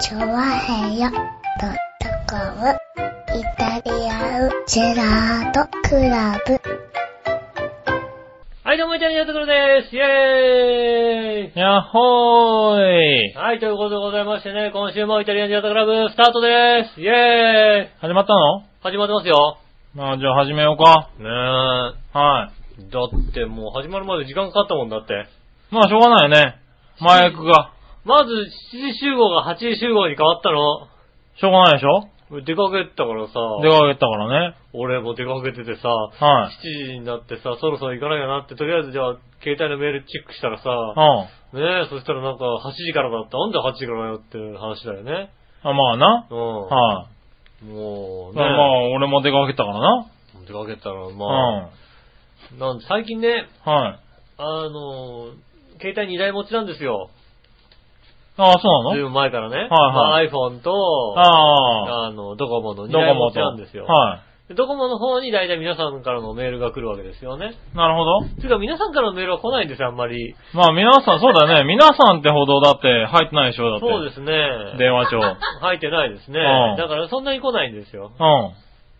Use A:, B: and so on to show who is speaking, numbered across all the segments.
A: チョワヘヨドットコムイタリアンジェラートクラブ。
B: はい、どうも、いたりのところです。イェーイ
C: やっほーい
B: はい、ということでございましてね、今週もイタリアンジャートクラブスタートですイェーイ
C: 始まったの
B: 始まってますよ。
C: まあじゃあ始めようか。
B: ね
C: はい。
B: え。だってもう始まるまで時間かかったもんだって。
C: まあしょうがないよね。麻薬が。
B: まず7時集合が8時集合に変わったの。
C: しょうがないでしょ
B: 出かけてたからさ、
C: 出かけたからね。
B: 俺も出かけててさ、
C: はい
B: 7時になってさ、そろそろ行かなきゃなって、とりあえずじゃあ、携帯のメールチェックしたら
C: う
B: さ、
C: ん。
B: ねえ、そしたらなんか8時からだった。なんで8時からだよっていう話だよね。
C: あ、まあな。
B: うん。
C: は
B: も
C: い。
B: う
C: まあまあ俺も出かけたからな。
B: 出かけたら、
C: う
B: まあ、なんで最近ね、
C: ん。はい。
B: あの、携帯2台持ちなんですよ。
C: ああ、そう
B: ずい
C: な
B: ぶ
C: の
B: ん前からね。
C: はいはい
B: まあ iPhone と、
C: ああ。
B: あの、ドコモの2
C: ど
B: 台
C: こ
B: 持
C: も
B: ち
C: と。
B: なんですよ。
C: は
B: でドコモの方に大体皆さんからのメールが来るわけですよね。
C: い。なるほど。
B: ていうか皆さんからのメールは来ないんですよ、あんまり。
C: まあ皆さん、そうだよね。皆さんってほどだって入ってないでしょだって。
B: そうですね。
C: 電話帳。うん。
B: 入ってないですね
C: うん。
B: だからそんなに来ないんですよ。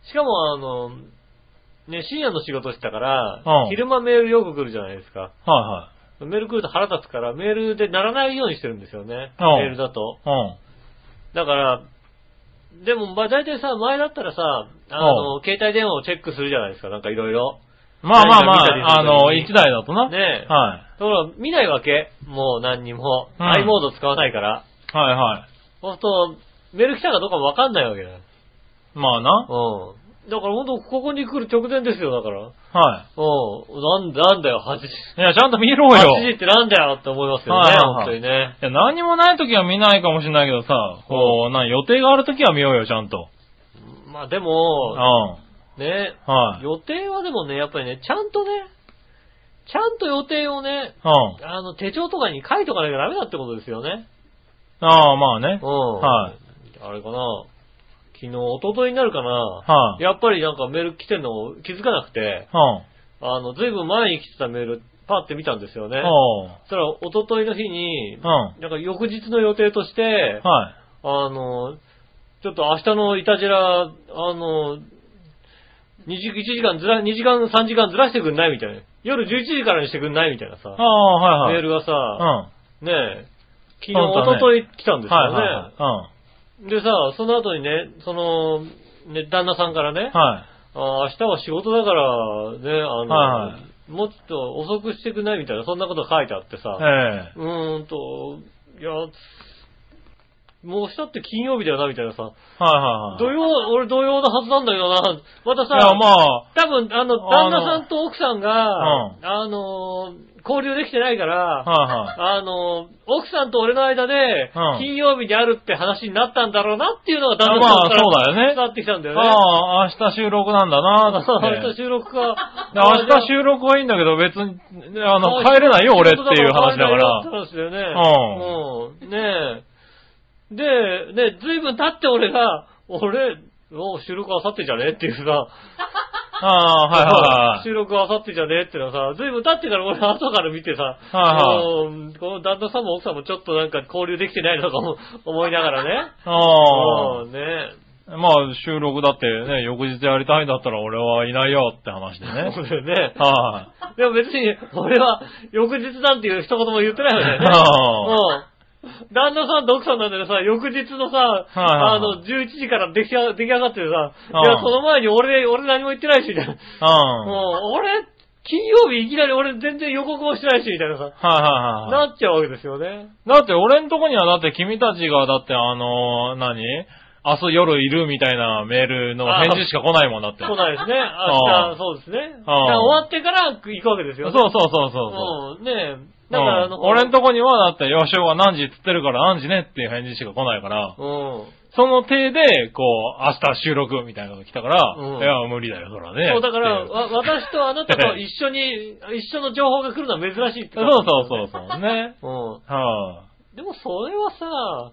B: しかもあの、ね、深夜の仕事してたから
C: う、ん
B: 昼間メールよく来るじゃないですか。
C: は
B: メール来ると腹立つから、メールで鳴らないようにしてるんですよね。
C: うん
B: メールだと。
C: いはい。
B: だから、でも、まあ、大体さ、前だったらさ、あの、携帯電話をチェックするじゃないですか、なんかいろいろ。
C: うん。まあまあま
B: 何か見たりす
C: あ、あ
B: るのに
C: の、一台だとな。
B: ねえ
C: はい。
B: だから、見ないわけもう何にも。
C: うん
B: i モード使わないから。
C: はいはい。
B: そうすると、メール来たかどうかもわかんないわけだよ。
C: まあな。
B: うん。だから本当、ここに来る直前ですよ、だから。
C: は
B: うん。なんなんだよ、8時。
C: い。いや、ちゃんと見ろよ。
B: 8時ってなんだよって思いますよ
C: は
B: ね、
C: いはいはい
B: 本当にね。
C: いや、何もない時は見ないかもしれないけどさ、こう、な、予定がある時は見ようよ、ちゃんと。
B: まあで
C: う
B: も、
C: ん。
B: ね、
C: はい。
B: 予定はでもね、やっぱりね、ちゃんとね、ちゃんと予定をね、
C: うん。
B: あの、手帳とかに書いとかなきゃダメだってことですよね。
C: ああ、まあね
B: うん。。
C: はい
B: あれかな、昨日、一昨日になるかな、
C: はい
B: やっぱりなんかメール来てんの気づかなくて、
C: う
B: あの、ずいぶん前に来てたメール、パって見たんですよね。
C: ん。おう。
B: そしたら、一昨日の日に、
C: うん。はい。
B: なんか翌日の予定として、あの、ちょっと明日のイタジラ、あの、2時、1時間ずら、2時間、3時間ずらしてくんないみたいな。夜11時からにしてくんないみたいなさ
C: あ。あ、はいはい。
B: メールが
C: う
B: さ、
C: ん。
B: ねえ、昨日、
C: 本当
B: 一
C: ね
B: 昨日来たんです
C: はいはい
B: よ
C: は
B: ね
C: い。。う
B: でさ、その後にね、その、ね、旦那さんからね、
C: ん。はい。
B: あ明日は仕事だから、ね、あの、
C: はいは
B: もうちょっと遅くしてくんないみたいな、そんなこと書いてあってさ、
C: ええ。
B: うーんと、いや、もう明日って金曜日だよな、みたいなさ、
C: はいはいはい。
B: 土曜、俺土曜のはずなんだけどな。また
C: いや、
B: さ、
C: まあ、
B: 多分、あの、旦那さんと奥さんが、
C: う
B: あのー、交流できてないから、
C: はいはい。
B: あのー、奥さんと俺の間で、
C: うん
B: 金曜日にあるって話になったんだろうなっていうのが旦那さ
C: ま
B: ん
C: あ
B: から、
C: そうだよね
B: 伝わってきたんだよね。
C: ああ、明日収録なんだなーっ
B: 明日
C: て。
B: 収録か。
C: で明日収録はいいんだけど、別に、あの、帰れないよ、俺っていう話
B: 帰れな
C: だから。
B: いよって話だよね。うん。ねえ。で、ね、ずいぶん経って俺が、俺、お収録あさってじゃねっていうさ。
C: ああ、はいはいはい。
B: 収録あさってじゃねえってのはさ、ずいぶん経ってから俺後から見てさ、
C: はい
B: あのこの旦那さんも奥さんもちょっとなんか交流できてないのかも思いながらね。
C: ああ。
B: うんね
C: まあ、収録だってね、翌日やりたいんだったら俺はいないよって話 で
B: そう
C: ね。
B: だよね。
C: は
B: でも別に俺は翌日なんていう一言も言ってないわけだよね。うん旦那さんと奥さんなんだけどさ、翌日のさ、
C: いはい
B: あの、11時から出来上が出来上がってさ、
C: うん
B: いや、その前に俺、俺何も言ってないし、みたいな。
C: い。うん。はい
B: もう、俺、金曜日いきなり俺全然予告もしてないし、みたいなさ。
C: はいはい。
B: なっちゃうわけですよね。
C: だって俺んとこにはだって君たちがだってあのー何明日夜いるみたいなメールの返事しか来ないもんだって。
B: 来ないですね。
C: あ
B: 明日、そうですね。だ
C: あ
B: から終わってから行くわけです
C: そう
B: よ。。
C: そうそうそう
B: うん、ねえ。
C: う。
B: だから、あ
C: う
B: の、
C: ん俺んとこにはだって、よしおは何時っつってるから何時ねっていう返事しか来ないから、
B: うん。
C: その手で、こう、明日収録みたいなのが来たから、
B: うん
C: いや、無理だよ、そらね。
B: そう、だから、
C: って
B: わ私とあなたと一緒に、一緒の情報が来るのは珍しいって
C: そう
B: 感じ
C: そうそうそう。ね。
B: そう。
C: はあ、
B: うん。でもそれはさ、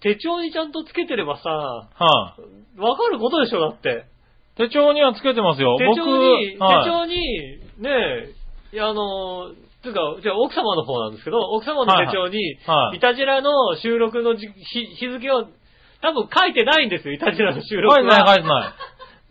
B: 手帳にちゃんとつけてればさ、
C: はあ、
B: わかることでしょ、だって。
C: 手帳にはつけてますよ。
B: 手帳に、
C: 僕、はい
B: 手帳に、ねえ、いやあの、というか、じゃあ奥様の方なんですけど、奥様の手帳に、
C: はいはい
B: イタジェラの収録のじ日日付を、多分書いてないんですよ、イタジェラの収録
C: 書
B: は。
C: いてない書いてない。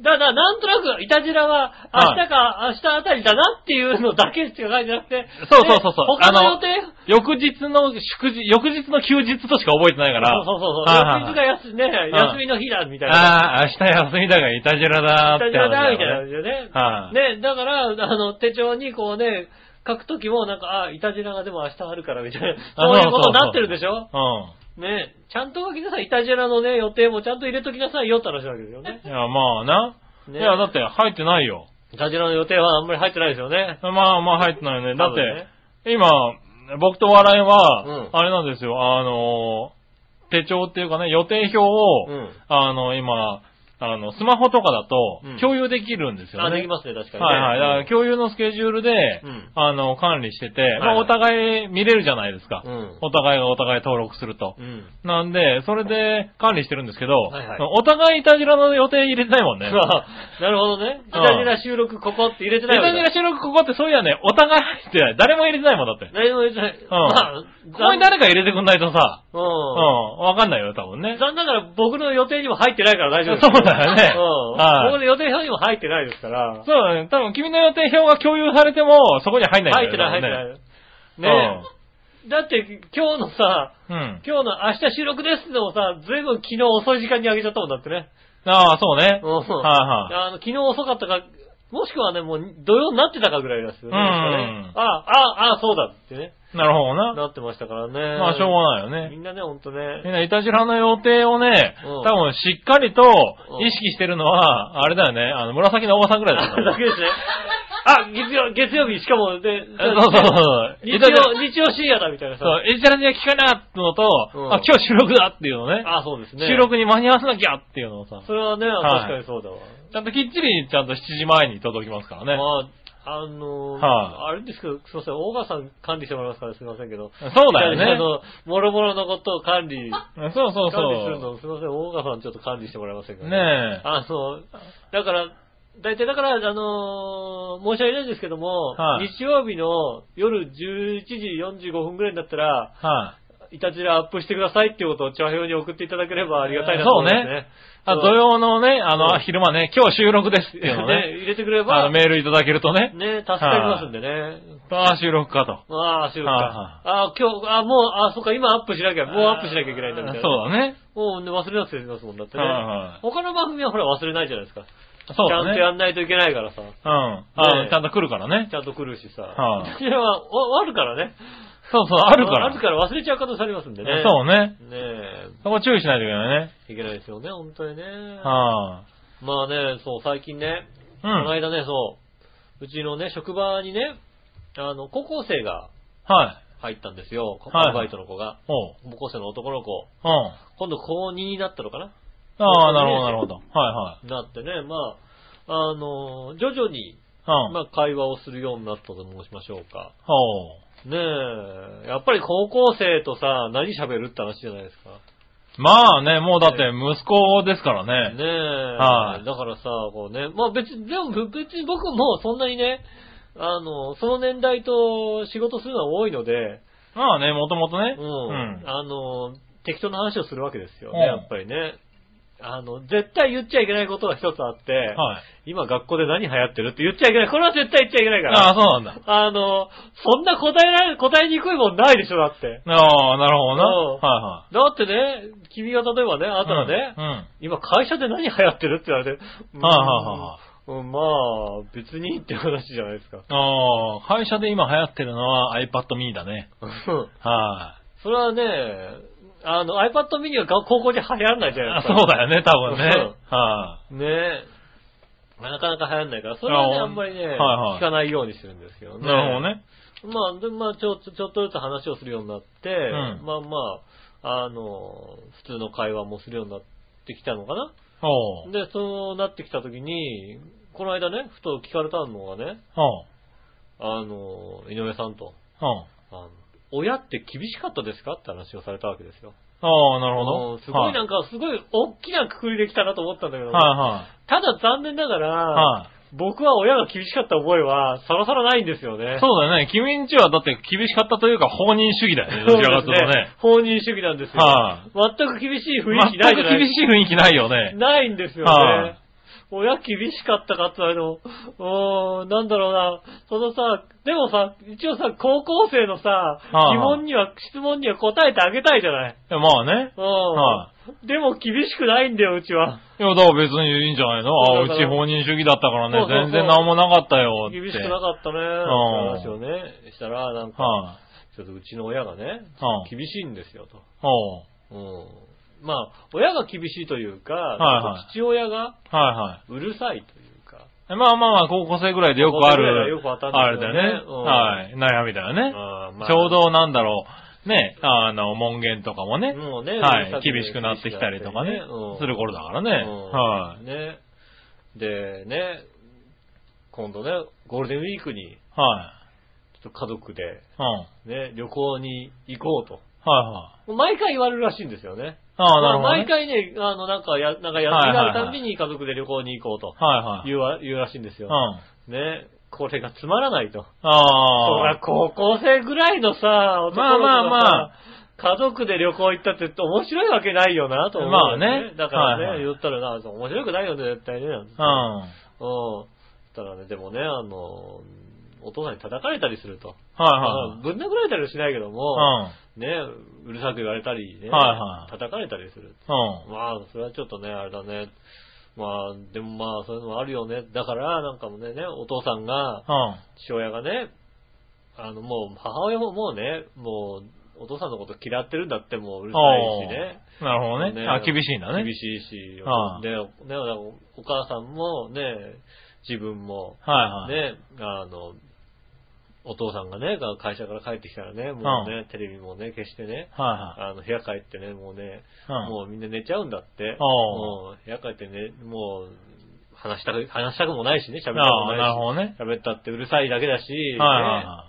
B: だから、なんとなく、イタジラは、
C: は
B: 明
C: い
B: 日か、明日あたりだなっていうのだけしか書いてなくて。
C: そうそうそうそう
B: で他の
C: あの
B: 予定
C: 翌日の祝日、翌日の休日としか覚えてないから。
B: そうそうそう。
C: はいはい
B: 翌日が休みね、休みの日だ、みたいな。
C: ああ、明日休みだからいたじらだ
B: イタ
C: ーっ
B: ジ
C: て
B: ラだ、
C: 話だ
B: みたいな
C: よ
B: 感
C: ね。
B: じでね。
C: はい
B: ね、だから、あの、手帳にこうね、書くときも、なんか、あ、イタジラがでも明日あるから、みたいな。
C: あ
B: そういうこと
C: そ
B: に
C: うそうそう
B: なってるでしょ
C: うん。
B: ね、ちゃんと書きなさい。イタジラのね、予定もちゃんと入れときなさいよって話なわけですよね。
C: いや、まあな。
B: ね
C: いや、だって入ってないよ。
B: イタジラの予定はあんまり入ってないですよね。
C: まあまあ入ってないよね。だっ
B: 多分ね
C: て、今、僕と笑いは、
B: うん
C: あれなんですよ、あのー、手帳っていうかね、予定表を、
B: うん
C: あの、今、あの、スマホとかだと
B: うん、
C: 共有できるんですよね。
B: あ、できますね、確かにね。
C: はいはい。だから共有のスケジュールで、
B: うん
C: あの、管理してて、ま
B: はいはい
C: あお互い見れるじゃないですか。
B: うん
C: お互いがお互い登録すると。
B: うん。
C: なんで、それで管理してるんですけど、
B: いはい
C: お互いいたじらの予定入れてないも んね。
B: あ なるほどね。イタジラ収録ここって入れて
C: い
B: ない
C: た
B: わけ
C: じ
B: だ
C: ら収録ここってそういやね、お互い入ってない。誰も入れてないもんだって。
B: 何も入れてない。まあ、
C: ここに誰か入れてくんないとさ、
B: う
C: うん、
B: ん。
C: わかんないよ、多分ね。
B: 残念ながら僕の予定にも入ってないから大丈夫です。
C: そうだよね
B: うん。
C: はい
B: 僕の予定表にも入ってないですから。
C: そうだね。多分君の予定表が共有されても、そこに入んない
B: 入
C: ん
B: っ
C: だ
B: て
C: よ。
B: ない、入ってないい。ねえ。だって今日のさ、
C: うん。うん。
B: 今日の明日収録ですってのもさ、ずいぶん昨日遅い時間にあげちゃったもんだってね。
C: ああ、そうね。
B: うん。
C: はいはい。
B: あの、昨日遅かったか、もしくはね、もう土曜になってたかぐらいですよね。
C: うん
B: 確かねああ、ああ、そうだってね。
C: なるほどな。
B: なってましたからね。
C: まあ、しょうがないよね
B: み。んなね、ほんと
C: み
B: ね。
C: んな、いたじらの予定をね、
B: うん
C: 多分しっかりと
B: うん
C: 意識してるのは、あれだよね、あの、紫のおばさんぐらいだ
B: あ
C: よ
B: だけ
C: ね。
B: ですね。あ、月曜、月曜日、しかも、で、
C: えそうそうそう。
B: 日
C: いたじら
B: 曜、日曜深夜だみたいなさ
C: そ。う、いたじらには聞かなってのと、
B: うん
C: あ、今日収録だっていうのね
B: あ、そうですね。
C: 収。録に間に合わせなきゃっていうのをさ、
B: それはね、
C: はい
B: 確かにそうだわ。
C: ちゃんときっちりちゃんと7時前に届きますからね。
B: まあ、あのー、
C: は
B: あれですけど、すいません、大川さん管理してもらえますからすいませんけど。
C: そうだよ
B: あ
C: ね。
B: の、もろもろのことを管理、
C: そうそう
B: 管理する
C: そ
B: の、すいません、大川さんちょっと管理してもらえませんか
C: う。
B: ら
C: ねえ。
B: あの、だから、大体だから、あのー申し訳ないんですけども、
C: はい
B: 日曜日の夜11時45分ぐらいになったら、
C: はい。
B: いたじらアップしてくださいっていうことを茶表に送っていただければありがたいなと思いますね。
C: あ、土曜のね、あ
B: そう
C: の、昼間ね、今日収録ですって
B: ね
C: いうのね、
B: 入れてくれ
C: あ
B: ば、
C: の、
B: ね、
C: メールいただけるとね、
B: 助かりますんでね。
C: ああ、収録かと。
B: ああ、収録
C: は
B: か。ああ、今日、あもう、あそっか、今アップしなきゃ、もうアップしなきゃいけないんだみたいな。
C: そうだね。
B: もうね、忘れなくて済みますもんだってね。
C: はいはい
B: 他の番組はほら忘れないじゃないですか。
C: そう
B: ちゃん
C: だ
B: とや
C: ね。
B: んないといけないからさ。
C: うん。あの
B: ねえ
C: ちゃんと来るからね。
B: ちゃんと来るしさ。
C: は
B: い
C: い
B: や、まあおあるからね。
C: そうそう、あるから。
B: あるから忘れちゃう可能性ありますんでね。
C: そうね。
B: ね
C: そこ注意しないといけないね。
B: え、いけないですよね、本当にね。
C: は
B: まあね、そう、最近ね、
C: あ。う
B: この
C: ん。
B: 間ね、そう、うちのね、職場にね、あの、高校生が
C: はい。
B: 入ったんですよ、
C: はい
B: アルバイトの子が。
C: おう。
B: 高校生の男の子。
C: うん。あ
B: 今度高2になったのかな
C: あ、なるほど、なるほど。は
B: なってね、まあ、あの、徐々に、
C: いはい。うん。
B: まあ、会話をするようになったと申しましょうか。
C: おう。
B: ねえ、やっぱり高校生とさ、何喋るって話じゃないですか。
C: まあね、もうだって息子ですからね。
B: ねえ。
C: はい
B: だからさ、こうね、まあ別に、でも別に僕もそんなにね、あの、その年代と仕事するのは多いので、
C: まあね、もともとね。
B: う、
C: うんん。
B: あの、適当な話をするわけですよね、
C: うん
B: やっぱりね。あの、絶対言っちゃいけないことが一つあって、
C: はい。
B: 今学校で何流行ってるって言っちゃいけない。これは絶対言っちゃいけないから。
C: ああ、そうなんだ。
B: あの、そんな答えられ、答えにくいもんないでしょ、だって。
C: ああ、なるほどな。
B: うん
C: は
B: だってね、君が例えばね、あ
C: いはい。
B: とはね、
C: うん。うん
B: 今会社で何流行ってるって言われて、うん
C: はいはいはいはい。
B: うん、まあ、別にって話じゃないですか。
C: ああ、会社で今流行ってるのは iPad mini だね。は
B: それはね、あの、iPad mini は高校で流行らないじゃ
C: い。
B: ない
C: あ
B: です
C: そ
B: か。
C: うだよね、多分ね。はい。
B: ねえ。なかなか流行らないから、それはね、
C: あ
B: あんまりね、
C: はいはい
B: 聞かないようにしてるんですけどね。
C: なるほどね。
B: まあ、で、まあ、ちょ、ちょちょっとずつ話をするようになって、
C: うん
B: まあまあ、あの、普通の会話もするようになってきたのかな。
C: おう。
B: で、そうなってきたときに、この間ね、ふと聞かれたのがね、
C: おう。
B: あの、井上さんと、
C: おう。
B: あの親って厳しかったですかって話をされたわけですよ。
C: おう、なる
B: う
C: ほ
B: ん
C: ど。
B: すごい
C: は
B: なんか、すごい大きなくくりできたなと思ったんだけど、
C: いはいは
B: ただ残念ながら、
C: い。はい。
B: 僕は親が厳しかった覚えは、さらさらないんですよね。
C: そうだよね。君んちはだって厳しかったというか、放任主義だよね。どちらかというとね。。
B: 放任主義なんですよ。
C: は
B: 全く厳しい雰囲気ないじ
C: 全く
B: ゃない
C: 厳しい雰囲気ないよね。
B: ないんですよ
C: は
B: ね
C: い。
B: 親厳しかったかって言われても、うーん、なんだろうな、そのさ、でもさ、一応さ、高校生のさ、
C: あ
B: 疑問には、質問には答えてあげたいじゃない。
C: まあね。
B: うん。
C: は
B: でも厳しくないんだよ、うちは。
C: いや、だから別にいいんじゃないのあ、
B: そう
C: う
B: だから
C: ち放任主義だったから
B: そうそうそう
C: ね、全然何もなかったよって。
B: 厳しくな
C: かっ
B: かったね、
C: ん
B: って話をね、したら、なんか、
C: はい、
B: ちょっとうちの親がね、
C: は
B: 厳しいんですよ、と。
C: あ。おう
B: うん。まあ、親が厳しいというか、
C: はいはい
B: 父親が
C: はいは
B: うるさいというか、
C: い。まあまあまあ、高校生ぐらいでよくある、
B: 高校生ぐ
C: あ
B: らいで
C: れだ
B: はよ
C: よ
B: くあったんですよね
C: ね。
B: うん
C: はい。悩みだよね。
B: あーまあ
C: ちょうどなんだろう、ね、あの、文言とかもね、
B: もうね、。
C: はい、厳しくなってきたりとかね、する頃だからね。はい
B: ね。で、ね、今度ね、ゴールデンウィークに、
C: い。はい。
B: ちょっと家族で、
C: うん。はい
B: ね、旅行に行こうと。
C: はい。
B: 毎回言われるらしいんですよね。
C: ああ、なるほ
B: ま
C: ど、
B: あ
C: ね
B: 毎。回ね、あの、なんかや、なんか休みがあるたんびに家族で旅行に行こうと
C: はいはい。
B: 言うわ、言うらしいんです
C: う
B: よ
C: ん。。あ
B: ね、これがつまらないと。そりゃ
C: あ。
B: 高校生ぐらいのさ、男の子がさ
C: まあまあまあ
B: 家族で旅行行ったって面白いわけないよな、と思うよ、
C: まあね
B: だからね、
C: はいはい
B: 言ったらな、そう面白くないよね、絶対ね。なんて
C: うん。
B: うん。だからね、でもね、あの、お父さんに叩かれたりすると。
C: はいは
B: まあ
C: い。
B: ぶん殴られたりはしないけど
C: う
B: も、
C: ん。
B: ね、うるさく言われたりね、
C: はいはい
B: 叩かれたりする。
C: うん。
B: まあ、それはちょっとね、あれだね。まあ、でもまあ、そういうのもあるよね。だから、なんかもね、ねお父さんが、
C: うん。
B: 父親がね、あの、もう、母親ももうね、もう、お父さんのこと嫌ってるんだって、もううるさいしね。
C: あーなるほどね。あ、厳しいんだね。
B: 厳しいし、
C: ああ
B: で、ね、おお母さんもね、自分も、
C: はいはい。
B: ね、あの、お父さんがね、が会社から帰ってきたらね、もうね、テレビもね、消してね、
C: は
B: あの、部屋帰ってね、もうね、
C: いはい。
B: もうみんな寝ちゃうんだって。
C: ああ
B: もう部屋帰ってね、もう、話したく、話したくもないしね、喋ったく
C: あ
B: も
C: あ、なるほど
B: ない
C: ね
B: し。。喋ったってうるさいだけだし、
C: はいはい
B: ね
C: は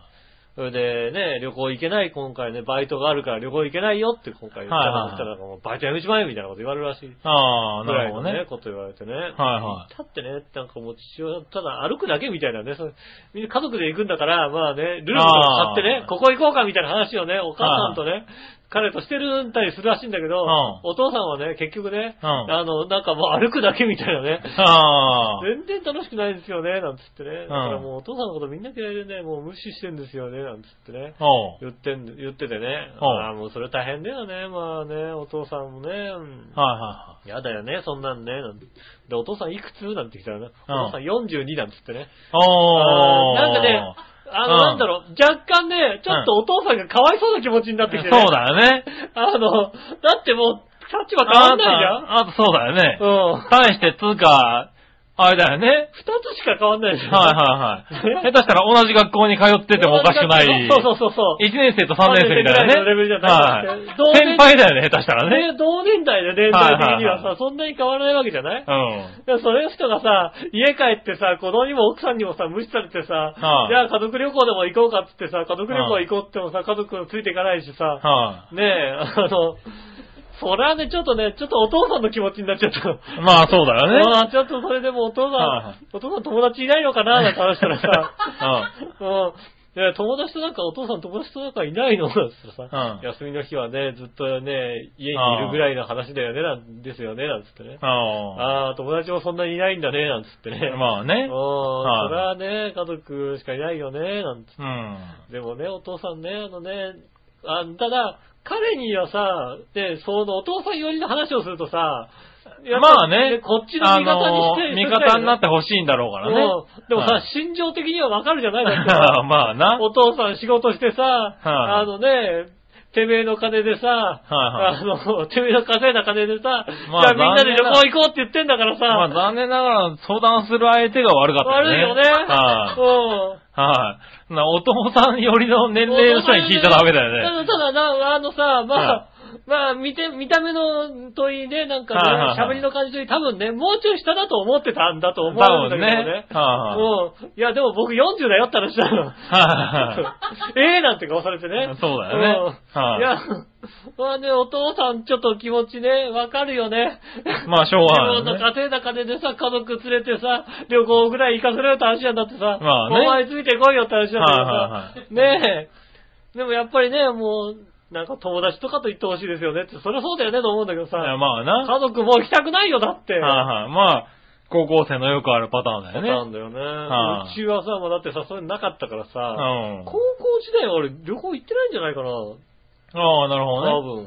B: それでね、旅行行けない、今回ね、バイトがあるから旅行行けないよって今回言った
C: はい
B: ら、
C: はい
B: そしたらなんかもうバイトやめちまえみたいなこと言われるらしい。
C: い。ああ、
B: ぐ
C: な
B: ら
C: る
B: い
C: ほ
B: の
C: ど
B: ね
C: ね、。
B: こと言われてね。
C: は
B: 立ってね、なんかもう父親、ただ歩くだけみたいなね、それみんな家族で行くんだから、まあね、ルールとか買ってね
C: あ、ー
B: ここ行こうかみたいな話をね、お母さんとね、彼としてるんだりするらしいんだけど、
C: うん
B: お父さんはね、結局ね、
C: うん
B: あの、なんかもう歩くだけみたいなね、
C: ああ。
B: 全然楽しくないんですよね、なんつってね。だからもうお父さんのことみんな嫌いでね、もう無視してんですよね、なんつってね。
C: おう。
B: 言ってん、言っててね。
C: うん
B: ああ、もうそれ大変だよね。まあね、お父さんもね。うん
C: はいは
B: やだよね、そんなんね。なんてで、お父さんいくつなんて来たらね、お
C: うん
B: 父さん42なんつってね。
C: いはい。
B: あ
C: おう。
B: ーなんかね、あの、
C: うん
B: なんだろう、若干ね、ちょっとお父さんがかわいそうな気持ちになってきてね。
C: そう。だよね。
B: あの、だってもう、立場変わんない
C: あとそうだよね
B: じゃ。ん。うん。
C: 対して、つうか、あれだよね。
B: 二つしか変わんないじゃん。
C: はいは いはい。下手したら同じ学校に通っててもおかしくない。
B: そうそうそうそう。
C: 1年生と3年生みたいなね。
B: 三年生ぐらいのレベルじゃなくて
C: はい
B: 同年
C: 先輩だよね、下手したらね。
B: ね、同年代で年代的には
C: はいはいは
B: さ、そんなに変わらないわけじゃない
C: うん。
B: でそれの人がさ、家帰ってさ、子供にも奥さんにもさ、無視されてさ、
C: はい
B: じゃあ家族旅行でも行こうかってってさ、家族旅行行こうってもさ、家族ついていかないしさ、
C: は
B: ねえ、あの、それはね、ちょっとね、ちょっとお父さんの気持ちになっちゃった。
C: い。まあ、そうだよね。
B: まあ、ちょっとそれでもお父さん、
C: はいはい
B: お父さん友達いないのかななんて話した らさ、
C: う
B: うんいや友達となんか、お父さん友達となんかいないのなんつってさ、
C: うん
B: 休みの日はね、ずっとね、家にいるぐらいの話だよね、なんですよね、なんつってね。
C: あ
B: ああ、友達もそんなにいないんだね、なんつってね。
C: あ。まあ
B: あ、うん、
C: ね。
B: それはね、家族しかいないよね、なんつっ
C: うん。
B: て。でもね、お父さんね、あのね、あただ、彼にはさ、で、そのお父さん寄りの話をするとさ、やっぱ
C: まあね
B: こっちの味方にして、
C: あの味方になっててほしいんだろうからね。
B: でもさ、
C: はい
B: 心情的にはわかるじゃないだって さ
C: まあな。
B: お父さん仕事してさ、あのね、てめえの金でさ、
C: はい
B: あの、てめえの稼いだ金でさ、
C: まあ
B: じゃあみんなで旅行行こうって言ってんだからさ、
C: まあ残念ながら相談する相手が悪かった
B: 悪い
C: ね。
B: よね。
C: は
B: う
C: い。
B: ん。
C: はい。なお父さん寄りの年齢の人に聞いちゃダメだよ
B: た
C: ね。
B: だ、ただな、あのさ、まあ、まあ、見て、見た目の問いで、なんかね
C: はいはい、
B: 喋、
C: はい
B: りの感じといい多分ね、もうちょい下だと思ってたんだと
C: 多
B: 思うんだ
C: 分
B: け
C: ね。
B: ど
C: はい
B: ね。
C: は
B: もう、いや、でも僕40だよって話だよ。
C: はいは い
B: ええなんて顔されてね
C: い。。そうだよね。
B: うんい
C: は
B: や、まあね、お父さんちょっと気持ちね、わかるよね。
C: い。まあ、しょうが
B: 自分
C: な
B: の
C: いよね。
B: 家庭の金でさ、家族連れてさ、旅行ぐらい行かせろよって話なんだってさ、
C: まあね
B: お前ついてこいよって話なんだけどさ、ねえ。でもやっぱりね、もう、なんか友達とかと行ってほしいですよねって、そりゃそうだよねと思うんだけど
C: いや
B: さ、
C: まあな。は
B: 家族もう行きたくないよだって。
C: いはい。まあ、高校生のよくあるパターンだ
B: そ
C: よ
B: う
C: ね。
B: なんだよね。
C: はいう
B: ちはさ、もうだってさ、それなかったからさ、
C: うん。
B: 高校時代は俺旅行行ってないんじゃないかな。
C: ああ、なるほどね。
B: 多分。
C: はい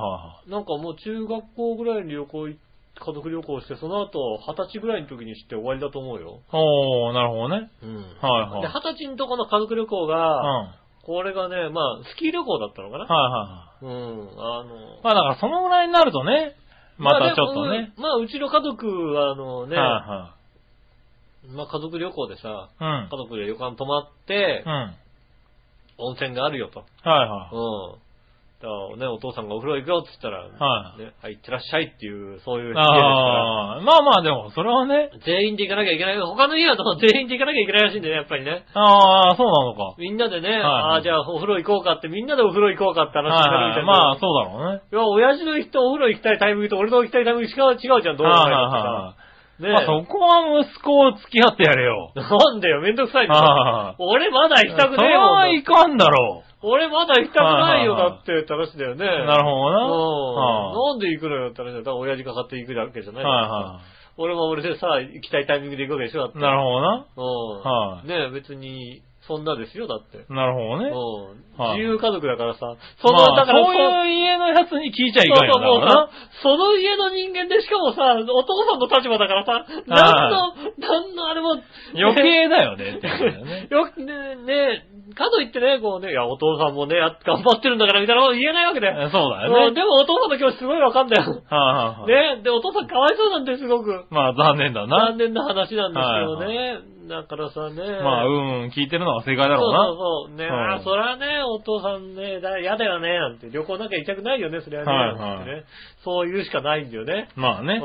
C: は
B: なんかもう中学校ぐらいに旅行い、家族旅行して、その後、二十歳ぐらいの時にして終わりだと思うよ。
C: いはい。おー、なるほどね。
B: うん。
C: はいはい
B: で、二十歳のとこの家族旅行
C: うん。
B: が、
C: は
B: これがね、まあ、スキー旅行だったのか
C: い
B: な
C: は
B: うん、あの
C: い。、まあだからそのぐらいになるとね、またちょっとね。。
B: でうんまあ、うちの家族は、あのね、
C: は
B: まあ、家族旅行でさ、
C: いはい。
B: 家族で旅館泊まって
C: うん。う、ん。
B: 温泉があるよと。
C: はいは
B: うん。だからね、お父さんがお風呂行くよって言ったら、
C: はい
B: ね、はい、行ってらっしゃいっていう、そういう家
C: い。
B: ですから。
C: ああ、まあまあでも、それはね。
B: 全員で行かなきゃいけない。他の家は全員で行かなきゃいけないらしいんだよね、やっぱりね。
C: ああ、そうなのか。
B: みんなでね、
C: い
B: ああ、じゃあお風呂行こうかって、みんなでお風呂行こうかって話になるみ
C: はい
B: た
C: はいい。
B: な。
C: まあ、そうだろうね。
B: いや、親父の人お風呂行きたいタイミングと俺の行きたいタイミングしか違うじゃん、どう考
C: は
B: え
C: いはい
B: た
C: は
B: ってさ。
C: い
B: ねえ。
C: まあ、そこは息子を付き合ってやれよ。
B: なんだよ、めんどくさいんだよ
C: はいはい
B: 俺まだ行きたくねえ
C: それ
B: も
C: は
B: ん
C: い。かんだろ
B: 俺まだ行きたくないよ、
C: はいはいはい
B: だってって話だよね。
C: う。なるほどな。
B: う
C: は
B: ん。なんで行くのよって話だよ。だから親父が買って行くわけじゃないい。
C: は
B: 俺も俺でさ、行きたいタイミングで行くわけでしょ、だっ
C: いはい。
B: て。
C: なるほどな。
B: う
C: は
B: ん。ねえ、別に、そんなですよ、だって。
C: なるほどね。
B: うん
C: はい
B: 自由家族だからさ、そ
C: そ
B: の、
C: ま
B: だ
C: あ、
B: から
C: そういう家のやつに聞いちゃいかんよ
B: そうそうもう
C: だから
B: さ、その家の人間でしかもさ、お父さんの立場だからさ、なんの、なんのあれも、
C: な。余
B: ね。
C: 計だよねってことだよね
B: よくね、ね、かといってね、こうね、いや、お父さんもね、やっ頑張ってるんだからみたいなこと言えないわけだよ。
C: そうだ
B: う
C: よ
B: ん
C: ね。
B: でもお父さんの気持ちすごいわかんだよ。
C: はい はいはい。
B: ね、で、お父さんかわいそうなんです、すごく。
C: まあ、残念だな
B: 残。念な話なんですけど
C: は
B: ね。だからさね。
C: まあ、うんうん、聞いてるのは正解だろうな。
B: そうそうそう。ね、
C: うん
B: あーそりゃね、お父さんね、だ嫌だよね、なんて。旅行なんか行きたくないよね、そりゃね。
C: はいはい
B: なんてねそう言うしかないんだよね。
C: まあ
B: うん、
C: ね
B: ち。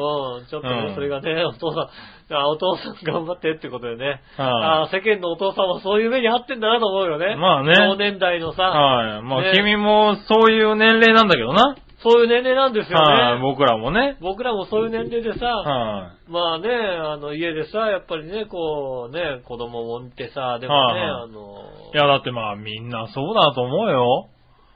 B: ょっとね、
C: うん
B: それがね、お父さん、あお父さん頑張ってってことでね。
C: は
B: あー世間のお父さんはそういう目に遭ってんだなと思うよね。
C: まあね
B: 同年代のさ、
C: はい。ま
B: ね
C: あ、君もそういう年齢なんだけどな。
B: そういう年齢なんですよ
C: はい。
B: ね。
C: 僕らもね。
B: 僕らもそういう年齢でさ、
C: は
B: まあね、あの、家でさ、やっぱりね、こう、ね、子供も見てさ、でもね、
C: はいはい
B: あの、
C: い。いや、だってまあ、みんなそうだと思うよ。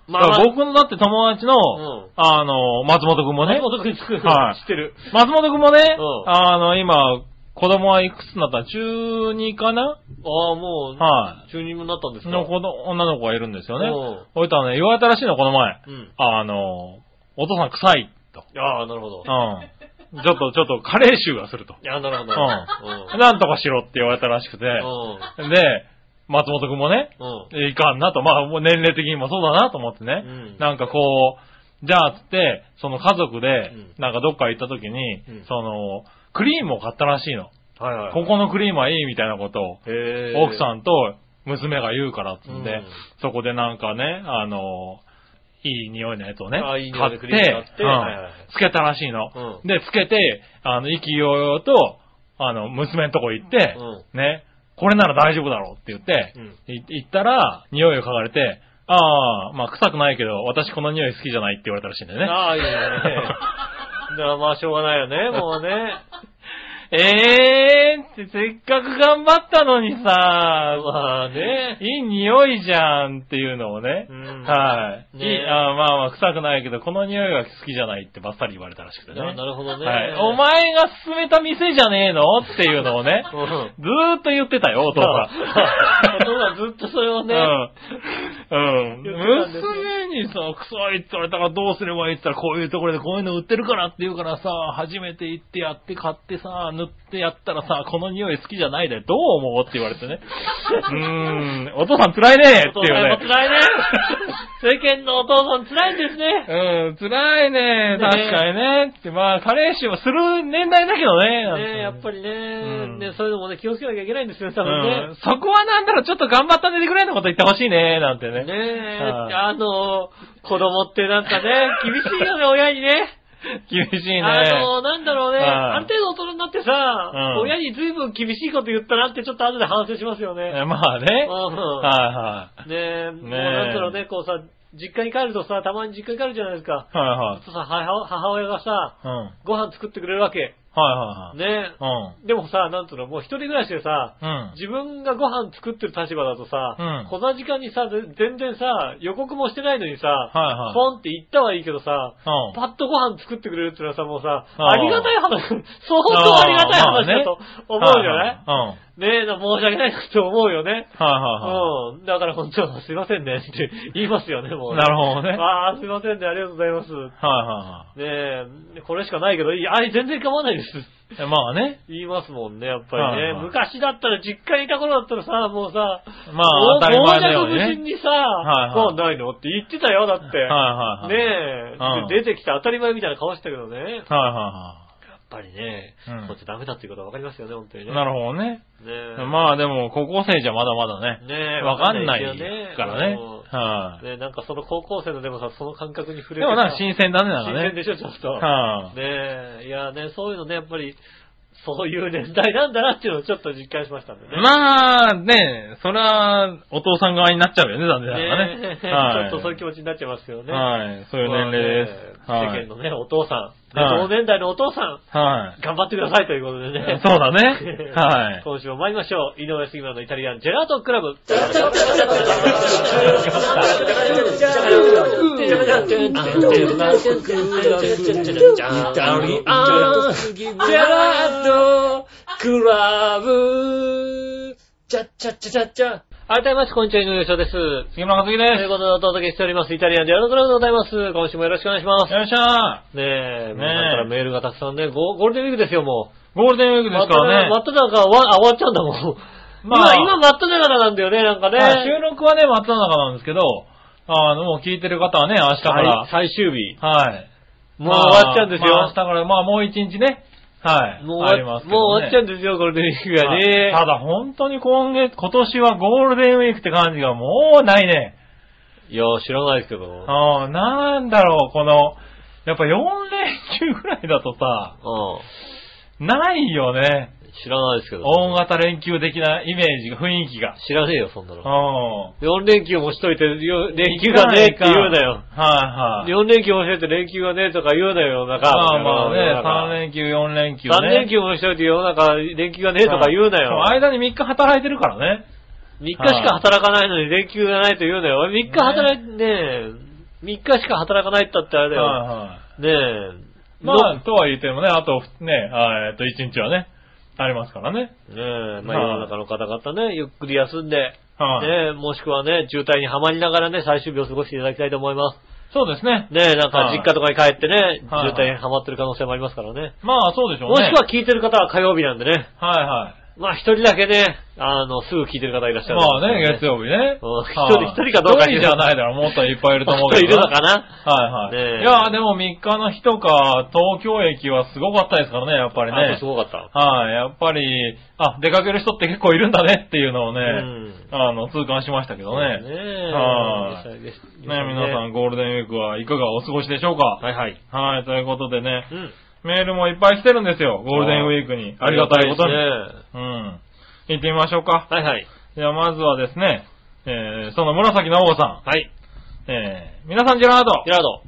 B: ま
C: だか
B: あ、
C: ら僕のだって友達の、
B: うん
C: あの、松本くんもね
B: 松。本くん作る、
C: はい
B: 知ってる。
C: 松本くんもね、
B: うん
C: あの、今、子供はいくつになった中2かな
B: ああ、もう、
C: は
B: 中任になったんですか
C: の子の、女の子がいるんですよね。
B: うん
C: おいたらね、言われたらしいの、この前。
B: うん。
C: あの、お父さん臭いと。
B: ああ、なるほど。
C: うん。ちょっと、ちょっと、加齢臭がすると。
B: いや、なるほど。
C: うん。なんとかしろって言われたらしくて。で、松本くんもね、
B: うん。うん。
C: いかんなと、まあ、もう年齢的にもそうだなと思ってね。
B: うん
C: なんかこう、じゃあつって、その家族で
B: うん、
C: なんかどっか行った時に、
B: うん
C: その、クリームを買ったらしいの。
B: はいはい。
C: ここのクリームはいいみたいなことを、
B: へえ。
C: 奥
B: ん。
C: さんと娘が言うからっつんで、
B: うん
C: そこでなんかね、あの、いい匂いのやつをね、
B: あいい匂い
C: 買
B: の
C: っ
B: ク
C: て、
B: リーム買って
C: うん
B: はいはい
C: つけたらしいの。
B: う
C: で、つけて、あの、意気揚々と、あの、娘のとこ行って、ね、これなら大丈夫だろうって言って、
B: うん
C: い行ったら、匂いを嗅がれて、ああ、まあ臭くないけど、私この匂い好きじゃないって言われたらしいんだよね。
B: ああ、いいね。だ からまあ、しょうがないよね、もうね。
C: ええーってせっかく頑張ったのにさ、
B: まあね。
C: いい匂いじゃんっていうのをね、
B: うん
C: はい。
B: ね
C: いいあーまあまあ臭くないけど、この匂いが好きじゃないってばっさり言われたらしくてね。
B: あなるほどね。
C: はい、お前が勧めた店じゃねえのっていうのをね、
B: うん
C: ずーっと言ってたよ、お
B: そう
C: 父さ
B: だ。
C: ん。
B: お父さんずっとそれをね。
C: うん。うん。
B: 言ってたんですね
C: 娘にさ、クソいって言われたからどうすればいいって言ったら、こういうところでこういうの売ってるからって言うからさ、初めて行ってやって買ってさ、塗塗ってやったらさ、この匂い好きじゃないで、どう思うって言われてね。うーん、お父さん辛いねって
B: お
C: いう
B: 父さんやっぱ
C: ね。
B: 辛い ね。世間のお父さん辛いんですね。
C: うん、辛い
B: ね
C: ね、確かにね。って、まあ、カレー臭もする年代だけどね。なんて
B: ねやっぱりね、
C: ん
B: ね、そういうのもね、気をつけなきゃいけないんですよ、多分
C: う
B: ね
C: ん。そこはなんだろう、ちょっと頑張ったねでぐらいのこと言ってほしいね、なんてね。
B: ねえ、
C: はい
B: あの、子供ってなんか ね、厳しいよね、親にね。
C: 厳しいね。
B: あの、なんだろうね、
C: はい
B: ある程度大人になってさ、
C: うん
B: 親に随分厳しいこと言ったなってちょっと後で反省しますよね。
C: えまあね。
B: うん
C: は
B: ねえ、もう
C: ねえ
B: なんだろうね、こうさ、実家に帰るとさ、たまに実家に帰るじゃないですか。
C: いはい。はい
B: そうさ、母母親がさ、
C: はい。うん。
B: ご飯作ってくれるわけ。
C: はいはいはい。
B: ね
C: う
B: え。でもさ、なんつうの、もう一人暮らしでさ、
C: ん。うん。
B: 自分がご飯作ってる立場だとさ、
C: うん
B: この時間にさ、ぜ全然さ、予告もしてないのにさ、
C: いはい
B: ポンって行ったはいいけどさ、
C: うん
B: パッとご飯作ってくれるってのはさ、もうさ、
C: あー
B: ありがたい話、 相当ありがたい話だと思うじゃない、
C: は
B: ねえ、申し訳ないなと思うよね。
C: いはいはい。はいはいは
B: うん。だから本当はすいませんねって言いますよね、もう、
C: い。なるほどね。はい
B: ああ、すいませんね、ありがとうございます。
C: は
B: ねえ、これしかないけど、いいあれ全然構わないです。
C: いはい。まあね。
B: 言いますもんね、やっぱりね。
C: はいはい
B: 昔だったら、実家にいた頃だったらさ、もうさ、
C: まあ当たり前のようにね
B: 傍若無人にさ、
C: い
B: ご飯ないのって言ってたよ、だって。
C: はいはいはい。
B: ねえ、
C: うん
B: で出てきて当たり前みたいな顔してたけどね。やっ
C: はいは
B: ぱりね、
C: うん
B: こっちダメだっていうことはわかりますよね、本当に
C: い
B: ね。
C: はい。なるほどね。
B: ねえ。
C: まあでも、高校生じゃまだまだね。
B: ねえ、
C: わかんない
B: わですよ
C: からね。
B: うん
C: はい。
B: ねえ、なんかその高校生のでもさ、その感覚に触れて
C: でもなんか
B: さ
C: 新鮮だね、なん
B: 新
C: か
B: 鮮で
C: ね。
B: しょ、ちょっと。
C: は
B: ね
C: い。
B: え、いやね、そういうのね、やっぱり、そういう年代なんだなっていうのをちょっと実感しましたんでね。
C: まあ、ねそれは、お父さん側になっちゃうよね、残念ながら
B: ね
C: ね。
B: え
C: はい。
B: ちょっとそういう気持ちになっちゃいますよね。
C: はい。そういう年齢です。
B: まあ
C: は
B: ね
C: い
B: 世間のね、お父さん、ね
C: はい
B: 同年代のお父さん、
C: はい。
B: 頑張ってくださいということでね。。
C: そうだ ねはい。
B: 今週も参りましょう。井上杉村のイタリアンジェラートクラブ。改めまして、こんにちは、井上翔です。と
C: 杉村和樹で。
B: いうことでお届けしております、イタリアンジェラートクラブでございます。今週もよろしくお願いします
C: よっしゃ
B: す。ねえ、
C: ねえ
B: 皆さんからメールがたくさんね、ゴゴールデンウィークですよ、もう。
C: ーゴールデンウィークですからね。
B: 真っ只中、真っ只中わあ終わっちゃうんだもん。
C: まあ
B: 今、今真っ只中なんだよね、なんかね。
C: まあ収録はね、真っ只中なんですけど、あの、もう聞いてる方はね、明日から。
B: 最最終日。
C: はい。
B: もう終わっちゃうんですよ。
C: まあ明日から、まあもう一日ね。はい。
B: もう
C: あ
B: 終
C: り
B: わ
C: ま
B: っ、
C: すけどね
B: もう終わっちゃうんですよ、ゴールデンウィークがね。
C: はいただ本当に今月、今年はゴールデンウィークって感じがもうないね。
B: いや、知らないですけど。うん。
C: ああ、なんだろう、この、やっぱ4連休ぐらいだとさ、ないよね。
B: 知らないですけど。
C: 大型連休的なイメージが、雰囲気が。
B: 知らねえよ、そんなの。
C: うん。
B: 4連休もしといて、よ連休がねえって言うなよ。
C: はいはい。
B: 4連休もしといて連休がねえとか言うなよ、なん
C: ま
B: か。
C: あまあね、3
B: 休、
C: 連休、4連休ね。
B: 3連休もしといて世の中連休がねえとか言うなよ
C: は。い間に3日働いてるからね。
B: 3日しか働かないのに連休がないと言うなよ。3日働いて、ねえ、3日しか働かないったってあれだよ。
C: は
B: ねえ。
C: いまあ、とは言ってもね、あとふ、ね、あえっと、1日はね、ありますからね。
B: ねえ、まあ世の中の方々ね、ゆっくり休んで、
C: はい
B: ねえ、もしくはね、渋滞にはまりながらね、最終日を過ごしていただきたいと思います。
C: そうですね。
B: ねえ、なんか
C: はい
B: 実家とかに帰ってね、渋
C: はい
B: 滞にはまってる可能性もありますからね。
C: まあ、そうでしょう
B: もし
C: ね。
B: くは聞いてる方は火曜日なんでね、
C: はいはい。
B: まあ一人だけね、あの、すぐ聞いてる方いらっしゃる。
C: まあね、月
B: 曜
C: 曜日ね。
B: うん一人
C: はい
B: 一人かどうか知らない
C: 一人じゃないだろう、もっといっぱいいると思う
B: 人
C: け
B: い
C: ど。
B: るのかな
C: はい
B: ね
C: は
B: え
C: い。いや、でも3日の日とか、東京駅はすごかったですからね、やっぱり
B: あれ
C: ね
B: す。ごかった。
C: はい、やっぱり、あ、出かける人って結構いるんだねっていうのをね、
B: うん
C: あの、痛感しましたけどね。
B: ね
C: ね
B: え。
C: はい
B: ね
C: 皆さん、ゴールデンウィークはいかがお過ごしでしょうか
B: はいはい。
C: はい、ということでね、
B: うん。
C: メールもいっぱい来てるんですよ、ゴールデンウィークに。ありがたいことに。
B: あ
C: うん。行ってみましょうか。
B: りがたいですねはいはい。
C: では、まずはですね、えー、その紫の王さん。
B: はい。
C: えー、皆さんジェラード
B: ジェラード。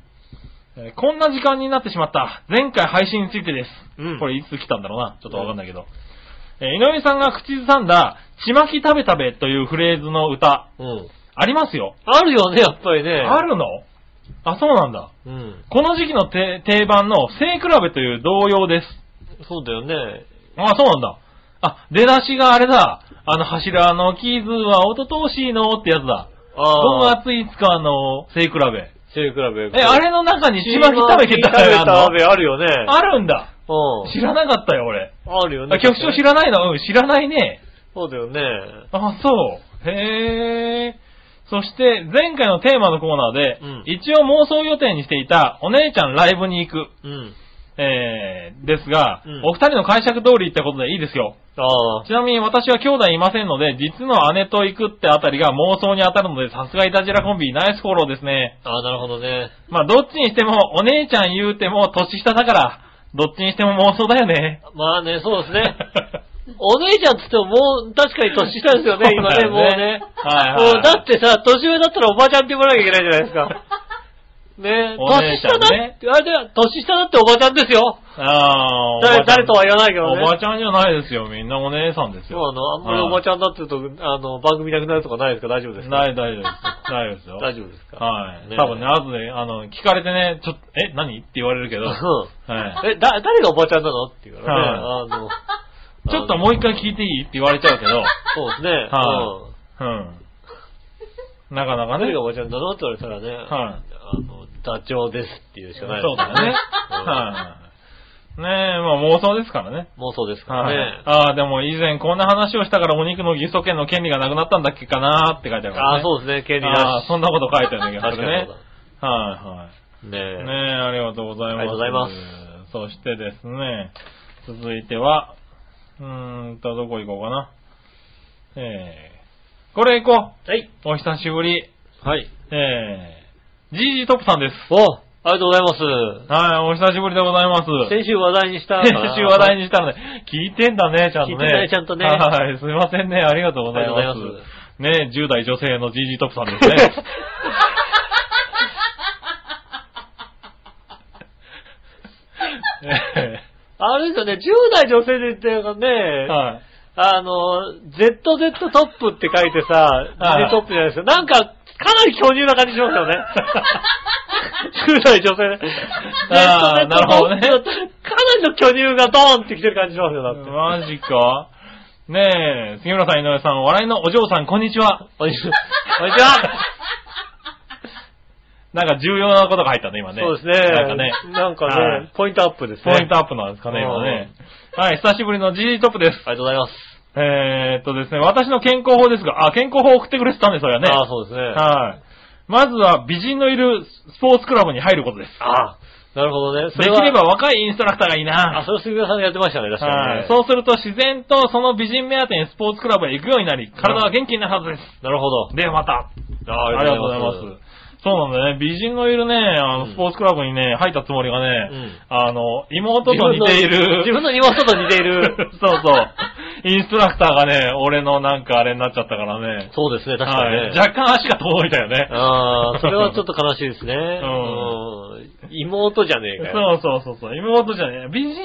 C: えーこんな時間になってしまった。前回配信についてです。
B: うん
C: これいつ来たんだろうな。ちょっとわかんないけど。えー井上さんが口ずさんだ、ちまき食べ食べというフレーズの歌、
B: うん。
C: ありますよ。
B: あるよね、やっぱりね。
C: あるのあ、そうなんだ。
B: うん。
C: この時期のて定番の背比べという童謡です。
B: そうだよね。
C: あ、そうなんだ。あ、出だしがあれだ。あの柱の傷はおととしいのってやつだ。
B: ああ。
C: 5月5日の背比べ。
B: 背比べ。
C: え、あれの中にちまき食べて食べ
B: 食べ
C: あんの
B: あるよね。
C: あるんだ。
B: うん。
C: 知らなかったよ、俺。
B: あるよね。
C: あ、局長知らないのうん、知らないね。
B: そうだよね。
C: あ、そう。へえ。そして、前回のテーマのコーナーで、
B: うん
C: 一応妄想予定にしていた、お姉ちゃんライブに行く、
B: うん。
C: えー、ですが、
B: うん
C: お二人の解釈通り行ったことでいいですよ。
B: ああ。
C: ちなみに私は兄弟いませんので、実の姉と行くってあたりが妄想に当たるので、さすがイタジラコンビ、ナイスフォローですね。
B: ああ、なるほどね。
C: まあ、どっちにしても、お姉ちゃん言うても、年下だから、どっちにしても妄想だよね。
B: まあね、そうです ね。お姉ちゃんって言ってももう、確かに年下ですよね、今ね、
C: そう
B: もう
C: だよ
B: ね
C: ね。はいはい
B: もうだってさ、年上だったらおばちゃんって言わなきゃいけないじゃないです か。ね
C: お姉
B: 年
C: ちゃ
B: 下
C: ん
B: だ
C: ね
B: って、あれだよ、年下だっておばちゃんですよ。
C: ああ、
B: 誰誰とは言わないけど
C: お
B: ね。
C: ばちゃんじゃないですよ。みんなお姉さんです
B: そうな
C: よ。
B: の、あんまりおばちゃんだって言うと、あの、番組なくなるとかないですか大丈夫ですか
C: ない、大丈夫です。大丈夫ですよ。
B: 大丈夫ですか
C: はい。
B: ね
C: 多分ね、後で、あの、聞かれてね、ちょっと、え、何って言われるけど、は
B: うん
C: い。
B: え、だ、誰がおばちゃんなのっていうからね、
C: は
B: あの、
C: ちょっともう一回聞いていいって言われちゃうけど、
B: そうですね。
C: は
B: うん
C: うん。なかなかね
B: 誰が、おばちゃんなのって言われたらね、
C: はい
B: あの、ダチョウですっていうしかない
C: そうだよね。
B: は
C: はい。ねえ、まあ妄想ですからね。
B: い。妄想ですから
C: はい。
B: ね。
C: ああ、でも以前こんな話をしたからお肉の偽装権の権利がなくなったんだっけかなーって書いてあるから、
B: あ
C: ね。
B: あ、そうですね、権利
C: あ
B: な
C: あ
B: し。
C: そんなこと書いてあるんだけど、
B: 確かに
C: ね
B: そう。
C: はいはい。
B: だ。ねえ。
C: ねえ、ありがとうございます。
B: ありがとうございます。
C: そしてですね、続いては、うーんと、どこ行こうかな。えー、これ行こ
B: はい。
C: う。お久しぶり。
B: はい。
C: えー、ジージートップさんです。
B: おありがとうございます。
C: はい、お久しぶりでございます。
B: 先週話題にした。
C: 先週話題
B: に。
C: にしたので、聞いてんだね、ちゃんとね。
B: 聞いてんだねちゃんとね
C: はい、すいませんね、ありがとうございます。
B: ありがとうござい
C: ね10代女性のジージートップさ んです ね。え
B: あれですよね、10代女性で言ってるからね、
C: えはい。
B: あの、ZZ トップって書いてさ、
C: はい
B: Z トップじゃないですよ。なんか、かなり巨乳な感じします よね。10代女性で。
C: あ
B: ZZ
C: ーなるほどね
B: トップかなりの巨乳がドーンってきてる感じしますよ、だって。
C: マジかねえ、杉村さん、井上さん、笑いのお嬢さん、こんにちは。
B: こんにちは。こんにちは。
C: なんか重要なことが入ったね、今ね。
B: そうですね。
C: なんかね。
B: なんか
C: はい
B: ね、ポイントアップです
C: ポ
B: ね。
C: イントアップなんですかね、今ね。はい、久しぶりの GG トップです。
B: ありがとうございます。
C: えー、っとですね、私の健康法ですが、あ、健康法送ってくれてたんです、それはね。
B: ああ、そうですね。
C: はい。まずは美人のいるスポーツクラブに入ることです。
B: ああ、なるほどね。
C: でき
B: は
C: れば若いインストラクターがいい
B: あ、
C: な。
B: それ杉浦さんがやってましたね、確かに
C: は
B: ね
C: い。。そうすると自然とその美人目当てにスポーツクラブへ行くようになり、体は元気になるはずです。
B: なるほど。
C: ではまた。
B: あーあ
C: あ
B: り
C: り
B: がとうご
C: がとうご
B: ざい
C: ざい
B: ま
C: ますす。そうなんだね。美人のいるね、
B: う
C: あ
B: ん
C: の、スポーツクラブにね、入ったつもりがね、
B: うん
C: あの、妹と似ている。
B: 自分の妹と似ている。
C: そうそう。インストラクターがね、俺のなんかあれになっちゃったからね。
B: そうですね、確かにね。
C: はい、若干足が遠いたよね。
B: ああ、それはちょっと悲しい ですね。う
C: ん
B: ん妹じゃねえかよ。
C: そうそうそうそう。妹じゃね、美人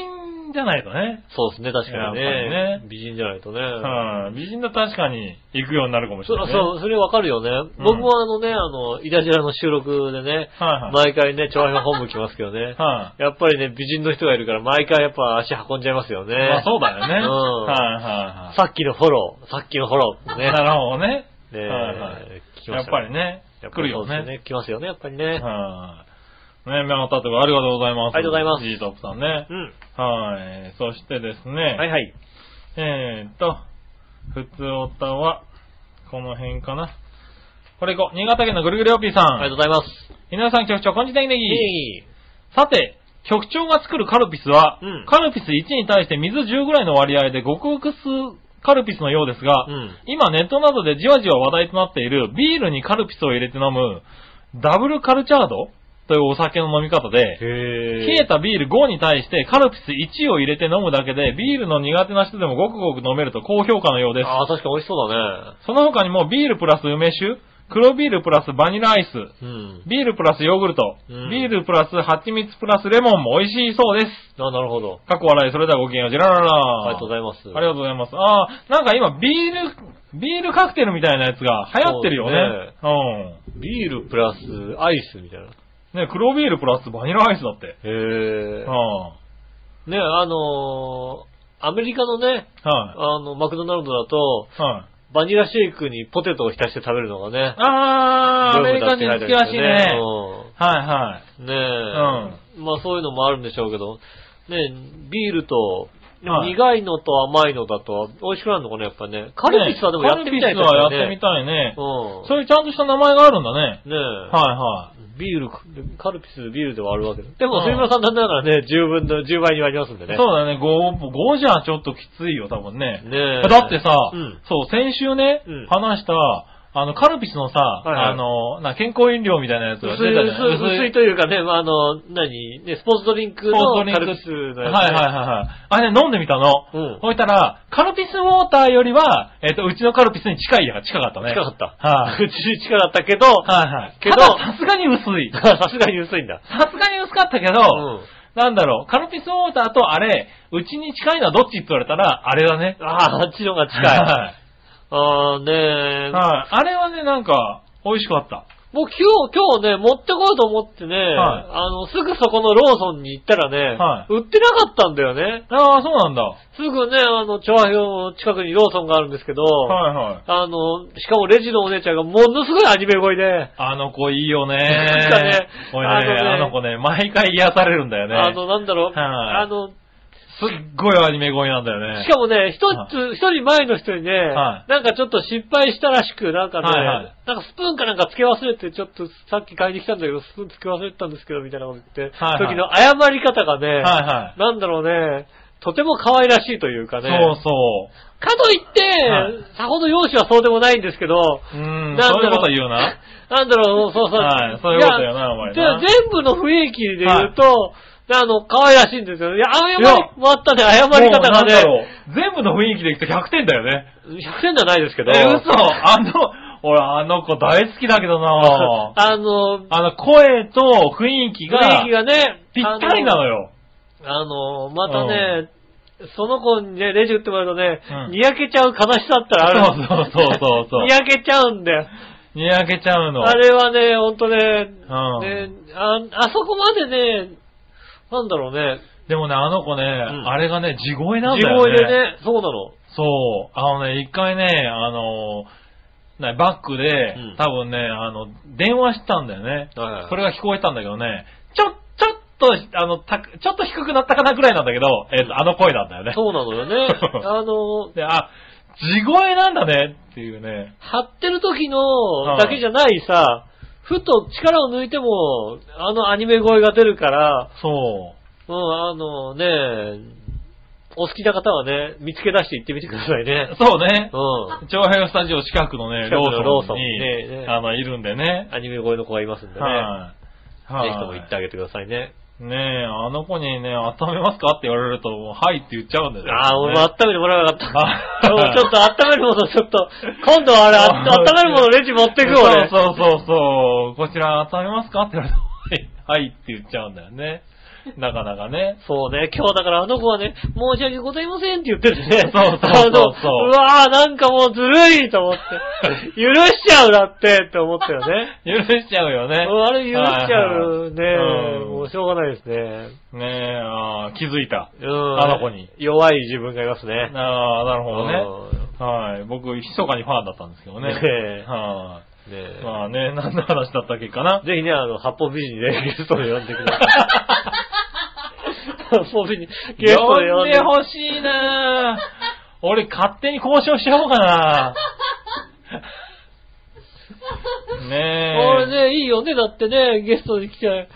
C: じゃないとね。
B: そうですね、確かに
C: やっ
B: ね
C: ぱ。りね
B: 美人じゃないとね。
C: うん。美人だと確かに行くようになるかもし
B: そ
C: れ
B: う
C: ない、ね。
B: そう、それわかるよね。
C: うん
B: 僕もあのね、あの、イタジラの収録でね、
C: はい は
B: 毎
C: い
B: 回ね、調和の本部来ますけど ね。
C: はい、
B: やっぱりね、美人の人がいるから、毎回やっぱ足運んじゃいますよね。
C: まあそうだよね。
B: うん
C: はいはいはい。
B: さっきのフォロー、さっきのフォロー。 ね。
C: なるほどね。
B: ね
C: はいはい
B: 聞きま
C: や
B: し
C: ったぱり。ね
B: やっ。ぱ
C: 来
B: り
C: る
B: そ
C: よ
B: うです
C: ね。。
B: 来ますよね、やっぱりね。
C: はい。ね、目が当たってありがとうございます。
B: ありがとうございます
C: ジートップさんね
B: う。ん。
C: はい。そしてですね。
B: はいはい。
C: えーっと、普通おたは、この辺かな。これいこう。新潟県のぐるぐるおっぴーさ。
B: ありがとうんございます。
C: 皆さん局長、こんにちは、ネギ。
B: いい。
C: さて、局長が作るカルピスは、
B: うん
C: カルピス1に対して水10ぐらいの割合で極薄カルピスのようですが、
B: うん
C: 今ネットなどでじわじわ話題となっているビールにカルピスを入れて飲むダブルカルチャードというお酒の飲み方で、
B: へ
C: 冷えたビール5に対してカルピス1を入れて飲むだけで、ビールの苦手な人でもごくごく飲めると高評価のようです。
B: ああ、確かに美味しそうだね。
C: その他にもビールプラス梅酒、黒ビールプラスバニラアイス、
B: うん。
C: ビールプラスヨーグルト、
B: うん
C: ビールプラス蜂蜜プラスレモンも美味しいそうです。
B: あなるほど。
C: 過去笑い、それではごきげんよう、ジェラララ
B: ありがとうございます。
C: ありがとうございます。ああ、なんか今ビール、ビールカクテルみたいなやつが流行ってるよね。
B: ビールプラスアイスみたいな。
C: うん。ね、黒ビールプラスバニラアイスだって。
B: へ
C: う
B: え
C: ん。。は
B: ね、あのー、アメリカのね、
C: い。は
B: あの、マクドナルドだと、
C: い。
B: バニラシェイクにポテトを浸して食べるのがね、
C: あー、アメリカ人好きらしいね。はいはい。
B: うんねえ。まあそういうのもあるんでしょうけど、ねビールとでも
C: はい
B: 苦いのと甘いのだと美味しくなるのかね、やっぱね。カルピスはでもやってみたい
C: ね
B: です
C: カル
B: よね。
C: ピスはやってみたいね。
B: うん。
C: そういうちゃんとした名前があるんだね。
B: ねえ。
C: はいはい。
B: ビール、カルピスビールではあるわけで。で
C: う
B: も、
C: ん
B: すみません、なんだからね、10分の、10倍に割りますんでね。
C: そう
B: う。
C: だね、5、5じゃちょっときついよ、多分ね。
B: ねえ。
C: だってさ、
B: うん
C: そう、先週ね、
B: うん
C: 話した、あの、カルピスのさ、
B: いはい
C: あの、な、健康飲料みたいなやつ
B: 薄
C: が
B: い、
C: 出たじゃない
B: 薄い薄いというかね、まあ、あの、何、ね、スポーツドリンク
C: スポ
B: の
C: ーツドリン
B: カ
C: ク
B: ルピスのやつ、ね。
C: はいはいはいはい。あれね、飲んでみたの。
B: うん
C: そしたら、カルピスウォーターよりは、えっ、と、うちのカルピスに近いやが近かったね。
B: 近かった。
C: は い、
B: うち近かったけど、
C: はいはい。
B: けど
C: たださすがに薄 い。
B: さすがに薄いんだ。
C: さすがに薄かったけど、
B: うん
C: なんだろう、カルピスウォーターとあれ、うちに近いのはどっちって言われたら、あれだね。
B: ああ、あっちのが近い。
C: は
B: ああ、ね
C: い。
B: え、
C: はい。あれはね、なんか、美味しかった。
B: もう今日、今日ね、持ってこようと思ってね、
C: はい
B: あの、すぐそこのローソンに行ったらね、
C: は
B: 売ってなかったんだよね。
C: ああ、そうなんだ。は
B: すぐね、あの、調和表の近くにローソンがあるんですけど、
C: いはい。
B: あの、しかもレジのお姉ちゃんがものすごいアニメ声で、
C: あの子いいよね。
B: なんかね
C: これね
B: あのね
C: あの子ね、毎回癒されるんだよね。
B: あの、なんだろう、
C: はい
B: あの、
C: すっごいアニメ声なんだよね。
B: しかもね、一
C: は
B: つ、一人前の人にね、
C: は
B: なんかちょっと失敗したらしく、なんかね、
C: はいはい
B: なんかスプーンかなんか付け忘れて、ちょっとさっき買いに来たんだけど、スプーン付け忘れてたんですけど、みたいなこと言って、
C: はいは
B: 時
C: い
B: の謝り方がね、
C: はいはい。
B: なんだろうね、とても可愛らしいというかね。
C: そうそ
B: かといって、
C: はい
B: さほど容姿はそうでもないんですけど、
C: う。うーん、
B: なんだろ
C: そうういうこと言うな。
B: なんだろう、そうそう。
C: はいそういうことよなお前な
B: じゃあ全部の雰囲気で言うと、あの、可愛らしいんですよ。いや、謝
C: いや
B: り、もあったね、謝り方が
C: もうなんだろ
B: ね、
C: う全部の雰囲気でいくと100点だよね。
B: 100点じゃないですけ
C: え
B: ど。、
C: 嘘あの、俺あの子大好きだけどな
B: あの、雰
C: あの、声と雰囲気が
B: 囲気がね、
C: ぴったりなのよ。
B: あの、あのまたね、その子にね、レジ打ってもらうとね、
C: うん
B: にやけちゃう悲しさったらあるんですよ。
C: そうそうそうそうそう
B: にやけちゃうんだよ。
C: にやけちゃうの。
B: あれはね、ほんとね、
C: うん
B: ねあ、あそこまでね、なんだろうね、
C: でもね、あの子ね、
B: ん
C: あれがね、地声なん
B: 地
C: だよね。
B: 声でね、そうなの。
C: そう。あのね、一回ね、あの、なバックで、
B: うん
C: 多分ね、あの、電話してたんだよね。
B: はいはい
C: それが聞こえたんだけどね、ちょ、ちょっと、あの、たくちょっと低くなったかなぐらいなんだけど、えっ、と、あの声なんだよね。
B: そうなのよ ね。あの、
C: で、あ、地声なんだねっていうね。
B: 張ってる時のだけじゃないさ、ふと力を抜いても、あのアニメ声が出るから、
C: そ
B: うん、あのね、お好きな方はね、見つけ出して行ってみてくださいね
C: う。。そうね
B: う。ん。
C: 長平スタジオ近くのね、
B: 近
C: ロ
B: くのロー
C: ーソ
B: ソン
C: ンに、
B: ねね
C: あの、いるんでね。
B: アニメ声の子がいますんでね。
C: はい。
B: ぜひとも行ってあげてくださいね。
C: ねえ、あの子にね、温めますかって言われると、もうはいって言っちゃうんだよね。
B: ああ、俺も温めてもらわなかった。
C: あ
B: もうちょっと温めるもの、ちょっと、今度はあれ、あ
C: あ
B: 温めるものレジ持ってく俺。
C: そうそうそうそう。こちら温めますかって言われたはい、はいって言っちゃうんだよね。なかなかね。
B: そうね、今日だからあの子はね、申し訳ございませんって言っててね。
C: そうそうそうそう
B: あのうわぁ、なんかもうずるいと思って。 許しちゃうだってって思ったよね。
C: 許しちゃうよね。
B: うんあれ許しちゃうね。
C: はいはい
B: もうしょうがないですね。
C: うんねえ、ああ気づいた。
B: うん。
C: あの子に。
B: 弱い自分がいますね。
C: ああなるほどね。
B: ね。
C: はい。僕、密かにファンだったんですけどね。
B: ねえ
C: は
B: ね
C: い。
B: え
C: まあね、何の話だったっけかな。
B: ぜひね、あの、八方美人でゲストで呼んでください。八方美人、ゲストで呼
C: 呼
B: ん
C: ん
B: で
C: でほしいなぁ俺、勝手に交渉しちゃおうか なぁねえ。
B: 俺ね、いいよね、だってね、ゲストに来て。
C: はい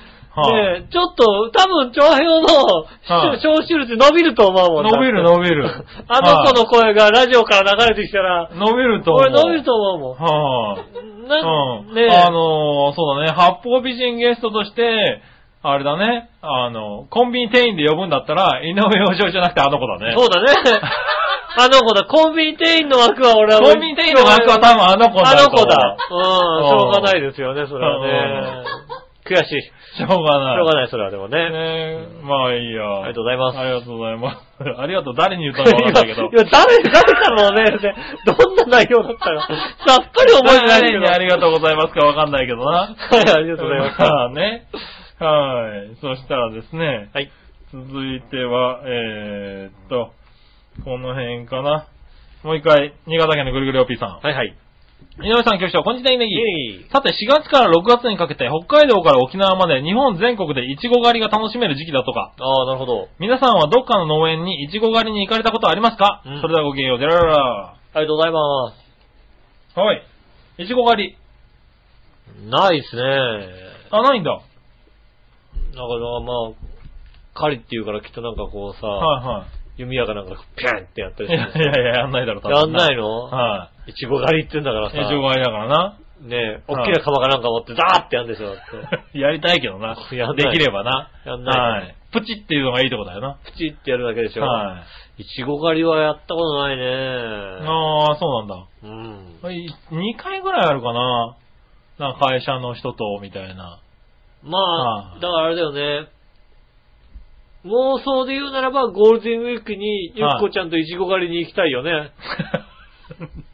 B: ねちょっと、多分、長編
C: は
B: の
C: い
B: 聴取率伸びると思うもんだって。
C: 伸びる伸びる
B: あの子の声がラジオから流れてきたら、
C: の。伸びると思う。
B: 俺伸びると思うも
C: はあ。
B: ん。
C: うん。
B: なね
C: あのーそうだね。八方美人ゲストとして、あれだね。あの、コンビニ店員で呼ぶんだったら、井上洋上じゃなくてあの子だね。
B: そうだ ね。あの子だ、コンビニ店員の枠は俺は。
C: コンビニ店員の枠は多分あの子だ
B: あの
C: と思
B: 子
C: う
B: だ。うん、しょうがないですよね、それはね。悔しい。し
C: しょうがない。
B: ょうがない、それはでもね。
C: ねえまあいいや。
B: ありがとうございます
C: ありがとうございます。ありがとう。誰に言っ
B: い
C: た
B: や
C: のかわかんないけど。
B: いや、誰、誰からのね、どんな内容だったか、さっぱり覚えてないけ
C: 誰に
B: ど。
C: ありがとうございますかわかんないけどな。
B: はい、ありがとうございます。
C: まあね。はい。そしたらですね、
B: はい。
C: 続いては、えー、っと、この辺かな。もう一回、新潟県のぐるぐるおぴーさん。
B: はいはい。
C: 井上さん、局長、こんにちは、ネギネギ。
B: イェイ。
C: さて、4月から6月にかけて、北海道から沖縄まで日本全国でイチゴ狩りが楽しめる時期だとか。
B: ああ、なるほど。
C: 皆さんはどっかの農園にイチゴ狩りに行かれたことありますか、
B: うん
C: それではごきげんよう、でららら。
B: ありがとうございま
C: はい。イチゴ狩り。
B: す。ないっすね。
C: あ、ないんだ。はい
B: なかなかまあ、狩りっていうからきっとなんかこうさ、
C: は
B: 弓矢かなんかピャンってやった
C: い。い
B: り
C: や
B: し
C: い
B: てる。
C: やいや、やんないだろ、多分
B: やんないの
C: はい
B: ちご狩りって言うんだから
C: い。イチゴ
B: さ、
C: 狩りだからな。
B: ねえ、
C: は
B: 大
C: い
B: きな釜かなんか持ってザーってやんでしょだって。
C: やりたいけどな。
B: やん
C: で
B: ない
C: きればな。
B: やん
C: は
B: ない
C: い。プチっていうのがいいとこだよな。
B: プチってやるだけでしょ。
C: はい。
B: いちご狩りはやったことないね。
C: ああ、そうなん
B: うん。
C: だ。い2回ぐらいあるかな。なんか会社の人と、みたいな。
B: まあ、
C: はい
B: だからあれだよね。妄想で言うならば、ゴールデンウィークにゆっこちゃんといちご狩りに行きたいよね。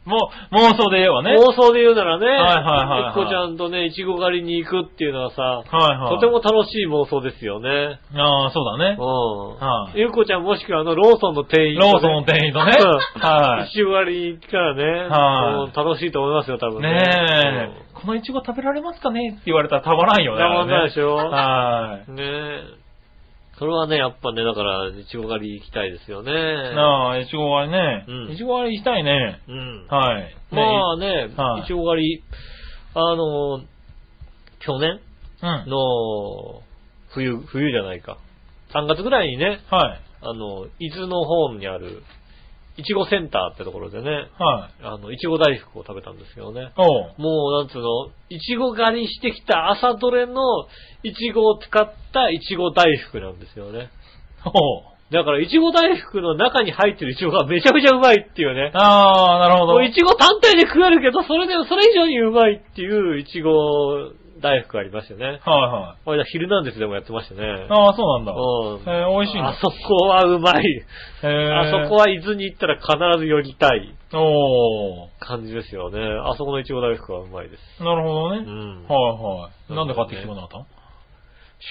C: もう、妄想で言えばね。
B: 妄想で言うならね、
C: はいはいはいはい
B: ゆっこちゃんとね、いちご狩りに行くっていうのはさ、
C: はいは
B: と
C: い。
B: ても楽しい妄想ですよね。
C: ああ、そうだね。
B: う
C: は
B: ん。
C: い
B: ゆっこちゃんもしくはあの、ローソンの店員
C: ローソンの店 員とね
B: うん
C: はい
B: 一割行ったらね、
C: はい
B: うん楽しいと思いますよ、多分
C: ねえ、このイチゴ食べられますかねって言われたらたまらん
B: う
C: よ
B: ん
C: ね。
B: たまんないでしょ
C: はい。
B: ねえ。それはね、やっぱね、だから、いちご狩り行きたいですよね。
C: なあ、いちご割りね
B: うん。
C: いちご割り行きたいね。
B: うん。
C: はい。ね
B: まあね、
C: はい
B: いちご狩り、あの、去年
C: うん。
B: の冬、冬じゃないか。3月ぐらいにね、
C: はい。
B: あの、伊豆の方にある、いちごセンターってところでね、
C: はい。
B: あの、いちご大福を食べたんですけどね。
C: おう。
B: もう、なんつうの、いちご狩りしてきた朝どれのいちごを使ったいちご大福なんですよね。
C: おう。
B: だから、いちご大福の中に入ってるいちごがめちゃめちゃうまいっていうね。
C: ああ、なるほ
B: も
C: ど。
B: ういちご単体で食えるけど、それでもそれ以上にうまいっていういちご大福がありましたよね。
C: はいはい。
B: これだ、ヒルナンデスでもやってましたね。
C: ああ、そうなんだ。
B: う
C: えー美味しいん
B: ん。あ
C: だ。
B: そこはうまい。あ
C: あ
B: そこは伊豆に行ったら必ず寄りたい
C: お
B: 感じですよね。あそこのいちご大福はうまいです。
C: ー。なるほど
B: う
C: ね。
B: ん。
C: はいはい。なんで買ってきてもらったの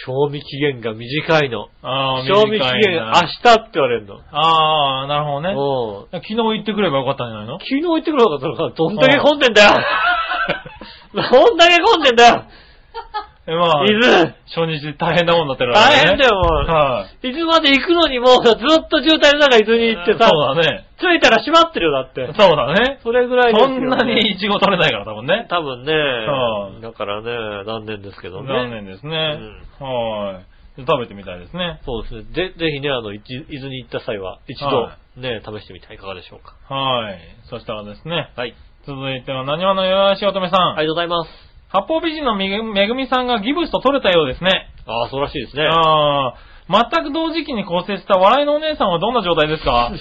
B: 賞味期限が短いの。
C: ああ、
B: 賞味期
C: 短い
B: 限明
C: な
B: 日って言われるの。
C: ああ、なるほどね。
B: うん。
C: 昨日行ってくればよかったんじゃないの
B: 昨日行ってくればよかったのか。どんだけ混んでんだよ どんだけ混んでんだよ
C: え、まあ、
B: 伊豆
C: 初日大変なもんだったら
B: 大変だよ、も
C: は
B: う。伊豆まで行くのにもうずっと渋滞の中伊豆
C: い。
B: に行ってさ、
C: そうだね。
B: 着いたら閉まってるよ、だって。
C: そうだね。
B: それぐらいです
C: そ
B: よね
C: んなにイチゴ取れないから多分ね。
B: 多分ね、
C: はい
B: だからね、残念ですけどね。
C: 残念ですね。はい。食べてみたいですね。
B: そうですね。ぜ、ぜひね、あの、いち伊豆に行った際は、一
C: は
B: 度、ね、試してみてはいかがでしょうか。
C: はい。そしたらですね、
B: はい。
C: 続いては何話のよやしおとめさん。
B: ありがとうございます。
C: 八方美人のめぐめぐみさんがギブスと取れたようですね。
B: ああ、そうらしいですね。
C: ああ、全く同時期に構成した笑いのお姉さんはどんな状態で すか
B: あり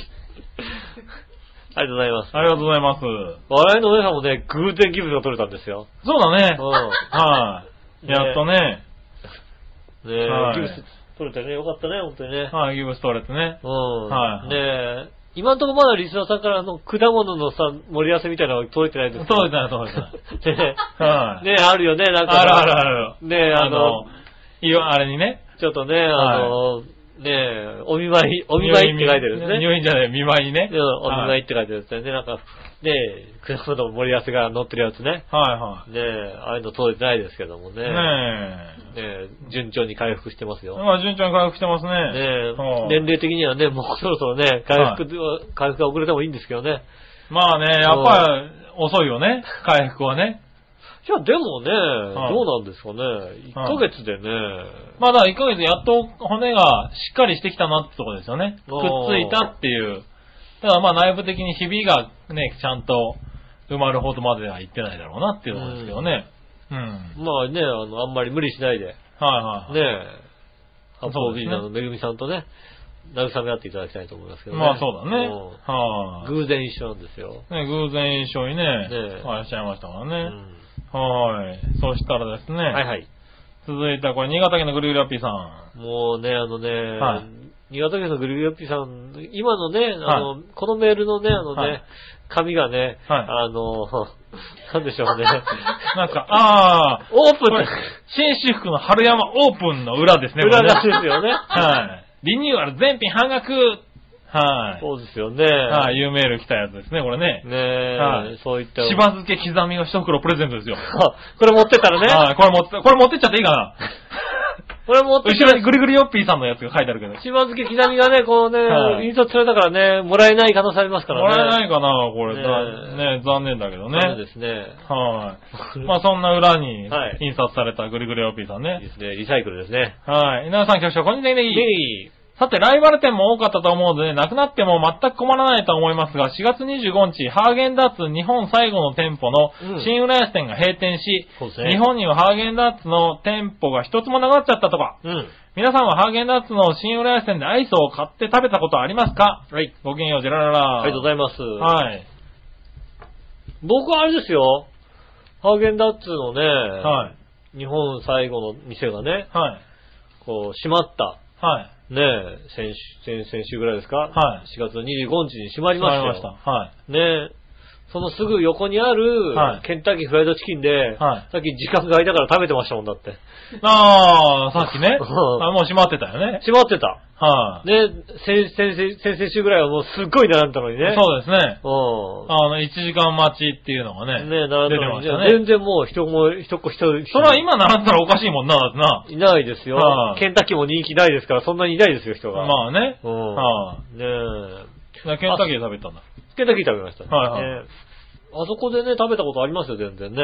B: がとうございます。
C: ありがとうございます。
B: 笑いのお姉さんもね、偶然ギブが取れたんですよ。
C: そうだね。
B: う
C: はい。
B: ね
C: やっとね。
B: ん。ね
C: はい
B: ギブス取れてね、よかったね、本当にね。
C: はい、ギブス取れてね。
B: うん。
C: はい
B: ねえ、今のところまだリスナーさんからあの果物のさ、盛り合わせみたいなのは届いてないです
C: 届いてない届い てない
B: てない。ねえ
C: はい。
B: ねえ、あるよね、なんか。
C: あるあるある。
B: ねえ、あの、、
C: いや、あれにね。
B: ちょっとね、あの、ねえ、お見舞い、お見舞いって書いてるんですね。
C: 入院じゃない、見舞いにね。
B: うんお見舞い
C: い。
B: って書いてるんですね。で、なんか、ねえ、果物の盛り合わせが載ってるやつね。
C: はいは
B: ねえ、ああいうの届いてないですけどもね。
C: い。
B: ね
C: ねえ。
B: え、順調に回復してますよ。
C: まあ、順調に回復してますね。
B: ねえ
C: は、い
B: 年齢的にはね、もうそろそろね、回復では、回復が遅れてもいいんですけどね。
C: まあね、やっぱり遅いよね、回復はね。
B: いや、でもね、
C: い
B: どうなんですかね。1ヶ月でね、
C: まあだから1ヶ月やっと骨がしっかりしてきたなってとこですよね。く
B: おー
C: っついたっていう。ただまあ内部的にひびがね、ちゃんと埋まるほどまではいってないだろうなっていうとこですけどね。うん。
B: まあね、あの、あんまり無理しないで、ね
C: はいはい。
B: え、八
C: そ
B: 方
C: う
B: 美
C: ですね
B: 人のめぐみさんとね、慰め合っていただきたいと思いますけどね。
C: まあそうだね。
B: う
C: はい、
B: ん偶然一緒なんですよ。
C: ね、偶然一緒にね、
B: え
C: いらっしゃいましたから
B: う
C: ね。
B: ん
C: はい。そしたらですね、
B: はいはい。
C: 続いてはこれ、新潟県のグリグリラッピーさん。
B: もうね、あのね、
C: はい
B: 新潟県のグルグルヨッピーさん、今のね、あの、
C: は
B: このメールのね、あのね、
C: はい
B: 紙がね、
C: はい
B: あの、 なんでしょ うね。
C: なんすか、ああ、
B: オープ
C: これ紳士服の春山オープンの裏です
B: ン、
C: ね、
B: 裏
C: これ
B: 出
C: ね
B: しですよね。
C: はい。リニューアル全品半額はい。
B: そうですよね。
C: はい、有名ール来たやつですね、これね。
B: ねえ、
C: はい
B: そういった。
C: しば漬け刻みの一袋プレゼントですよ。
B: あ これ持ってったらね。
C: はい、これ持って、これ持ってっちゃっていいか な
B: これ持って
C: 後ろにぐりぐりよっぴーさんのやつが書いてあるけど。
B: しば漬け刻みがね、こうね、
C: はい
B: 印刷されたからね、もらえない可能性ありますからね。
C: もらえないかな、これ。
B: ねえ
C: ねね残念だけど
B: ダメ
C: ね。
B: ですね。
C: はい。まあそんな裏に
B: はい
C: 印刷されたぐりぐりよっぴーさん
B: いい
C: ね。
B: ですね。リサイクルですね。
C: はい。皆さん、局長、こんにちは。
B: いい。
C: さて、ライバル店も多かったと思うので、なくなっても全く困らないと思いますが、4月25日、ハーゲンダッツ日本最後の店舗の
B: うん
C: 新浦安店が閉店し、
B: そうですね
C: 日本にはハーゲンダッツの店舗が一つもなくなっちゃったとか、
B: うん。
C: 皆さんはハーゲンダッツの新浦安店でアイスを買って食べたことはありますか
B: はい。
C: ごきげんよう、ジェラララ。
B: ありがとうございます。
C: はい。
B: 僕はあれですよ。ハーゲンダッツのね、
C: はい。
B: 日本最後の店がね、
C: はい。
B: こう、閉まった。
C: はい。
B: ねえ、先週、先々週ぐらいですか
C: はい
B: 4月の25日に閉まりましたよ。
C: わかりました。はい。
B: ねえ。そのすぐ横にある、
C: はい
B: ケンタッキーフライドチキンで、
C: は
B: さっき時間が空いたから食べてましたもんだって。
C: あー、さっきね。
B: うん
C: あもう閉まってたよね。
B: 閉まってた。
C: はい、
B: ね、先、先々、先々週ぐらいはもうすっごい並んでたのにね。
C: そうですね。
B: う。
C: あの、1時間待ちっていうのがね。
B: ん。ね、並ん
C: 出
B: で
C: て
B: たの
C: ま
B: に
C: した
B: ね
C: ね
B: 全。然もう人も、人っ子一人。
C: それは今並んだらおかしいもんな、だってな。
B: いないですよ
C: は。い
B: ケンタッキーも人気ないですから、そんなにいないですよ、人が。
C: まあね。
B: うん。
C: は
B: ねえ。
C: い、ケンタッキーで食べたんだ。
B: ケンタッキー食べました。
C: はいはい
B: ねあそこでね、食べたことありますよ、全然ね。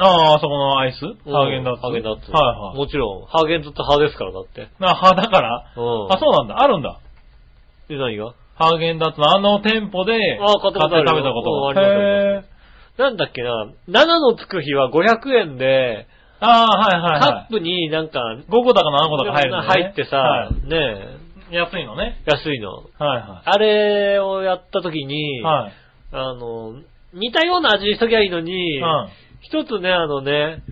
C: ああ、そこのアイスハーゲンダッツ。
B: ハーゲンダッツ。
C: はいはい。
B: もちろん、ハーゲンダッツ派ですから、だって。
C: あ、は、だから、
B: うん。
C: あ、そうなんだ。あるんだ。
B: う。で、何が
C: ハーゲンダッツのあの店舗で、
B: あー買ったことある
C: 買って食べたことが
B: うん
C: へー
B: なんだっけな、7のつく日は500円で、
C: ああ、はいはいは
B: カップ
C: い。
B: になんか、
C: 5個だか7個だか入るんだよね。
B: 入ってさ、
C: は
B: ねえ、
C: い安いのね。
B: 安いの。
C: はいは
B: あれをやった時に、
C: い。はい。
B: あの、似たような味にしときゃいいのに、
C: うん。あ
B: 一つね、あのね、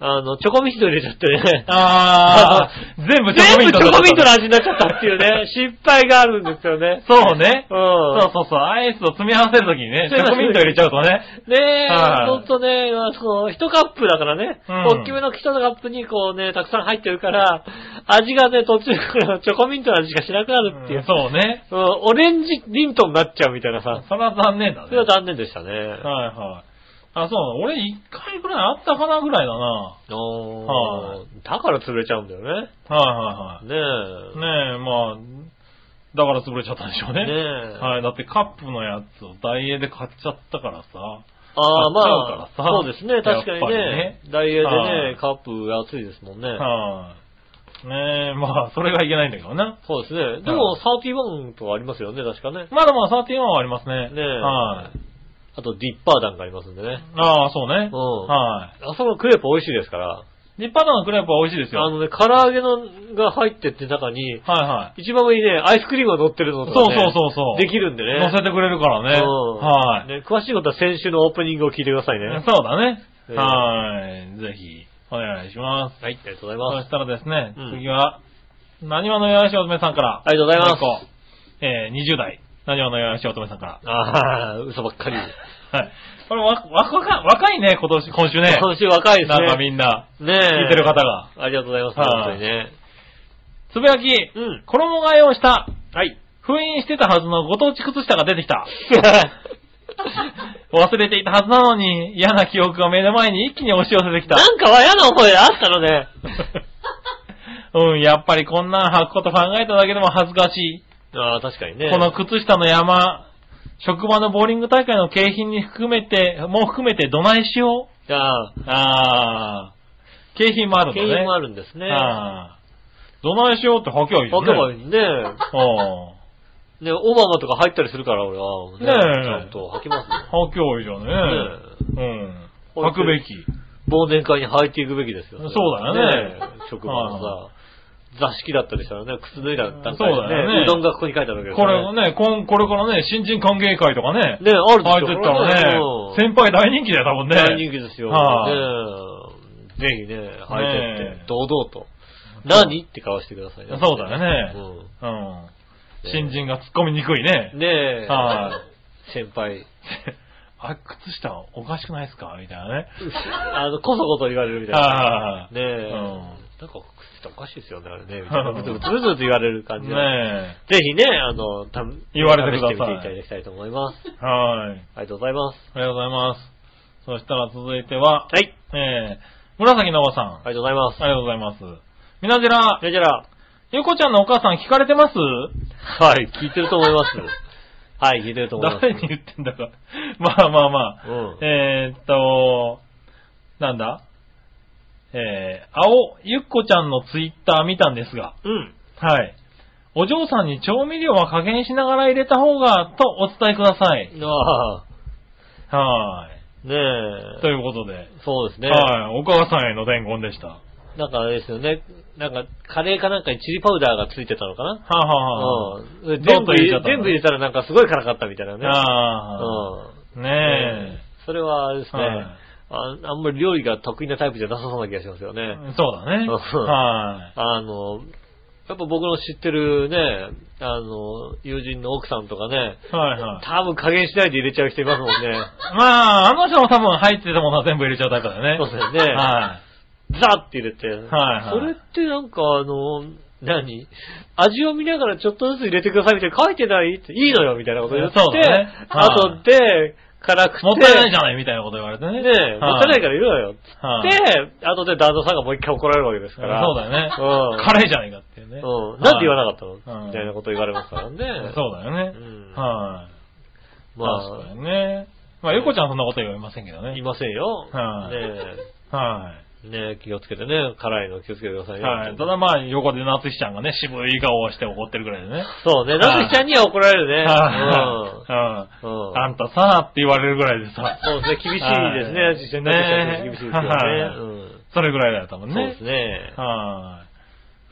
B: あの、チョコミント入れちゃってね、
C: あ ー、全部チ
B: 全
C: ョコ
B: 部
C: ミン
B: チ
C: ト
B: ョコミントの
C: だ
B: 味になっちゃったっていう ね、失敗があるんですよね。
C: そうね。
B: う
C: そ
B: ん。
C: うそうそう。アイスを積み合わせるときにね、
B: そ
C: チ
B: うそう
C: ョコミント入れちゃうとね。
B: ねえ、
C: はい
B: ほんとね、まあその、一カップだからね、
C: うん
B: 大きめの一カップにこうね、たくさん入ってるから、味がね、途中からチョコミントの味しかしなくなるっていう。
C: そうね。
B: うんオレンジリントになっちゃうみたいなさ。
C: それは残念だね。
B: それは残念でしたね。
C: はいはい。あ、そうなの。俺一回ぐらいあったかなぐらいだな。は
B: おー
C: は
B: だから潰れちゃうんだよね。
C: いは
B: ね
C: いはい。ねえ、まあ、だから潰れちゃったんでしょう
B: え。
C: ね。
B: ねえ。
C: はい。だってカップのやつをダイエーで買っちゃったからさ。
B: ああ、まあ
C: 買っ、ちゃうからさ
B: そうですね、確かにね。ダイエーで
C: は
B: ね
C: い、
B: カップ安いですもんね。
C: はい。ねえ、まあ、それがいけないんだけどね。
B: そうですね。でも、31とかありますよね、確かね。
C: まだまだ31はありますね。
B: ねえ
C: はい。
B: あと、ディッパー団がありますんでね。
C: ああ、そうね。
B: うん
C: は
B: あそこのクレープ美味しいですから。
C: い。立派なクレープは美味しいですよ。
B: あ
C: はい
B: のね、唐揚げのが入ってって中に、
C: は
B: 一番上にね、アイスクリームが乗ってるの
C: い。
B: と
C: そう
B: か、ね、
C: そうそうそう。
B: できるんでね。
C: 乗せてくれるからね。
B: うん
C: はい。
B: ね詳しいことは先週のオープニングを聞いてくださいね。はい、
C: そうだね。
B: えー
C: はい。ぜひ、お願いします。
B: ありがとうござい
C: そ
B: ます
C: し。たらですね、
B: うん
C: 次は、なにわのよやしおとめさんから。
B: ありがとうございます
C: もう一個えー、20代、なにわのよやしおとめさんか
B: ああ、嘘ばっか り。
C: ら。はい。これわ、わ、わか、若いね、今年、今週ね。
B: 今週若いですね。
C: なんかみんな、
B: ねえ
C: 聞いてる方が。
B: ありがとうございます、
C: はい
B: 本当にね。
C: つぶやき、
B: うん。
C: 衣替えをした、
B: はい。
C: 封印してたはずのご当地靴下が出てきた。忘れていたはずなのに、嫌な記憶が目の前に一気に押し寄せてき た。
B: なんかは嫌な思い出あったの ね。
C: うん、やっぱりこんなん履くこと考えただけでも恥ずかしい。
B: ああ、確かにね。
C: この靴下の山、職場のボーリング大会の景品に含めて、もう含めてどないしよう。
B: あ
C: あー。景品もあ
B: あ、
C: るんだ
B: 原
C: ね。
B: 因もあ
C: る
B: るんですね。
C: ね。あー。どないしようって履きゃいい
B: あ、
C: よ
B: でも
C: ね。
B: ね、ね、オバマとか入ったりするから、俺は。ね、
C: ねえ
B: ちゃんと履きますよ。
C: うん。履きゃいいじゃんね。うん。履くべき。
B: 忘年会に履いていくべきですよ。
C: そうだよね
B: え職場のさ、座敷だったりしたらね、靴脱いだ段階で、ね、
C: そうだよね
B: うどんがここに書いてあるわけです
C: こ
B: から
C: れをね、こん、これからね、新人歓迎会とかね。
B: ね、あるで
C: 履
B: す
C: い
B: よ。
C: てったらね
B: う、ん
C: 先輩大人気だよ、多分ね。
B: 大人気ですよ。
C: はい
B: ねえぜひね、履いてっ
C: ね
B: て
C: え、
B: 堂々と。何って顔してください
C: そうだよね
B: うん
C: うん。
B: ね
C: 新人が突っ込みにくいね。
B: ねえ、
C: はい
B: 先輩、
C: あ、靴下おかしくないですかみたいなね。
B: あの、こそこそ言われるみたいな。
C: ああ。
B: ねえ、
C: うん
B: なんか、靴っておかしいですよね、あれね。みたいなブツブツブツブツ言われる感じの
C: ね
B: ぜひね、あの、た
C: 言われてください
B: 試してみていただきたいと思います。
C: え。
B: あ
C: はい。
B: りがとうございます。
C: ありがとうございます。そしたら続いて
B: は
C: は、
B: い。
C: えー、紫のおばさん。
B: ありがとうございます。
C: ありがとうございます。みなじら、
B: それじゃあ、
C: ゆうこちゃんのお母さん聞かれてます
B: はい、聞いてると思います。はい、聞いてると思います。
C: 誰に言ってんだか。 まあまあまあ。
B: うん
C: えーっと、なんだえー、青、ゆっこちゃんのツイッター見たんですが、
B: うん。
C: はい。お嬢さんに調味料は加減しながら入れた方が、とお伝えください。
B: ああ、
C: は
B: ね
C: い。と
B: え。
C: いうことで、
B: そうですね。
C: はい。お母さんへの伝言でした。は
B: なんかあれですよね。なんか、カレーかなんかにチリパウダーがついてたのかな
C: あ、はあはあ、
B: うん。
C: ど
B: 全
C: ん
B: 部
C: どん入
B: 入れ
C: れちゃったの
B: 全部入れたらなんかすごい辛かったみたいなね。
C: ああ、
B: う
C: ね
B: それはあれですね、
C: はい
B: あ、あんまり料理が得意なタイプじゃなさそうな気がしますよ
C: え
B: ね。。
C: そうだね。
B: うん
C: はい。
B: あの、やっぱ僕の知ってるね、あの、友人の奥さんとかね、
C: はいはい。
B: 多分加減しないで入れちゃう人いますもんね。
C: まあ、あの人も多分入ってたものは全部入れちゃうタイプだよね。
B: そうですよね
C: は
B: ザって入れて。
C: はいはい
B: それってなんかあの、何味を見ながらちょっとずつ入れてくださいみたいな書いてないって、いいのよみたいなこと言って、
C: そうだねはい
B: 後で、辛く
C: い。
B: て。
C: もったいないじゃないみたいなこと言われて
B: ね
C: ね。
B: え、もったいないから入れろよ。
C: らはい。
B: で、後で旦那さんがもう一回怒られるわけです
C: そ
B: か
C: う
B: ら。
C: だよね。
B: うん。
C: カレーじゃないかっていうね。
B: うん。なんで言わなかった
C: は
B: の
C: い
B: みたいなこと言われますからね。
C: そうだよね。
B: うん
C: はい。
B: ま
C: 確か
B: あ、
C: にね。まあ、ゆこちゃんはそんなことは言いませんけどね
B: い。ませんよ。
C: はいは
B: ねえ、ねえ、気をつけてね。辛いの気をつけてください
C: い。
B: よ。
C: はい。ただまあ、横で夏日ちゃんがね、渋い顔をして怒ってるぐらいでね。
B: そうね。
C: はい
B: なつきちゃんには怒られるね。うん。うんん。
C: はい。う。あんたさーって言われるぐらいでさ。
B: そうですね、厳しいですね。
C: は
B: な
C: い
B: つきちゃんには厳しいですよね。
C: はい
B: うん
C: それぐらいだよ、多分ね。
B: そうですね。
C: はい。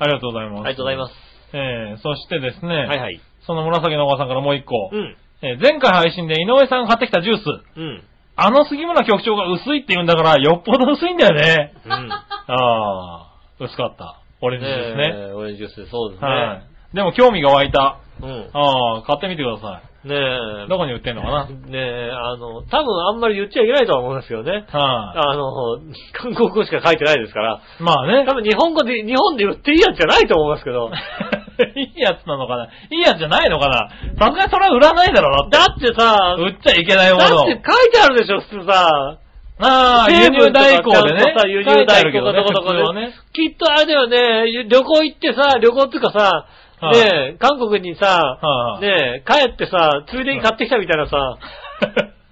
C: ありがとうございます。
B: ありがとうございます。。
C: えー、そしてですね、
B: はいはい。
C: その紫のおばさんからもう一個、
B: うん。
C: えー前回配信で井上さんが買ってきたジュース、
B: うん。
C: あの杉村局長が薄いって言うんだから、よっぽど薄いんだよ ね。
B: うん。
C: あー、薄かった。オレンジですね。
B: え、オレンジジュースでそうですね。
C: はい。でも興味が湧いた。
B: うん。
C: あー、買ってみてくださ
B: ねえ
C: い。。どこに売ってんのかな
B: ねえ、あの、多分あんまり言っちゃいけないとは思いますけどね。
C: はい、
B: あの、韓国語しか書いてないですから。
C: まあね
B: 多。分日本語で、日本で売っていいやつじゃないと思いますけ ど。
C: いいやつなのかないいやつじゃないのかなさすがにそれは売らないだろうなって。
B: だってさ、
C: 売っちゃいけないも
B: だ
C: の
B: って。書いてあるでしょ、普通さ。
C: ああ、輸入代行で
B: 成分とかちゃんとさ
C: ね。
B: 輸入代行
C: 書いてあるけどね
B: とかどこ
C: 普通
B: どこ
C: はね。
B: きっとあれだよね、旅行行ってさ、旅行っていうかさ、
C: はい
B: ねえ、韓国にさ、
C: はい
B: ねえ、帰ってさ、ついでに買ってきたみたいなさ、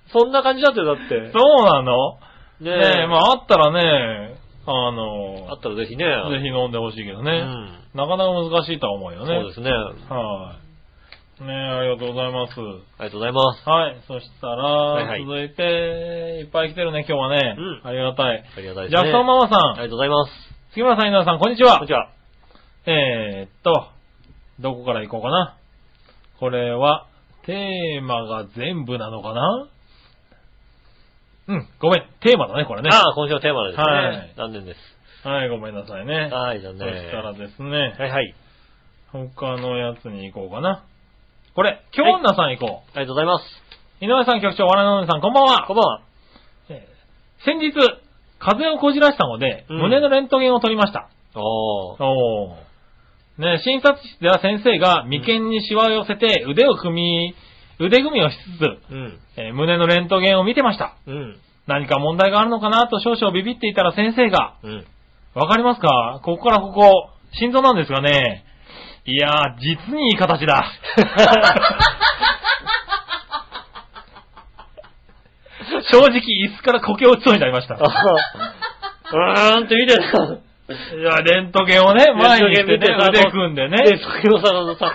B: そんな感じだって、だって。
C: そうなの
B: ね
C: ねえ、
B: え、
C: まああったらね、あ
B: あ
C: の、
B: ったらぜひね。
C: ぜひ飲んでほしいけど
B: う
C: ね。
B: ん。
C: なかなか難しいとは思うよね。
B: そうですね。あり
C: はい。ねえ、ありがとうございます。
B: がとうございます。
C: はい、そした
B: いは
C: ら、
B: い
C: 続いて、いっぱい来てるね、今日はね
B: うん。
C: ありがたい。
B: ありがたい
C: ジ
B: です
C: ャ
B: ね。
C: クソンママ
B: あり
C: さん、
B: がとうございます。
C: 杉村さん、稲田さん、こんにち
B: こん
C: は
B: に。ちは。
C: えーっと、どこから行こうかな。これは、テーマが全部なのかなうん、ごめん、テーマだね、これね。
B: ああ、今週のテーマですね。
C: はい
B: 残念です。
C: はい、ごめんなさいね。
B: はい、残
C: そ
B: 念。
C: したらですね、
B: はいはい。
C: 他のやつに行こうかな。これ、京女さん行こう。
B: ありがとうございます。
C: 井上さん局長、笑いのお姉さん、こんばんは。
B: こんばんは。
C: えー先日、風邪をこじらしたので、
B: うん
C: 胸のレントゲンを取りました。
B: おー。
C: おね、診察室では先生が眉間にシワを寄せて腕を組み、腕組みをしつつ、
B: うん。
C: えー胸のレントゲンを見てました。
B: うん。
C: 何か問題があるのかなと少々ビビっていたら先生が、
B: うん。
C: わかりますかここからここ、心臓なんですがね。いやー、実にいい形 だ。正直、椅子からこけ落ちそうになりました。
B: あーうーんって見てた。
C: いや、レントゲンをね、 前にしてね、腕組んで
B: で、
C: ね。
B: そのさ、あの さ、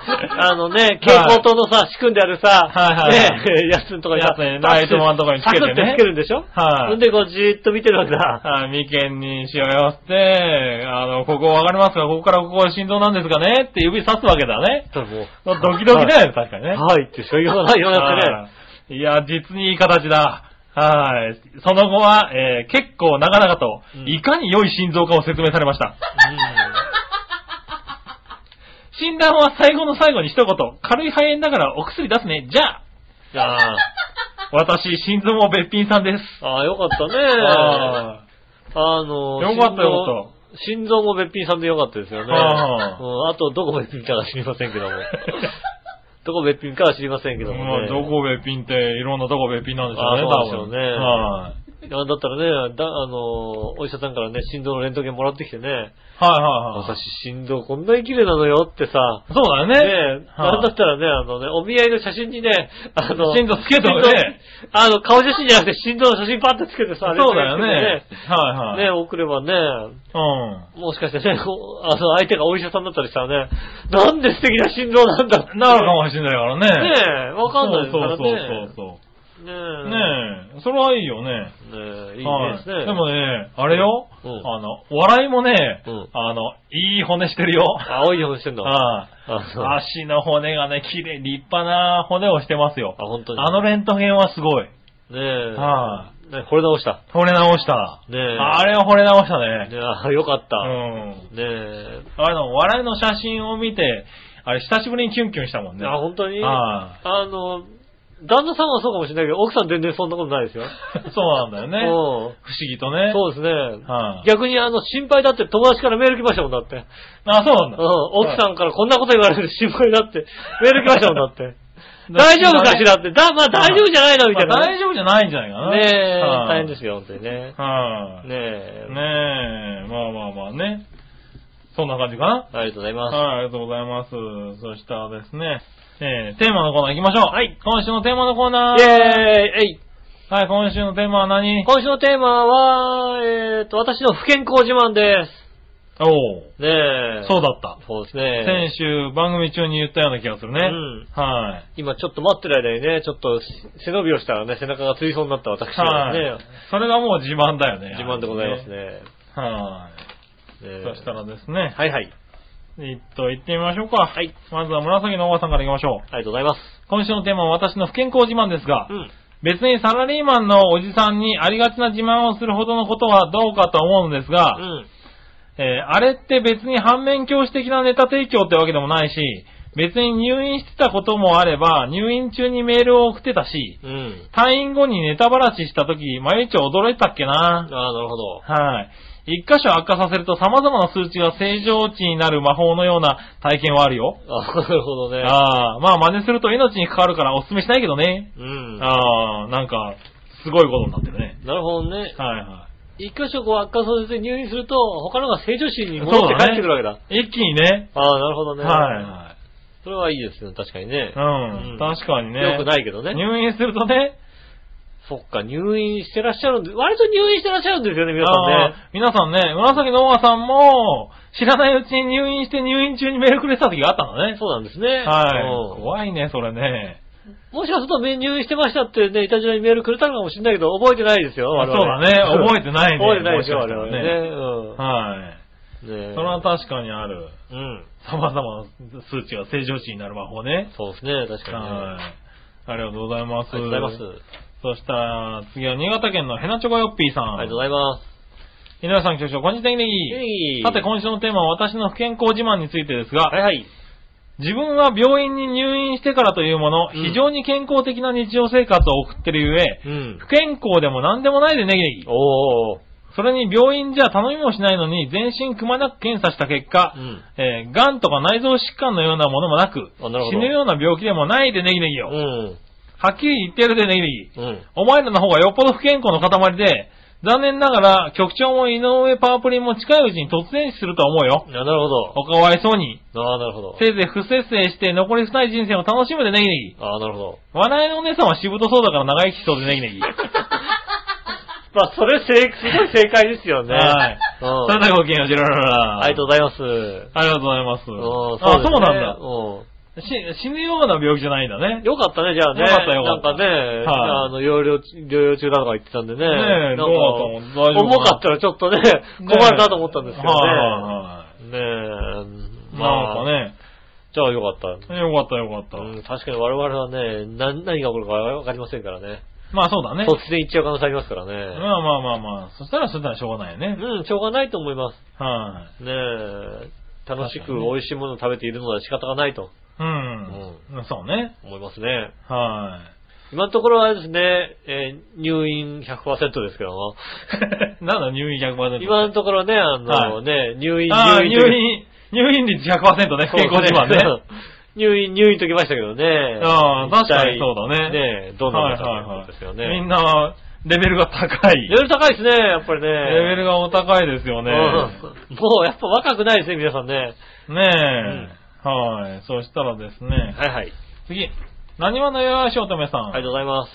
B: あのね、蛍光灯のさ、仕組んであるさ、
C: はいはいはい
B: ね、や つのとかに
C: や
B: さ
C: つねライトマンとかにつけ
B: サク
C: てね
B: ってつけるんでしょ
C: はい
B: ほんで、こう、じーっと見てるわけだ。
C: はい、眉間にしわ寄せて、あの、ここわかりますかここからここは心臓なんですかねって指さすわけだね。
B: それもう
C: ドキドキだよね、確かにね。
B: はいってしょうがないようになってね。
C: はいいや、実にいい形だ。はい。その後は、えー結構長々と
B: う、ん
C: いかに良い心臓かを説明されました。診断は最後の最後に一言、軽い肺炎だからお薬出すね。じゃあ、
B: うん。あ
C: 私、心臓もべっぴんさんです。
B: ーあー、よかったね。
C: あ
B: あの、
C: よかったよかっ
B: 心臓もべっぴんさんでよかったですよね。
C: ああ
B: うんあと、どこべっぴんから知りません けども。どこべっぴんから知りませんけど
C: ま
B: も、
C: あ、
B: ね。
C: どこべっぴんって、いろんなどこべっぴんなんでしょうね、
B: ああ
C: 多
B: そう
C: 分
B: でしょうね
C: はい。
B: あだったらね、だ、あの、お医者さんからね、心臓のレントゲンもらってきてね、
C: はいはいはい。
B: 私心臓こんなに綺麗なのよってさ、
C: そうだよ
B: ね
C: ね。
B: なんだっ
C: は
B: たらね、あのね、お見合いの写真にね、あ の、
C: 心臓つけとくね
B: 心臓あの、顔写真じゃなくて心臓の写真パッとつけてさ、
C: そうだよね
B: レントゲンつけて
C: はいはい
B: ね、送ればね、
C: い。
B: もしかしてね、こうあの、相手がお医者さんだったりしたらね、なんで素敵な心臓なんだっ
C: う
B: て
C: ん。なるかもしれないからね。
B: ねえ、わかんないです
C: そ
B: か
C: うそ
B: ら
C: う
B: ね。
C: そうそうそう。
B: ね
C: ねえ、それはいいよね。
B: え。ねえ、いい
C: は
B: ですね。
C: でもね、あれよ、
B: うん
C: あの、笑いもね、
B: うん
C: あの、いい骨してるよ。
B: 青い本してんの。あ、
C: はい
B: そう。あ、
C: 足の骨がね、綺麗、立派な骨をしてますよ。
B: 本当に。
C: あのレントゲンはすごい。
B: ねえ。
C: は
B: ねこれ直した。
C: 惚れ直した。
B: ねえ。
C: あれは惚れ直したね。
B: ねあ、よかった。
C: うん。
B: ねえ。
C: あの、笑いの写真を見て、あれ、久しぶりにキュンキュンしたもんね。
B: あ、本当に
C: は
B: あの、旦那さんはそうかもしれないけど、奥さん全然そんなことないですよ。
C: そうなんだよね。不思
B: うん。
C: 議とね。
B: そうですね。
C: はい
B: 逆にあの、心配だって友達からメール来ましたもん だって。
C: あ、そうなん
B: うん
C: だ。
B: 奥さんからこんなこと言われる心配だって、メール来ましたもんだ って。
C: はい
B: 大丈夫かしらって。だ、まあ大丈夫じゃないのみたい
C: まあ
B: な。
C: 大丈夫じゃないんじゃないかな。
B: ねえ、
C: はい
B: 大変ですよ、本当にね。
C: はい
B: ねえ。
C: ねえ、まあまあまあね。そんな感じかな。
B: ありがとうございます。
C: はい、ありがとうございます。そしたらですね、えー、テーマのコーナー行きましょう。はい。今週のテーマのコーナー。
B: イェーイえい
C: はい、今週のテーマは何
B: 今週のテーマは、えーと、私の不健康自慢で
C: おお、
B: す。ねえ。
C: そうだった。
B: そうですね。
C: 先週番組中に言ったような気がするね。
B: うん
C: はい。
B: 今ちょっと待ってる間にね、ちょっと背伸びをしたらね、背中がつりそうになった私はね、
C: はい。それがもう自慢だよね。
B: 自慢でございますね。。
C: は
B: ね
C: い。
B: え
C: そしたらですね、
B: はいはい。
C: えっと、行ってみましょうか。
B: はい。
C: まずは紫のおばさんから行きましょう。
B: ありがとうございます。
C: 今週のテーマは私の不健康自慢ですが、
B: うん。
C: 別にサラリーマンのおじさんにありがちな自慢をするほどのことはどうかと思うのですが、
B: うん。
C: えーあれって別に反面教師的なネタ提供ってわけでもないし、別に入院してたこともあれば、入院中にメールを送ってたし、
B: うん。
C: 退院後にネタばらしした時、毎日驚いたっけ
B: ああ
C: な。
B: ー、なるほど。
C: はい。一箇所悪化させると様々な数値が正常値になる魔法のような体験はあるよ。
B: あなるほどね。
C: ああ、まあ真似すると命に関わるからおすすめしないけどね。
B: うん。
C: ああ、なんか、すごいことになってるね。
B: なるほどね。
C: はいは
B: 一箇所こう悪化させて入院すると、他のが正常心に戻
C: そ
B: って
C: うだね
B: 帰ってくるわけだ。
C: い。一気にね。
B: ああ、なるほど
C: は
B: ね。
C: いは
B: それはいいですね、確かにね。
C: い。うん、確かにね。
B: よくないけどね。
C: 入院するとね。
B: そっか、入院してらっしゃるんで、割と入院してらっしゃるんですよね、皆さ
C: あ
B: んね。
C: ー皆さんね、紫のオーさんも、知らないうちに入院して入院中にメールくれてた時があったのね。
B: そうなんですね。
C: は
B: う
C: い。
B: ん
C: 怖いね、それね。
B: もしかすると入院してましたってね、いたじらにメールくれたのかもしれないけど、覚えてないですよ。我
C: あそう
B: 々
C: だね。 覚えてないね。
B: 覚えてないですよ、
C: も
B: 我
C: しか
B: 々
C: したらね。
B: ね。
C: はい。
B: うん。ね
C: それは確かにある。
B: うん。
C: 様々な数値が正常値になる魔法ね。
B: そうですね、確かにね。
C: は
B: あ
C: い。ありがとうございます。
B: りがとうございます。
C: そしたら、次は新潟県のヘナチョコヨッピーさん。
B: ありがとうございます。
C: 井上さん、局長、こんにちは、ネ
B: えい
C: さて、今週のテーマは私の不健康自慢についてですが、
B: はいはい。
C: 自分は病院に入院してからというもの、
B: うん
C: 非常に健康的な日常生活を送ってるゆえ、
B: うん
C: 不。健康でも何でもないでネギネギ。
B: おー。
C: それに病院じゃ頼みもしないのに、全身くまなく検査した結果
B: う、ん。
C: えー、癌とか内臓疾患のようなものもなく、
B: あなるほど
C: 死ぬような病気でもないでネギネギよ。
B: うん。
C: はっきり言ってやるでネギネギ。
B: うん。
C: お前らの方がよっぽど不健康の塊で、残念ながら局長も井上パープリンも近いうちに突然死すると思うよ
B: あ。なるほど。
C: おかわいそうに。
B: ああ、なるほど。
C: せいぜい不節制して残り少ない人生を楽しむでネギネギ。
B: ああ、なるほど。
C: 笑いのお姉さんはしぶとそうだから長生きしそうでネギネギ。
B: まあ、それ、せい、すごい正解ですよね。
C: はい。
B: うん。
C: それではごきげんよう、ジェラララ。
B: ありがとうございます。
C: ありがとうございます。
B: うん
C: あ、そう
B: ですね
C: なんだ。
B: うん。
C: し死ぬような病気じゃないんだね。
B: よかったね、じゃあね。
C: よかったよかっ
B: な
C: た
B: んかね、
C: はい
B: あの、療養、療養中だとか言ってたんでね。
C: ねえ
B: なんか
C: どうだと思う大丈夫かな
B: 重かったらちょっとね、困るなと思ったんですけど
C: はいはい
B: ね。
C: は
B: ねえ、
C: い。
B: まあ、
C: なん
B: じゃあよかっ。
C: かね、よかったよかったた。
B: うん、確かに我々はね、何、何が起こるかわかりませんからね。
C: まあそうだね。
B: 突然行っちゃう可能性ありますから
C: ま
B: ね。
C: あまあまあまあ。そしたらそしたらしょうがないよね。
B: うん、しょうがないと思います。
C: はい。
B: ねえ、楽しく
C: 確かにね
B: 美味しいものを食べているのは仕方がないと
C: うん。そうね。
B: 思いますね。
C: は
B: 今のところはあれですね、えー入院100%ですけども。
C: なんだ、入院100%。
B: 今のところね、あの
C: は
B: ね、入院、
C: ああ、入
B: という
C: 院、入院率100%ね、健康 自慢ね。
B: 入院、入院ときましたけどね。
C: ああ、確かにそう
B: ね
C: だね。
B: え、どうなるかということですよね。
C: みんな、レベルが高い。
B: レベル高いですね、やっぱりね。
C: レベルがお高いですよね。
B: うんもうやっぱ若くないですね、皆さんね。
C: ねえ。はい。そしたらですね。
B: はいはい。
C: 次。何話のよしおとめさん。
B: ありがとうございます。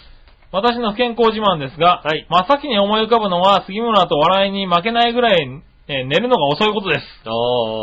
C: 私の不健康自慢ですが、
B: はい
C: 真っ先に思い浮かぶのは杉村と笑いに負けないぐらい、えー寝るのが遅いことです。
B: ああ。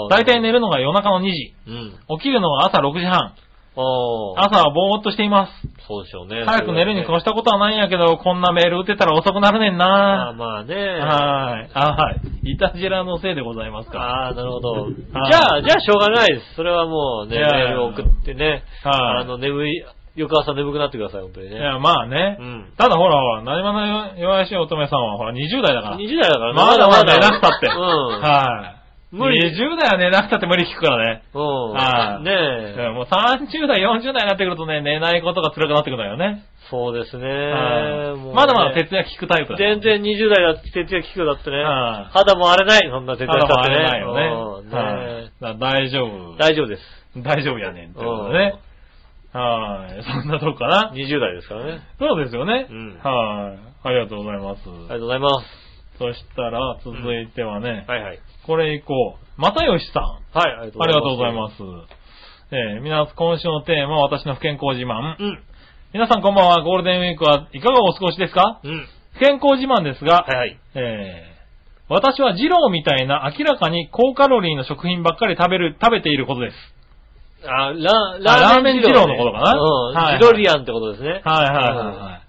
C: 大体。寝るのが夜中の2時。
B: うん。
C: 起きるのが朝6時半。
B: ああ。
C: 朝はぼーっとしています。
B: そうでしょうね。
C: 早く寝るに越
B: それはね
C: したことはないんやけど、こんなメール打てたら遅くなるねん
B: ああ、
C: な
B: まあね。
C: はい。あはい。いたじらのせいでございますか。
B: ああ、なるほど。じ
C: はい
B: ゃあ、じゃあしょうがないです。それはもうね、
C: いや
B: メールを送ってね。
C: は
B: あ
C: い
B: の、眠い、翌朝眠くなってください、本当に
C: い
B: ね。
C: や、まあね。
B: うん。
C: ただほらほら、なにわの弱いし乙女さんはほら20代だから。
B: 20代だからね
C: まだまだ寝なくたって。
B: うん。
C: はい。
B: 無理
C: 20代は寝なくたって無理聞くからね。
B: うん。
C: はい
B: ねえ。
C: うんもう30代、40代になってくるとね、寝ないことが辛くなってくるんだよね。
B: そうですね。
C: はい
B: もうね
C: まだまだ徹夜聞くタイプだ。
B: 全然20代だって徹夜聞くだってね
C: はい。
B: 肌も荒れない、そんな徹
C: 徹
B: 夜
C: 夜
B: だっ
C: は
B: てね。
C: れないよね。
B: うんね
C: はいだから大丈夫。
B: 大丈夫です。
C: 大丈夫やねんってことでね。はい。そんなとこかな。
B: 20代ですからね。
C: そうですよね。
B: うん
C: はい。ありがとうございます。
B: ありがとうございま
C: そしたら、続いてはね、
B: す。はいはい。
C: これいこう。又吉さん。
B: はい、あり
C: ありがとうござい
B: す。
C: ます。えー、皆さん今週のテーマは私の不健康自慢。
B: うん。
C: 皆さんこんばんは、ゴールデンウィークはいかがお過ごしですか
B: うん。
C: 不健康自慢ですが、
B: はいはい。
C: えー私は二郎みたいな明らかに高カロリーの食品ばっかり食べる、食べていることです。
B: あ、ラ
C: あ
B: ラーメン二郎
C: ラーメ
B: ね
C: ン二郎のことかな
B: うん。
C: はいはい
B: ジロリアンってことですね。
C: はいはいはいは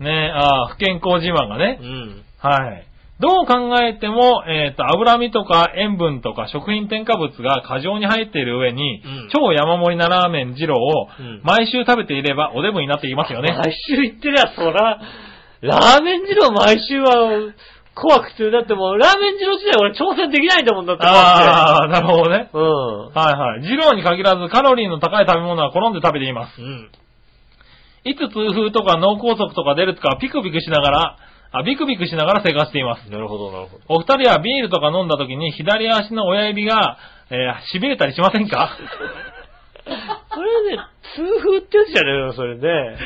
C: い。ねあー不健康自慢がね
B: う。ん。
C: はい。どう考えても、えっ、と、脂身とか塩分とか食品添加物が過剰に入っている上に、
B: うん
C: 超山盛りなラーメン二郎を
B: うん
C: 毎週食べていればおデブになっていますよね。
B: 毎週行ってりゃ、そら、ラーメン二郎毎週は怖くて、だってもう、ラーメン二郎自体俺挑戦できないんだもんだって。
C: ああ、なるほどね。
B: 怖くて
C: はいはい。二郎に限らずカロリーの高い食べ物は好んで食べています。
B: うん。うん。
C: いつ痛風とか脳梗塞とか出るとかピクピクしながら、あ、ビクビクしながら生活しています。
B: なるほど、なるほど。
C: お二人はビールとか飲んだ時に左足の親指が、えー痺れたりしませんか
B: それね、痛風ってやつじゃねえの、それね。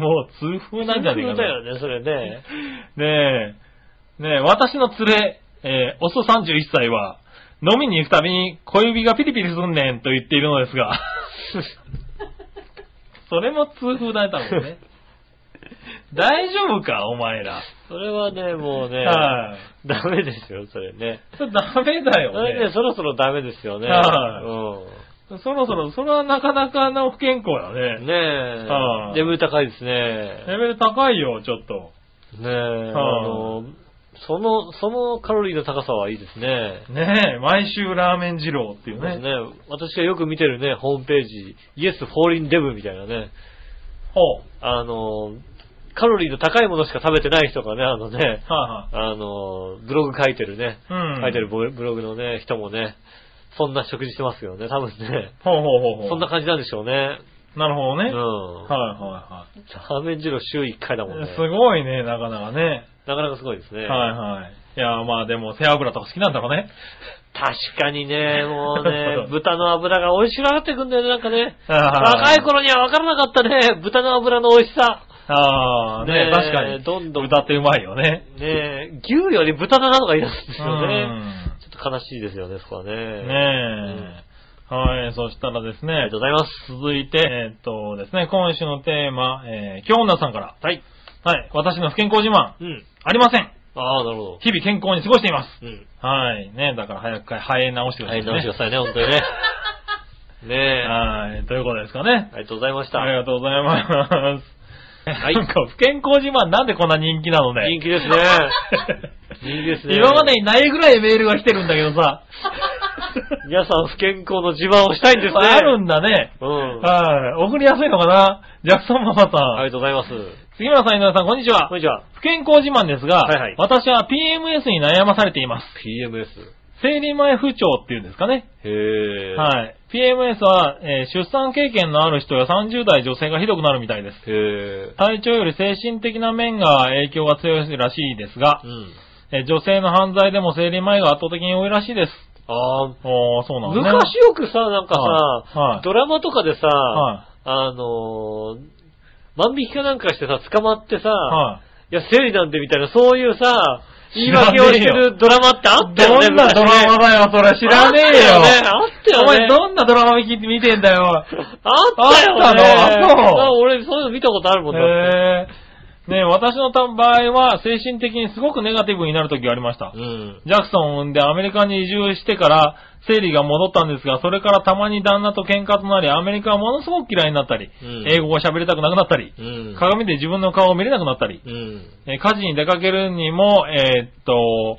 C: もう痛風なんじゃねえかな。
B: 痛風だよね、それ ね。
C: ねえ、ねえ、私の連れ、えー、オス31歳は、飲みに行くたびに小指がピリピリすんねんと言っているので すが、それも痛風だったも んね。大丈夫か、お前ら。
B: それはね、もうね、
C: はい、
B: ダメですよ、それね。
C: それダメだ
B: それ
C: よ
B: ね、
C: ね。
B: そろそろダメですよね。
C: はい
B: うん
C: そろそろ、それはなかなかの不健康だね。
B: ねえ、
C: はい
B: レベル高いですね。
C: レベル高いよ、ちょっと。
B: ねえ、あ
C: はい
B: の、その、そのカロリーの高さはいいですね。
C: ねえ、毎週ラーメン二郎ってい
B: そううです
C: ね。
B: ね。私がよく見てるね、ホームページ、Yes Falling Dev みたいなね、
C: ほう。
B: あの、カロリーの高いものしか食べてない人がね、あのね、
C: は
B: あの、ブログ書いてるね、
C: いはい。うん。
B: 書いてるブログのね、人もね、そんな食事してますよね、多分ね。
C: ほうほうほうほう。
B: そんな感じなんでしょうね。
C: なるほ
B: う
C: どね。
B: ん。
C: はい
B: ラ
C: はいはい。
B: ーメン二郎週1回だもんね。
C: すごいね、なかなかね。
B: なかなかすごいですね。
C: はいはい。いや、まあでも背脂とか好きなんだろうね。
B: 確かに ね、もう
C: そ
B: ね
C: う、
B: 豚の脂が美味しくなってくんだよね、なんかね。
C: あー
B: 若い頃には分からなかったね、豚の脂の美味しさ。
C: ああ、ね
B: ねえ
C: 確かに。
B: どんどん
C: 歌ってうまいよね。
B: ねえ、牛より豚だなとか言い出すんですよ
C: う
B: ね。ちょっと悲しいですよね、そこはね。
C: んねえ。はい、そしたらで
B: あ
C: す
B: り
C: ね
B: がとう、ございます。
C: 続いて、えーっとですね、今週のテーマ、えー、京女さんから。
B: はい。
C: はい、私の不健康自慢、
B: うん。
C: ありません。
B: ああ、なるほど。
C: 日々健康に過ごしています。
B: うん。
C: はい、ねだから早く生え直してくだ
B: は
C: さい
B: い、
C: ね。
B: 直してくださいね、 本当にね。ねえ。あ
C: はい、ということですかね。
B: りがとうございました。
C: ありがとうございます。
B: はい
C: なんか、不健康自慢なんでこんな人気なのね。
B: 人気 ですね。人気ですね
C: 今までにないぐらいメールが来てるんだけどさ。
B: 皆さん不健康の自慢をしたいんですね。
C: あるんだね。
B: うん。あ
C: はい。送りやすいのかなジャクソンママ
B: り
C: さん。
B: がとうございます。
C: 杉村さん、井上さん、こんにちは
B: こん。にちは。
C: 不健康自慢ですが、
B: はいはい
C: 私は PMS に悩まされています。
B: PMS。
C: 生理前不調っていうんですかね。
B: へえ。い。
C: はい。PMS は、えー出産経験のある人や30代女性がひどくなるみたいです。
B: へえ。
C: 体調より精神的な面が影響が強いらしいですが
B: う、ん。
C: えー女性の犯罪でも生理前が圧倒的に多いらしいです。
B: ああ、
C: おー、そうなんですね。
B: 昔よくさ、なんかさ、
C: はいはい
B: ドラマとかでさ、
C: は
B: あのー万引きかなんかしてさ、捕まってさ、、
C: い。はい
B: や、生理なんてみたいな、そういうさ、言い
C: 知らねえ
B: 訳
C: よ
B: をしてるドラマってあ
C: い。
B: ったよね。
C: どんなドラマだよ、それ知らねえよ。
B: あったよ
C: お前
B: ね。あっ
C: どんなドラマ見見てんだよ。
B: たよね。
C: あったのあそう
B: あ俺、そういうの見たことあるもんだって。
C: へえ。ねえ私の場合は精神的にすごくネガティブになる時がありました
B: う。ん。
C: ジャクソンを産んでアメリカに移住してから生理が戻ったんですが、それからたまに旦那と喧嘩となり、アメリカはものすごく嫌いになったり、
B: うん
C: 英語が喋りたくなくなったり、
B: うん。
C: 鏡で自分の顔を見れなくなったり、
B: うん。
C: えー家事に出かけるにも、えーっと、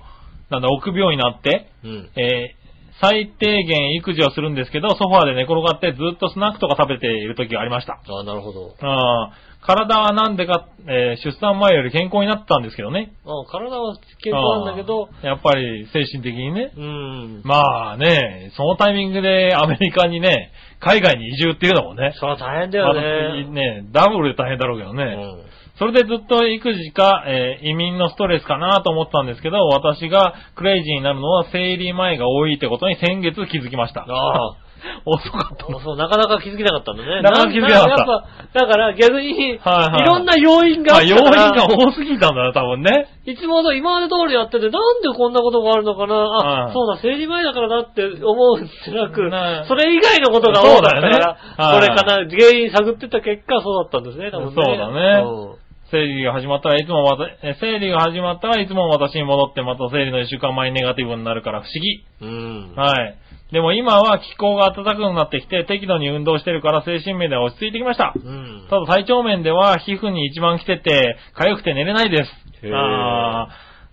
C: なんだ、臆病になって、
B: うん。
C: えー最低限育児をするんですけど、ソファーで寝転がってずっとスナックとか食べている時がありました。
B: ああ、なるほど。
C: あー体はなんでか、えー出産前より健康になったんですけどね。
B: ああ体は健康なんだけど、
C: あー。やっぱり精神的にね。
B: うん。
C: まあね、そのタイミングでアメリカにね、海外に移住っていうのもね。
B: それは大変だよ
C: ま
B: ね。
C: あねダブルで大変だろうけどね。
B: うん。
C: それでずっと育児か、えー移民のストレスかなと思ってたんですけど、私がクレイジーになるのは生理前が多いってことに先月気づきました。
B: ああ。
C: 遅かったな。
B: そう、なかなか気づけなかったんだね。
C: なかなか気づけなかっ
B: や
C: た
B: っぱ、だから逆に、い
C: はいはい
B: ろんな要因があ
C: まあ、
B: った
C: 要
B: か
C: 因
B: ら
C: が多すぎたんだな、多分ね。
B: いつもの今まで通りやってて、なんでこんなことがあるのかなあ、
C: はい
B: そうだ、生理前だからだって思うんじゃなく
C: ね、
B: それ以外のことが多かったから、
C: そうだよね
B: これかな、原因探ってった結果そうだったんですね、多分ね。
C: そうだね 生理が始まったらいつもわた、え生理が始まったらいつも私に戻ってまた生理の一週間前にネガティブになるから不思議。
B: うん。うん。
C: はい。でも今は気候が暖かくなってきて適度に運動してるから精神面では落ち着いてきました。
B: うん。
C: ただ体調面では皮膚に一番来てて、痒くて寝れないです
B: へ。ー
C: あ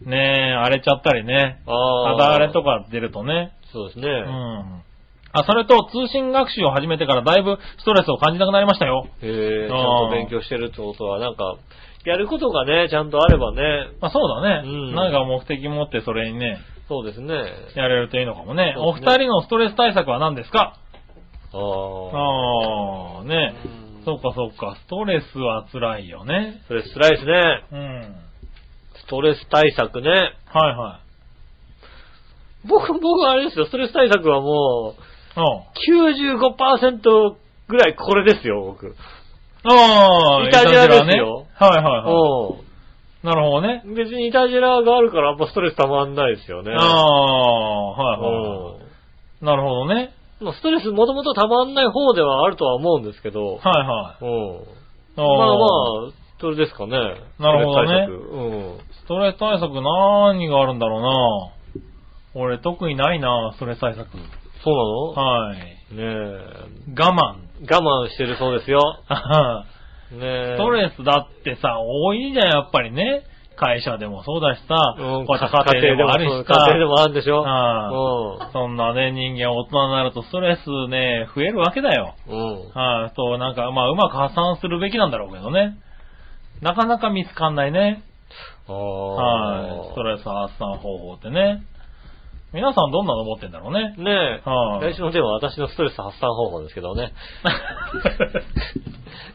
C: ーねえ、荒れちゃったりね。
B: あ
C: 肌荒れと
B: か。
C: か出るとね。
B: そうですね。
C: うん。あ、それと通信学習を始めてからだいぶストレスを感じなくなりましたよ。
B: へえ、ちゃん
C: あ
B: と
C: ー
B: 勉強してるってことは、なんか、やることがね、ちゃんとあればね、
C: まあそうだね。
B: うん
C: なんか目的持ってそれにね、
B: そうですね。
C: やれるといいのかもね。
B: そう
C: お
B: で
C: 二
B: すね
C: 人のストレス対策は何ですか
B: ああ。
C: ああ、ね
B: うん。
C: そうかそうか。ストレスは辛いよね。
B: それ辛いですね。
C: うん。
B: ストレス対策ね。
C: はいはい。
B: 僕、僕はあれですよ、ストレス対策はもう、
C: うん。
B: 95%ぐらいこれですよ、僕。
C: ああ、
B: イタジェラ
C: イタジェラ
B: ですよ
C: はいはいは
B: う
C: い。なるほどね。
B: ん。別にイタジェラがあるから、やっぱストレス溜まんないですよね。
C: ああ、はい
B: う
C: は
B: ん
C: い。なるほどね。
B: まあストレスもともと溜まんない方ではあるとは思うんですけど、
C: はいはい。
B: うん。
C: ま
B: まあまあ、それですかね。
C: なるほ
B: スト
C: どね
B: レス対策うん。
C: ストレス対策何があるんだろうな俺特にないなストレス対策。
B: そうなの
C: はい。
B: ね
C: 我慢。
B: え。我慢してるそうですよ。ねえ。
C: ストレスだってさ、多いじゃん、やっぱりね。会社でもそうだしさ、
B: うん、
C: また家庭でもあるし
B: 家庭で
C: さ、
B: もあるんでしょ
C: はそんなね、人間大人になるとストレスね、増えるわけだよ。
B: うん。うん。
C: はい、そう、なんか、まあ、うまく破産するべきなんだろうけどね。なかなか見つかんないね。
B: あ
C: はい、ストレス発散方法ってね。皆さんどんなの持ってんだろうね。
B: ねえ。
C: はい
B: 来週のテーマは私のストレス発散方法ですけど ね。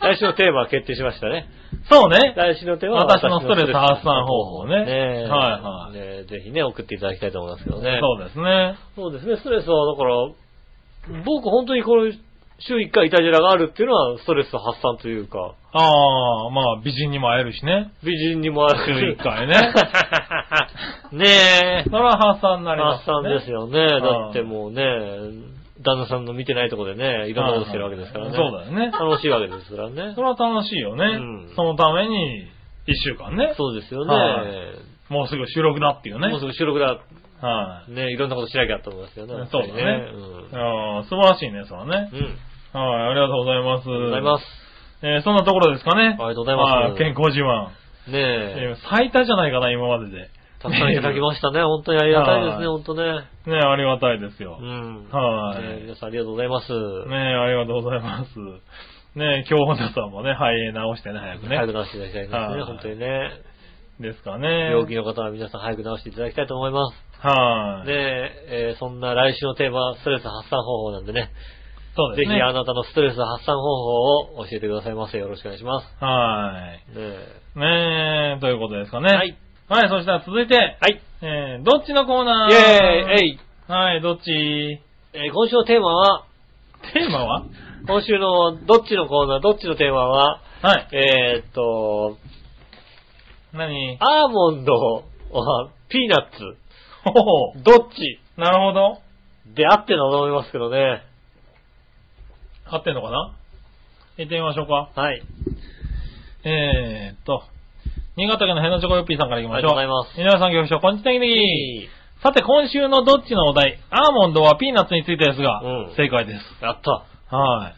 B: 来週のテーマは決定しましたね。
C: そうね。
B: 来週のテーマは
C: 私のストレス発散方法ね
B: ねえ
C: はいはい
B: ねえぜひね、送っていただきたいと思いますけどね。
C: そうですね。
B: そうですね、ストレスはだから、僕本当にこの週1回イタジェラがあるっていうのはストレス発散というか、
C: ああ、まあ、美人にも会えるしね。
B: 美人にもある
C: 週一回ね。
B: ねえ
C: そ。れは発散になりま
B: 発
C: す、ね。
B: 散ですよね。だってもうね、旦那さんの見てないとこでね、いろんなことしてるわけですからね。
C: はいはいそうだよね
B: 楽しいわけですからね
C: そ。れは楽しいよね。
B: うん
C: そのために、一週間ね。
B: そうですよ
C: はい
B: ね。
C: もうすぐ収録だっていうね。
B: もうすぐ収録だ、
C: はい、
B: ね、いろんなことしなきゃと思いますよね。やっぱ
C: そうだ
B: り
C: ね。あー素晴らしいね、それはね
B: うん。。うん。
C: はい、ありがとうございます。
B: ありがと
C: あ。
B: うございます
C: えーそんなところですかね。
B: ありがとうございます
C: はい健康自慢。
B: す。ねえ。
C: えー最多じゃないかな、今までで。
B: たくさんいただきましたね。本当にありがたいです
C: は
B: ね、
C: い
B: 本当ね。
C: ね、ありがたいですよ。
B: うん。
C: はい
B: ね皆さんありがとうございます。
C: ねありがとうございます。ね今日本田さんもね、肺炎治してね、早くね。
B: 早く出していただきたいです
C: は
B: ね、
C: い
B: 本当にね。
C: ですかね。
B: 病気の方は皆さん早く治していただきたいと思います。
C: はい。
B: ねえ、えーそんな来週のテーマ、ストレス発散方法なんでね、
C: そう
B: ぜ
C: です
B: ひ
C: ね。
B: あなたのストレス発散方法を教えてくださいませ。よろしくお願いします。
C: はい。
B: ねえ
C: ねえ、ということですかね。
B: はい。。
C: はい、そしたら続いて、
B: はい。
C: えー、どっちのコーナー
B: イェーイえい
C: はい、どっち
B: えー今週のテーマは、
C: テーマは
B: 今週のどっちのコーナー、どっちのテーマは、
C: はい。
B: えーっと、
C: 何
B: アーモンド、あピーナッツ、
C: ほほ
B: どっち
C: なるほど。
B: であってのと思いますけどね。
C: 合ってんのかな行ってみましょうか。
B: はい。
C: えーっと、新潟県のヘナチョコヨッピーさんから行きましょう。
B: ありがとうございます
C: 井上さん、局長、こんにちは、ネギネギさて、今週のどっちのお題、アーモンドはピーナッツについてですが、
B: うん
C: 正解です。
B: やった。
C: はい。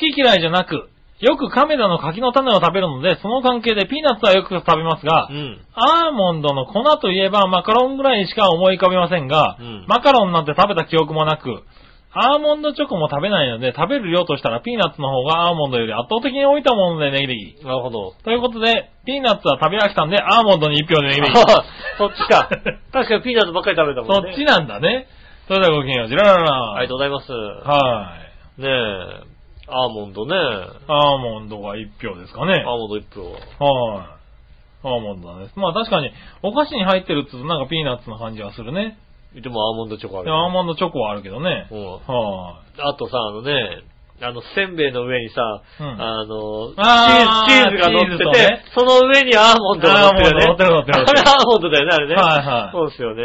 C: 好き嫌いじゃなく、よく亀田の柿の種を食べるので、その関係でピーナッツはよく食べますが、
B: うん。
C: アーモンドの粉といえばマカロンぐらいしか思い浮かびませんが、
B: うん
C: マカロンなんて食べた記憶もなく、アーモンドチョコも食べないので、食べる量としたらピーナッツの方がアーモンドより圧倒的に多いと思うので、ネギネギ。
B: なるほど。
C: ということで、ピーナッツは食べ飽きたんで、アーモンドに1票でネ ギネギ。
B: あそっちか。確かにピーナッツばっかり食べたもん
C: そ
B: ね。
C: っちなんだね。それではごきげんよう、じららら。
B: ありがとうございます。
C: はい。
B: ねえ、アーモンドね。
C: アーモンドが1票ですかね。
B: アーモンド1票。
C: はい。アーモンドなんです。まあ確かに、お菓子に入ってるっつうとなんかピーナッツの感じはするね。
B: でもアーモンドチョコあ
C: で
B: る。
C: もアーモンドチョコはあるけどね。
B: うん。
C: は
B: あとさ、あのね、あの、せんべいの上にさ、
C: うん
B: あの、
C: あー
B: チーズチーズが乗って
C: チーズと
B: て、
C: ね
B: その上にアーモンドが乗ってるよね。
C: アーモンド乗ってる乗ってる乗っ
B: あ
C: てる
B: れアーモンドだよね、あれ
C: い。
B: ね。
C: はいはい。
B: そうですよね。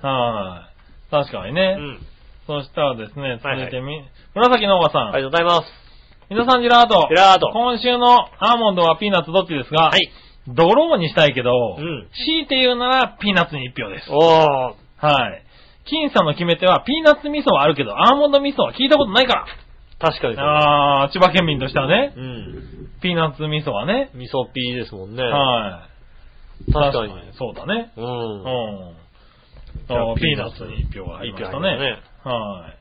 C: はい。確かに
B: う
C: ね。
B: ん。
C: そしたらですね、
B: はい
C: 続いてみ、紫のおばさん。
B: ありがとうございます。
C: 皆さん、ジェラート。
B: ジェラート
C: 今週のアーモンドはピーナッツどっちですが、
B: はい。
C: ドローにしたいけど、
B: うん
C: 強いて言うならピーナッツに1票です。
B: おー。
C: はい。金さんの決め手はピーナッツ味噌はあるけど、アーモンド味噌は聞いたことないから。
B: 確かにそう。
C: あー、千葉県民としてはね
B: う、ん。
C: ピーナッツ味噌はね。
B: 味噌ピーですもんね。
C: は
B: 確
C: い。
B: かに。
C: そうだね。
B: う。
C: うんん。
B: じゃ
C: あ
B: あ
C: ーピーナッツに1票が入りました
B: 一票入り
C: ね。
B: まし
C: はい。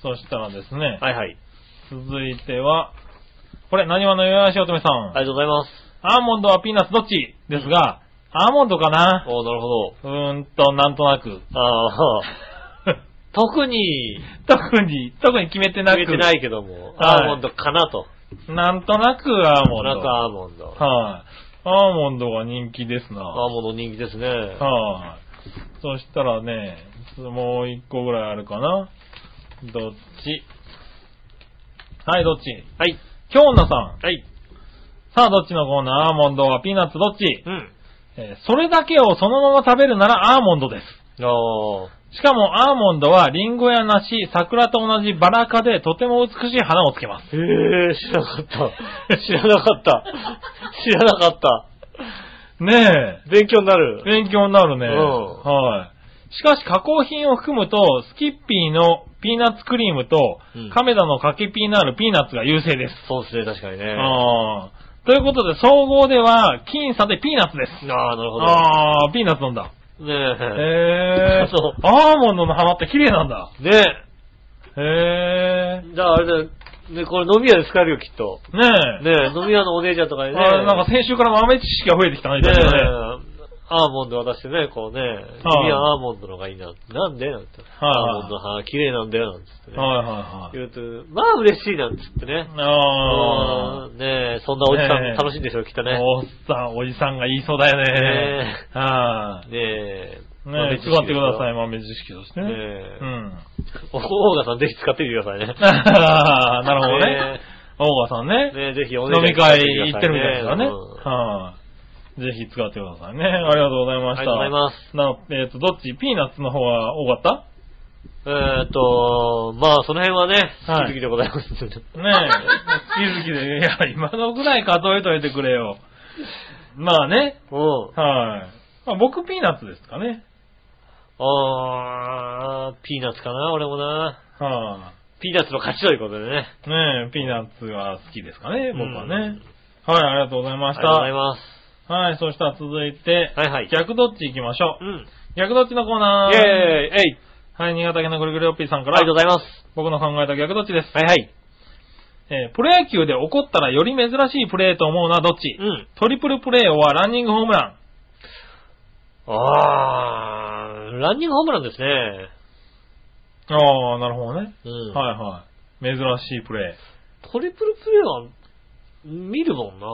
C: そしたらですね
B: たね、はいはい。
C: 続いては、これ、何話のよやしおとめさん。
B: ありがとうございます。
C: アーモンドはピーナッツどっちですが、アーモンドかな
B: おー、なるほど。
C: うーんと、なんとなく。
B: ああ、 特に
C: 特に、特に決めてな
B: 決
C: く。
B: めてないけども、
C: はい
B: アーモンドかなと。
C: なんとなくアーモンド。
B: なんかアーモンド。
C: はい。アーモンドが人気ですな。
B: アーモンド人気ですね。
C: はい。そしたらね、もう一個ぐらいあるかな。どっちはい、どっち
B: はい。
C: 京奈さん。
B: はい。
C: さあ、どっちのコーナーアーモンドはピーナッツどっち、
B: うん。
C: えーそれだけをそのまま食べるならアーモンドです。
B: ああ。
C: しかもアーモンドはリンゴや梨、桜と同じバラ科でとても美しい花をつけます。
B: ええ知らなか った。知らなかった。知らなかった。
C: ね
B: 勉強になる
C: え。。勉強になるね。
B: うん
C: はい。しかし加工品を含むと、スキッピーのピーナッツクリームと
B: うん、
C: 亀田の柿ピーナールピーナッツが優勢です。
B: そうですね、確かにね。あ
C: あーということで、総合では、僅差でピーナッツです。
B: あ、なるほど。
C: あー、ピーナッツなんだ。
B: ね
C: へー。
B: そう
C: アーモンドの花って綺麗なんだ。
B: え。ねえ。
C: へ
B: じゃああれだよ。ね、これ飲み屋で使えるよ、きっと。
C: ー。ねえ。
B: ねえ、飲み屋のお姉ちゃんとかにね。
C: あーなんか先週から豆知識が増えてきた
B: ね
C: ね、確かね。
B: え、アーモンド渡してね、こうね、
C: はい
B: 君はアーモンドの方がいいなって、なんでなんて、
C: は
B: ア
C: い
B: ーモンドの花綺麗なんだよ、なんつってね。
C: はいはいはい。
B: 言うと、まあ嬉しいなんつってね。
C: あ
B: うんねえ、そんなおじさん
C: ねえ
B: 楽しいんでしょう、きっと
C: ー、
B: ね。
C: おっさん、おじさんが言いそうだよね。
B: ね
C: は
B: え、ね
C: い。
B: え、
C: ねえ、使ってください、豆知識として
B: ね
C: ね。
B: え
C: う、ん。
B: おオーガさんぜひ使ってみてくださいね。
C: なるほどね。オーガさんね
B: え。ねえ、ぜひお
C: 飲
B: 姉
C: み
B: ちゃん
C: 会
B: に
C: 行ってるみたいですからね。
B: うん
C: はい。ぜひ使ってくださいね。ありがとうございました。。
B: ありがとうございます
C: な、えっと、どっちピーナッツの方が多かった
B: えーっと、まあその辺はね、
C: はい
B: 続きでございます。
C: ねえ、月々で、いや、今のぐらい数えといてくれよ。まあね、
B: うん。
C: はい。まあ、僕ピーナッツですかね。
B: あー、ピーナッツかな、俺もな。
C: は
B: ピーナッツの勝ちということでね。
C: い。ねえ、ピーナッツが好きですかね、僕はね。
B: うん
C: はい、ありがとうござい
B: あ
C: ま
B: り
C: し
B: がとうござい
C: た。
B: ます。
C: はい、そしたら続いて、
B: はいはい
C: 逆どっち行きましょ
B: う
C: う。
B: ん。
C: 逆どっちのコーナ
B: イ
C: ー。
B: ェーイえい
C: はい、新潟県のぐるぐるおっぴーさん
B: あ
C: か
B: り
C: ら
B: がとう、ございます。
C: 僕の考えた逆どっちです。
B: はいはい。
C: えープロ野球で起こったらより珍しいプレーと思うのはどっち、
B: うん。
C: トリプルプレーはランニングホームラン。
B: あー、ランニングホームランですね。
C: ああ、なるほどね。
B: うん。
C: はいはい。珍しいプレー。
B: トリプルプレーは、見るもんな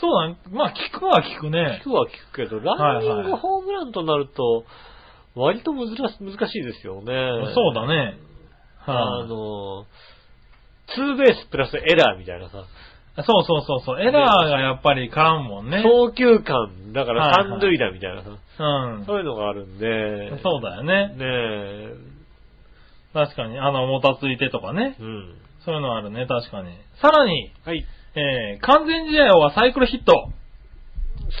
C: そうだね。まあ、聞くは聞くね
B: 聞。くは聞くけど、ランニングホームランとなると、割と難し難しいですよね。
C: そうだね。
B: あ
C: はい、
B: の、ツーベースプラスエラーみたいなさ、
C: そうそうそうそう。エラーがやっぱり絡むもんね。
B: 送球感、だか
C: は
B: ら
C: いはい
B: 三塁打みたいなさ、
C: うん。
B: そういうのがあるんで、
C: そうだよね。
B: ねえ、
C: 確かに。あの、もたついてとかね。
B: うん。
C: そういうのあるね、確かに。さらに、
B: はい。
C: えー、完全試合はサイクルヒット。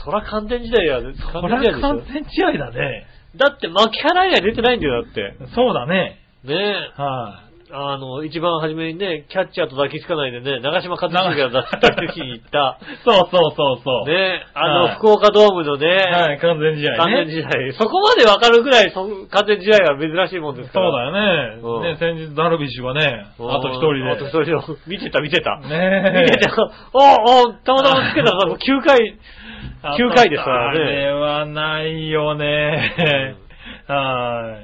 B: そら完全時代は、完
C: こ
B: 全時
C: れ
B: 代
C: は
B: で
C: 完
B: すよ。
C: 全試合だね。
B: だって、巻き払いが出てないんだよ、だって。
C: そうだね。
B: ねえ、
C: は
B: あの、一番初めにね、キャッチャーと抱きつかないでね、長嶋一茂が出した時に行 った
C: い、。そうそうそうそう。
B: ねえ、あ
C: はい
B: の、福岡ドームのね、
C: はい、完全試合
B: 完
C: ね。
B: 全試合、そこまでわかるくらい、そ完全試合は珍しいもんです
C: そ
B: か
C: う
B: ら。
C: だよね。
B: う
C: ね、
B: ん
C: 先日ダルビッシュがね、あと一人で。
B: あと一人を。見てた、見てた。
C: ねえ
B: 見てた。おうおうたまたまつけ たら、
C: はい
B: 9回、9回ですから
C: あれ
B: ね。
C: はないよね。は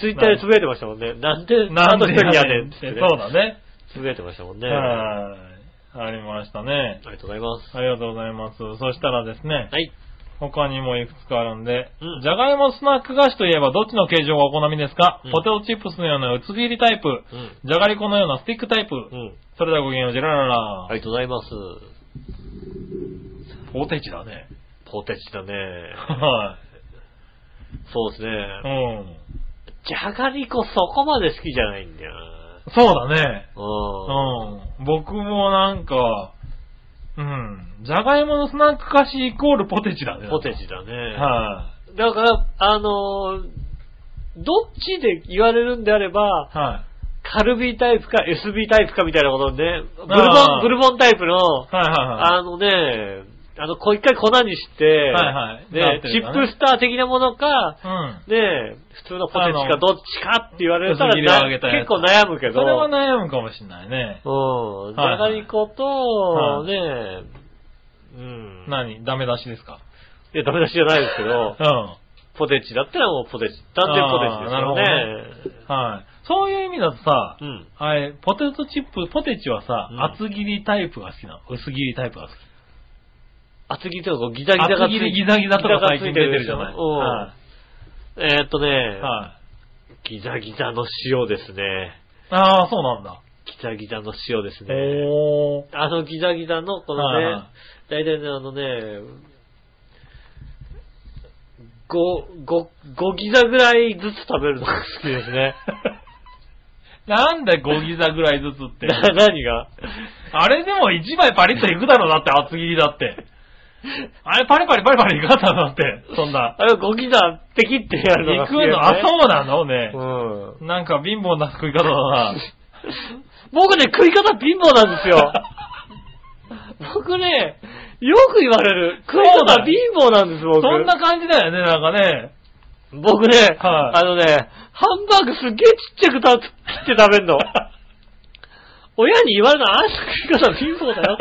B: ツイッターでつぶやいてましたもんね。なんで、
C: い。な
B: あ
C: ん
B: と
C: で
B: 一人やねんっ
C: ん
B: つ
C: っ
B: って
C: て
B: ね。
C: そうだね。
B: つぶやいてましたもんね。あ
C: はい。ありましたね
B: り。がとうございます。
C: ありがとうございます。そしたらですね、
B: はい。
C: 他にもいくつかあるんで
B: うん、
C: じゃがいもスナック菓子といえばどっちの形状がお好みですか
B: うん
C: ポテトチップスのような薄切りタイプ、
B: うん。
C: じゃがりこのようなスティックタイプ、
B: うん。
C: それではごきげんよう、ジェラララ
B: あ。りがとうございます。
C: ポテチ だね。
B: ポテチだね。
C: は
B: そうですね。
C: い。うん。
B: じゃがりこそこまで好きじゃないんだよな。
C: そうだね。
B: うん。
C: うん。僕もなんか、うん。じゃがいものスナック菓子イコールポテチだね。
B: ポテチだね。
C: は
B: だから、あのーどっちで言われるんであれば、
C: い。は
B: カルビータイプか SB タイプかみたいなことでね、ブルボ
C: あー
B: ン、ブルボンタイプの、
C: い。はいは
B: あのね、あの、こう一回粉にして、
C: はいはいな
B: ね
C: って
B: チ
C: る
B: ッ
C: か
B: プ
C: ね
B: スター的なものか、
C: いはい。うん。
B: ね普通のポテチ
C: あ
B: か
C: の
B: どっちかって言われたら
C: 薄切りをあげたや
B: 結
C: つ
B: 構悩むけ
C: そ
B: ど、
C: れは悩むかもしれないね。
B: うん、じ
C: はい
B: ゃがりこと、
C: はい
B: ねうん。
C: 何ダメ出しですか
B: いや、ダメ出しじゃないですけ ど、
C: う
B: ポテチだったらもうポテチ、断然ポテチですよね
C: あーな。ん。はい。そういう意味だとさ、
B: うん。
C: あれ、ポテトチップ、ポテチはさ、
B: うん
C: 厚切りタイプが好きなの薄切りタイプが好き。
B: 厚切りとかこうギザギザが
C: 厚
B: つ
C: 切り
B: い
C: ギザギザとか最近出てる
B: ギ
C: じ
B: ザ
C: ゃ
B: がつ
C: ない
B: てるでしょ
C: は
B: うん。えーっとね、
C: い。はい。
B: ギザギザの塩ですね。
C: ああ、そうなんだ。
B: ギザギザの塩ですね。
C: おー。
B: あのギザギザの、この
C: はい
B: ね
C: は、
B: 大体ね、あのね、5、5、5ギザぐらいずつ食べるのが好きです ね。
C: なんだ5ギザぐらいずつって。
B: な何が
C: あれでも1枚パリッといくだろ、だって厚切りだ って。あれパリパリパリパリいかんだろ、だって。そんな。
B: あれ5ギザペキってやるのが
C: い
B: 好
C: く
B: きです、ね。
C: の、あ、そうなのね。
B: うん。
C: なんか貧乏な食い方 だな。
B: 僕ね、食い方貧乏なんです よ。僕ね、よく言われる。食い
C: そうだ
B: 方
C: よ
B: 貧乏なんです、僕。
C: そんな感じだよね、なんかね。
B: 僕ね、
C: はい
B: あのね、ハンバーグすっげえちっちゃくた切って食べ んの。親に言われたの、あんた食い方貧乏だよ。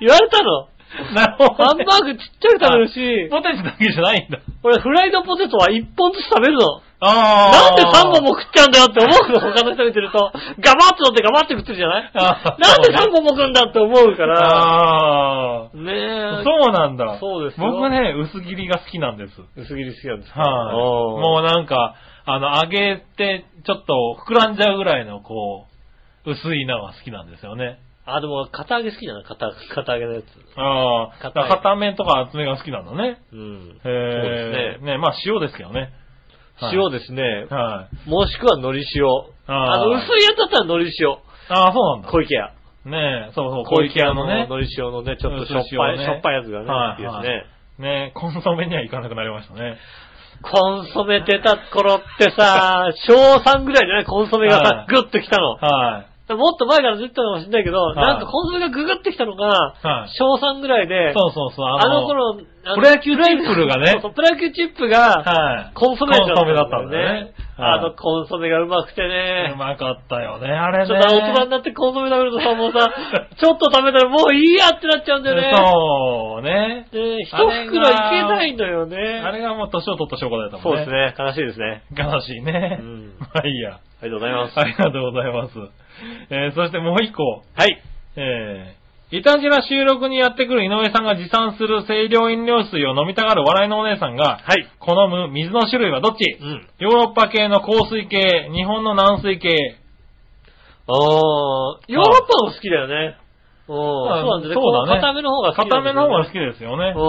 B: 言われた の。
C: なるほど。
B: ハンバーグちっちゃく食べるし、
C: ポテチだけじゃないんだ。
B: 俺フライドポテトは1本ずつ食べるの。
C: あ
B: なんで3本も食っちゃうんだよって思うの、他の人見てると。ガバッと取ってガバッて食ってるじゃない
C: あー
B: なんで3本も食うんだって思うから。
C: ああ。
B: ねえ。
C: そうなんだ。
B: そうですよ
C: 僕ね、薄切りが好きなんです。
B: 薄切り好きなんですか
C: はい、
B: おー
C: もうなんか、あの、揚げて、ちょっと膨らんじゃうぐらいの、こう、薄いのが好きなんですよね。
B: あ、でも、片揚げ好きだな、片、片揚げのやつ。
C: ああ、だ
B: 硬
C: か
B: い
C: ら片面とか厚めが好きなんだね。
B: うん。
C: へ
B: そうで
C: え。
B: す
C: ね。まあ塩ですけどね。はい
B: 塩ですね。
C: はい。
B: もしくは海苔塩。
C: あー
B: あの、薄いやつだったら海苔塩。
C: ああ、そうなんだ。
B: 小池屋。
C: ねえ、そうそう、小池屋のね。
B: 小池屋の海苔塩のね、ちょっとしょっぱい、
C: うん
B: しょっぱいやつがね、
C: はい
B: 好き
C: はい
B: ですね。
C: ねえ、コンソメには行かなくなりましたね。
B: コンソメ出た頃って さ、小3ぐらいじゃないコンソメが
C: は
B: さ
C: い、
B: グッと来たの。
C: は
B: もっと前から出てたのかもしれないけど、
C: い
B: なんかコンソメがググってきたのが
C: はい、
B: 小3ぐらい
C: い。
B: で、
C: そうそうそう、
B: あの、頃、あの
C: プロ野球チップルがね
B: そうそうプロ野球チップが、
C: はい。
B: コンソメだったんだよ
C: コンソメだったんだよね
B: あのコンソメがうまくて
C: う
B: ね。
C: まかったよね、あれね。
B: ちょっと大人になってコンソメ食べるとさ、もう さ、ちょっと食べたらもういいやってなっちゃうんだよね。
C: そうね。
B: で、一
C: あれ
B: 袋いけ
C: が
B: ないのよね。
C: あれがもう年を取った証拠だったもんね。
B: そうですね。悲しいですね。
C: 悲しいね。
B: うん
C: まあいいや。
B: ありがとうございます。
C: ありがとうございます。えー、そしてもう一個。
B: はい。
C: えー、いたじら収録にやってくる井上さんが持参する清涼飲料水を飲みたがる笑いのお姉さんが、
B: はい。
C: 好む水の種類はどっち
B: うん。
C: ヨーロッパ系の香水系、日本の軟水系。
B: ああ、ヨーロッパも好きだよね。うん。
C: あ
B: そうなんですね。
C: そうだね
B: こ固めの方が好き
C: 固めの方が好
B: き。
C: きですよね。
B: う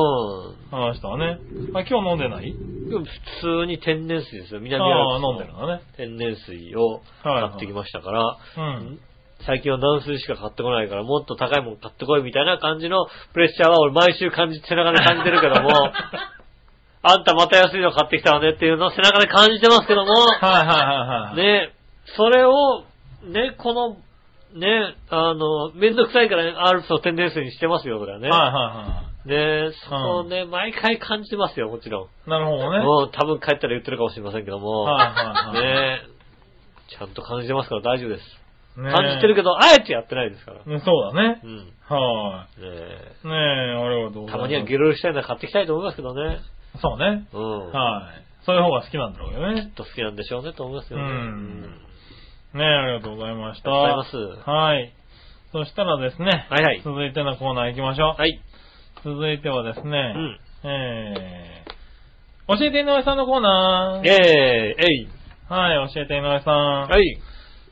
B: ん。
C: あの人はね。あ、今日飲んでない
B: でも普通に天然水ですよ。南
C: あ
B: ア
C: あ、
B: ルプスの
C: 飲んでるのね。
B: 天然水を買ってきましたから、
C: うん。
B: 最近は軟水しか買ってこないから、もっと高いもの買ってこいみたいな感じのプレッシャーは俺毎週感じ、背中で感じてるけど も、あんたまた安いの買ってきたわねっていうのを背中で感じてますけども、
C: はいはいはいはい。
B: ね、それを、ね、この、ね、あの、めんどくさいからアルプスを天然水にしてますよ、これはね。
C: はいはいは
B: ね、そこをね、毎回感じてますよ、もちろん。
C: い。なるほどね。
B: もう多分帰ったら言ってるかもしれませんけども、
C: はいはいはい
B: ね、ちゃんと感じてますから大丈夫です。
C: ね
B: 感じてるけど、あえてやってないですから。
C: うんそうだね
B: う。ん。ね
C: は
B: え
C: い。ねえ、あれはどう
B: たまにはゲロしたいなら買ってきたいと思いますけどね。
C: そうね。
B: うん。
C: はい。そういう方が好きなんだろうよ
B: き
C: ね
B: っ。と好きなんでしょうねと思いますよね。
C: うん
B: うん
C: ねえ、ありがとうございました。
B: ありがとうございます
C: はい。そしたらですね。
B: はいはい
C: 続いてのコーナー行きましょう。
B: はい。
C: 続いてはですね。
B: うん。
C: えー、教えて井上さんのコーナー。
B: えええい。
C: はい、教えて井上さん。
B: は
C: はい。
B: い。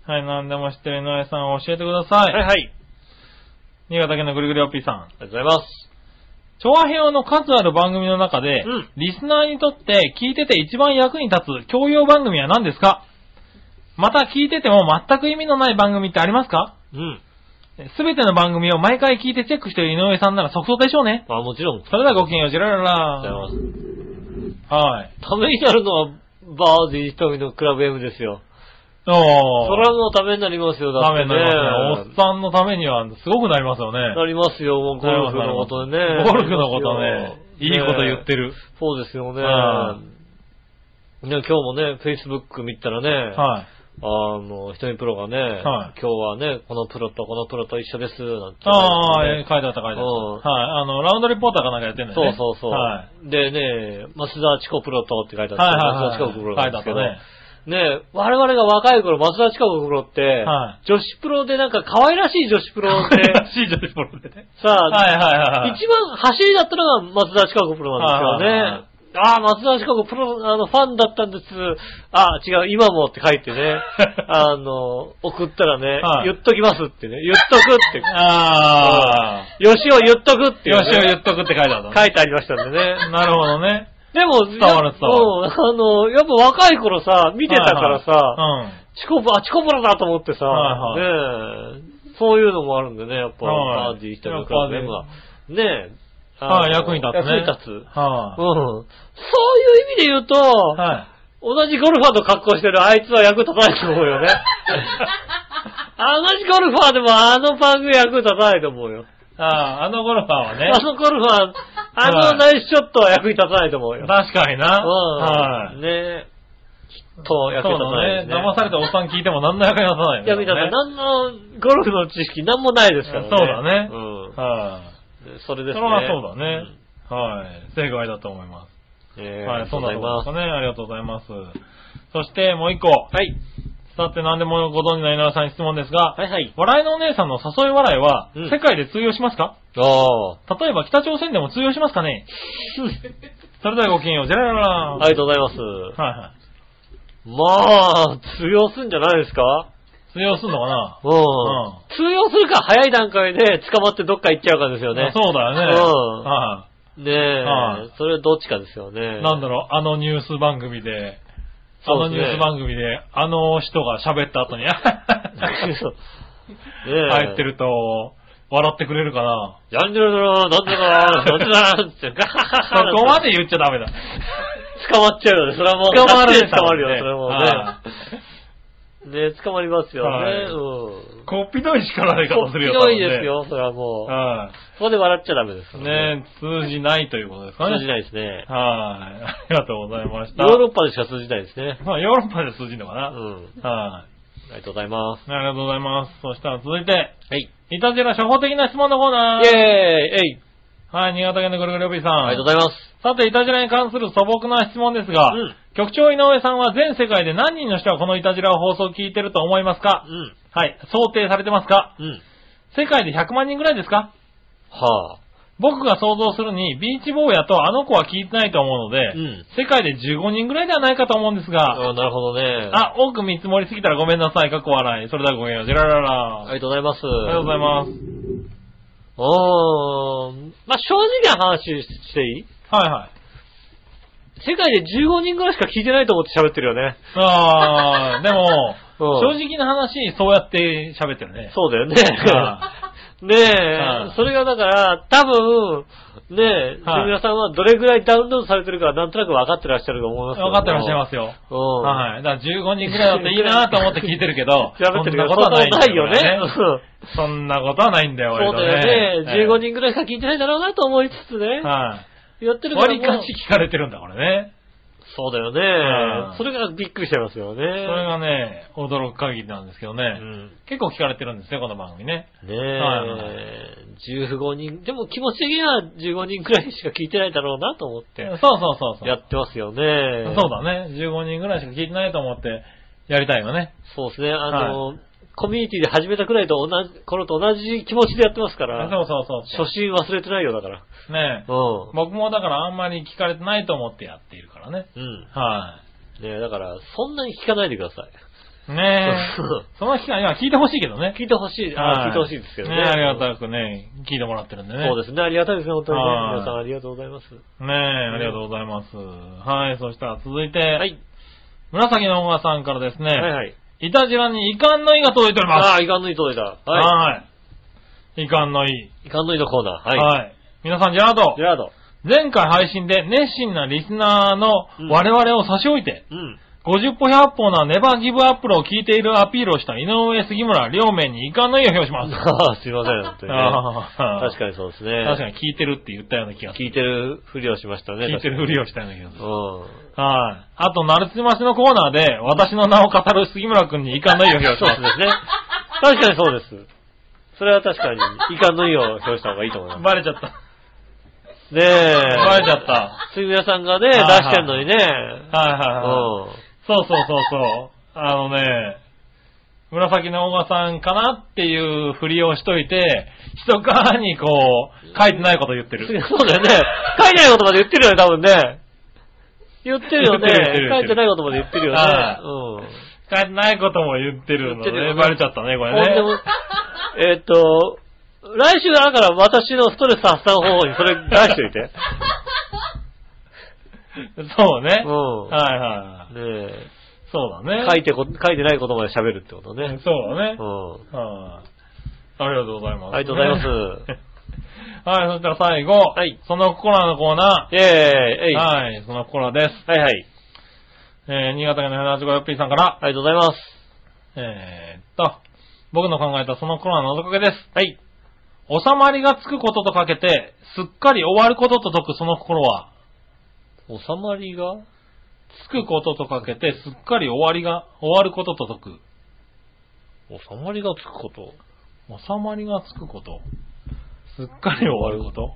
C: 何でも知ってる井上さんを教えてください。
B: はいはい。
C: 新潟県のぐるぐるおっぴーさん。
B: ありがとうございます。
C: 調和表の数ある番組の中で、
B: うん
C: リスナーにとって聞いてて一番役に立つ教養番組は何ですかまた聞いてても全く意味のない番組ってありますか
B: うん。
C: すべての番組を毎回聞いてチェックしている井上さんなら即答でしょうね。
B: あ、もちろん。あり
C: それではごきげんよう、ジェララ
B: がとう
C: ラ
B: ございます。
C: はい。
B: ためになるのは、バーディー瞳のクラブ M ですよ。
C: おー。
B: それはもうためになりますよ、だっ
C: ため
B: て
C: に
B: ね。
C: なりますね。おっさんのためにはすごくなりますよ
B: な
C: ね。
B: りますよ、もうゴルフのことでね。
C: ゴルフのことね、いいこと言って
B: る。
C: る。
B: そうですよね。
C: はい
B: ね今日もね、Facebook 見たらね、
C: はい。
B: あの、瞳プロがね、
C: はい
B: 今日はね、このプロとこのプロと一緒です、なんて、
C: ああ、えー書いてあった書いてあ
B: うん
C: った。はい。あの、ラウンドリポーターかなんかやってんだよ
B: そう
C: ね。
B: そうそう。
C: はい。
B: でね、松田チコプロとって書いてあった。
C: はいはいはい。
B: 松田チコプロなんですけど、
C: 書いてあっ
B: ね我々が若い頃、松田チコプロって、
C: は
B: 女子プロでなんか可愛らしい女子プロった
C: ね。
B: て
C: ら、しい女子プロでね。
B: さあ、
C: はいはいはいはい。
B: 一番走りだったのが松田近子プロなんです
C: はいはい
B: よ
C: はい、
B: ね。ああ、松田近子プロ、あの、ファンだったんです。ああ、違う、今もって書いてね あの、送ったらね、
C: はい
B: 言っときますってね、言っとくって。
C: ああ。
B: よしお言っとくっていう
C: よ
B: ね、
C: しを言っとくって書いてあった。
B: 書いてありましたんでね。
C: なるほどね。
B: でも、
C: 伝わる伝わ
B: うんあの、やっぱ若い頃さ、見てたからさ、
C: はいはい
B: チコプロ、あ、チコプロだと思ってさ、
C: はい
B: ねえそういうのもあるんでね、やっぱ、
C: はい
B: バーディーしたりとか、
C: や
B: ね
C: っぱ
B: ねえ
C: う
B: あ
C: ん。
B: の
C: はい、役に立つね。
B: 役に立つ。うん。
C: は
B: そういう意味で言うと、
C: い。はい。
B: 同じゴルファーと格好してるあいつは役立たないと思う よね。同じゴルファーでもあの番組役立たないと思うよ。
C: ああ、あのゴルファーはね
B: あ。のゴルファー、あのナイスショットは役に立たないと思うよ。
C: 確かにな。
B: うん
C: はい。
B: ねえ。きっと役に
C: そう
B: 立たな
C: だ
B: いです
C: ね。
B: ね。
C: 騙されたおっさん聞いても何の役に立たないよね。
B: 役に立たない。
C: こ
B: 何の、ゴルフの知識何もないですからね。
C: そうだね
B: うん。
C: れねはい。
B: それですね。
C: それはそうだね。はい。正解だと思いま
B: うん。えー
C: す。はい、そう
B: あ
C: な
B: り
C: ん
B: がとうご
C: です
B: ざ
C: か
B: いま
C: ね。ありがとうございます。そして、もう一個。
B: す。はい。
C: さて、何でもご存知の井上さんに質問ですが、
B: はいはい。
C: 笑いのお姉さんの誘い笑いは、
B: うん
C: 世界で通用しますか
B: ああ。
C: 例えば北朝鮮でも通用しますか ねそれではごきげんよう、ジェラララ
B: ありがとうございます。
C: はいはい。
B: まあ、通用するんじゃないですか
C: 通用すんのかな
B: うん。通用するか早い段階で捕まってどっか行っちゃうかですよね。
C: そうだよね。
B: うん
C: は
B: ねえ
C: はい。
B: それはどっちかですよね。
C: い。なんだろう、あのニュース番組で、あ
B: そ
C: の
B: う
C: ニ
B: で
C: ュ
B: すね
C: ース番組で、あの人が喋った後に、
B: そうねえ。
C: 入ってると、笑ってくれるかな。
B: やんじゃらじゃら、なんでかな、なんでかな、って、ガハ
C: そ
B: ハハ。
C: こまで言っちゃダメだ。
B: 捕まっちゃうよね、それはもう。
C: 捕まる
B: 捕まるよ、それはもうね。ね、捕まりますよね。
C: はい
B: うん。
C: こっぴどい叱られ方するよ
B: ひどいです。
C: 多
B: よ、それはも
C: 分
B: う。
C: ねは
B: そこで笑っちゃダメです
C: い。。ね通じないということですかね。
B: 通じないですね。
C: はい。ありがとうございました。
B: ヨーロッパでしか通じないですね。
C: まあヨーロッパで通じるのか
B: う
C: な、
B: ん。
C: はい。
B: ありがとうございま
C: ありがとうございます。そしたら続いて、
B: す。はい。
C: いたじら初歩的な質問のコーナー。
B: イェーイえい
C: はい、新潟県のぐるぐるおびさん。
B: ありがとうございます。
C: さて、いたじらに関する素朴な質問ですが、
B: うん
C: 局長井上さんは全世界で何人の人がこのいたじらを放送を聞いてると思いますか
B: うん。
C: はい、想定されてますか
B: うん。
C: 世界で100万人ぐらいですか
B: は
C: 僕が想像するに、ビーチ坊やとあの子は聞いてないと思うので、
B: うん
C: 世界で15人ぐらいではないかと思うんです
B: あ。
C: が、
B: あなるほどね。
C: あ、多く見積もりすぎたらごめんなさい、かっこ笑い。それではごきげんよう、ジェラララ。
B: ありがとうございます。
C: ありがとうございます。
B: うーん。まあ、正直な話していい
C: はいはい。
B: 世界で15人ぐらいしか聞いてないと思って喋ってるよね。
C: ああ、でも、
B: うん
C: 正直な話、そうやって喋ってるね。
B: そうだ よね。
C: は
B: ね
C: は
B: え
C: い、
B: それがだから、多分、ねえ、
C: はい
B: 皆さんはどれぐらいダウンロードされてるかなんとなく分かってらっしゃると思います。
C: 分かってらっしゃいますすよ。
B: うん。、
C: はい。だから15人くらいだっていいなと思って聞いてるけど
B: 喋ってるけど、
C: そんなことはないんだ
B: よね。うん
C: そんなことはないんだよ、
B: そう
C: 割と
B: だよね。15
C: ね
B: 人ぐらいしか聞いてないだろうなと思いつつね。
C: は
B: やって
C: い。
B: るから
C: 割
B: もう
C: りかし聞かれてるんだからね。
B: そうだよ
C: は
B: ね。
C: い
B: それがびっくりしちゃいますよね。
C: それがね、驚く限りなんですけど
B: う
C: ね。
B: ん。
C: 結構聞かれてるんですね、この番組ね。
B: ねえ、
C: はいはい
B: 15人、でも気持ち的には15人くらいしか聞いてないだろうなと思っ
C: そ
B: て
C: うそうそうそう。
B: やってますよね。
C: そうだね。15人くらいしか聞いてないと思ってやりたいよね。
B: そうですね、あの、コミュニティで始めたくらいと同じ、頃と同じ気持ちでやってますか
C: そう
B: ら、
C: そうそうそう。
B: 初心忘れてないよだから。
C: ねえ
B: うん。
C: 僕もだからあんまり聞かれてないと思ってやっているからね。
B: うん。
C: は
B: ねえだから、そんなに聞かないでください。
C: い。ねえ。その期間、いや、聞いてほしいけどね。
B: 聞いてほしい、あ
C: は
B: 聞いてほしいですけどね。
C: ねえありがたくね、聞いてもらってるんでね。
B: そうですね、ありがたいですね、本当にね。
C: はい
B: 皆さんありがとうございます。
C: す。ねえ、ありがとうございます。はい、そしたら続いて、
B: はい。
C: 紫の小川さんからですね、
B: はいはい。
C: いたじらに遺憾の意が届いており
B: あ
C: ま
B: あ、いかんのいとでだ。
C: す。
B: は
C: はい。遺憾の意。
B: い。いかんのいとコーナー。はい。
C: はい。皆さん、ジェラート
B: ジェ、ラード。
C: 前回配信で熱心なリスナー
B: うん
C: の我々を差し置いて、
B: うん。
C: 50歩100歩なネバーギブアップルを聞いているアピールをした井上杉村両面に遺憾の意を表します。
B: ああ、すいません、本当にね、
C: あー
B: 確かにそうですね。
C: 確かに聞いてるって言ったような気がす
B: 聞い
C: る。
B: てるふりをしましたね。
C: 聞いてるふりをしたような気がす
B: 確かに。
C: る。
B: うん。
C: はい。あと、なるつましのコーナーで、私の名を語る杉村くんに遺憾の意を表し
B: そう です
C: ま。
B: すね。確かにそうです。それは確かに、遺憾の意を表した方がいいと思いま
C: バレちゃった。
B: す。ねえ。
C: バレちゃった。
B: 杉村さんがね、出
C: はいはい
B: してんのにね。
C: はい
B: う
C: はいはい。
B: ん。
C: そうそうそうそう。あのね、紫の小川さんかなっていうふりをしといて、ひそかにこう、書いてないことを言ってる。
B: そうだよね。書いてないことまで言ってるよね、多分ね。言ってるよね
C: 言ってる言ってる言って。る
B: 書いてないことまで言ってるよね。
C: は
B: うん。
C: 書いてないことも言ってるの
B: 言ってるよ
C: で、
B: ね
C: バレちゃったね、これ
B: ほんでも
C: ね。、
B: えーっと、来週だから私のストレス発散方法にそれ出しておい て。
C: そうね。
B: うん
C: はいは
B: ねえ。
C: い。そうだね。
B: 書いてこ、書いてないことまで喋るってことね。
C: そうだね。
B: うん。
C: はいありがとうございます。
B: ありがとうございます
C: はい、そしたら最後。
B: はい
C: その心のコーナ
B: ええ、えい。
C: ー。
B: は
C: はい、その心です。
B: いはい。
C: えー、新潟県の75よっぴーさんから、
B: ありがとうございます。
C: えーっと、僕の考えたその心の謎かけです。
B: はい。
C: 収まりがつくこととかけて、すっかり終わることと解くその心は、
B: 収まりが
C: つくこととかけて、すっかり終わりが、終わることと解く。
B: 収まりがつくこと。
C: 収まりがつくこと。すっかり終わること。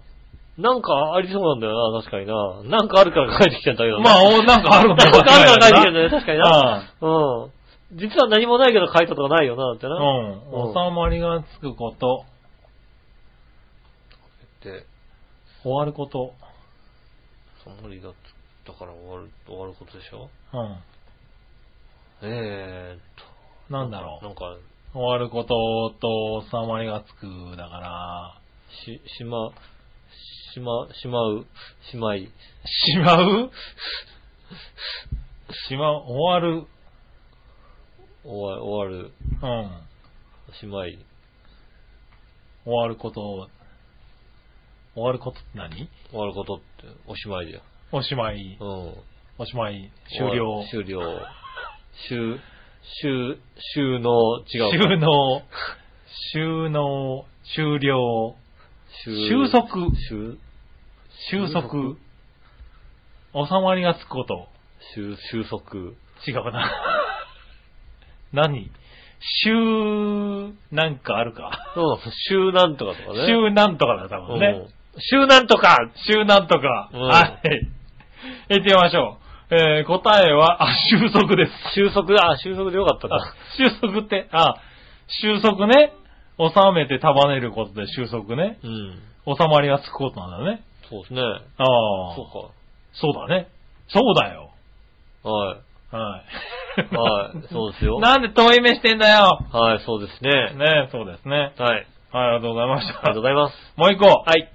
B: なんかありそうなんだよな、確かにな。なんかあるから書いてきちゃったけどね
C: まあ、おなんかあるの
B: なんかあるから書いてきちゃったね、
C: ね。
B: 確かに
C: あ
B: な。うん。実は何もないけど書いたとかないよな、だって
C: う
B: な。
C: ん。収まりがつくこと。
B: で、
C: 終わること。
B: 収まりがつく、だから終わる、終わることでしょ
C: うん。
B: ええ
C: なんだろ
B: なんか、
C: う。終わることと収まりがつく。だから、
B: し、しま、しま、しまう、しまい。
C: しまうしまう。終わる。
B: 終わ終わる、
C: うん。
B: しまい。
C: 終わること。終わることって何
B: 終わることって、おしまいだよ。
C: おしまい
B: うん。
C: おしまい。終了。
B: 終了。終、収、収納、違う。
C: 収納、収納、終了、収束、
B: 収、
C: 収束、収まりがつくこと。
B: 収、収束。
C: 違うな。 何週、なんかあるか。
B: そう、収なんとかとかね。
C: 週なんとかだ、多
B: う
C: 分
B: ん
C: ね。週なんとか週なんとか、
B: うん
C: はい。 行ってみましょう。えー、答えは、あ、収束です。
B: 収束だ、あ収束でよかった
C: あ
B: な。
C: 収束って、あ、収束ね。収めて束ねることで収束ね。
B: うん。
C: 収まりがつくことなんだね。
B: そうですね。
C: ああ。
B: そ
C: そうだね。そうだよ。
B: うか。は
C: はい。
B: い。はい、そうです よ。
C: なんで遠い目してんだよ。
B: はい、そうですね。
C: ねそうですね。
B: はい。
C: はい、ありがとうございまし
B: ありがと
C: た
B: う。ございます。
C: もう一個。はい。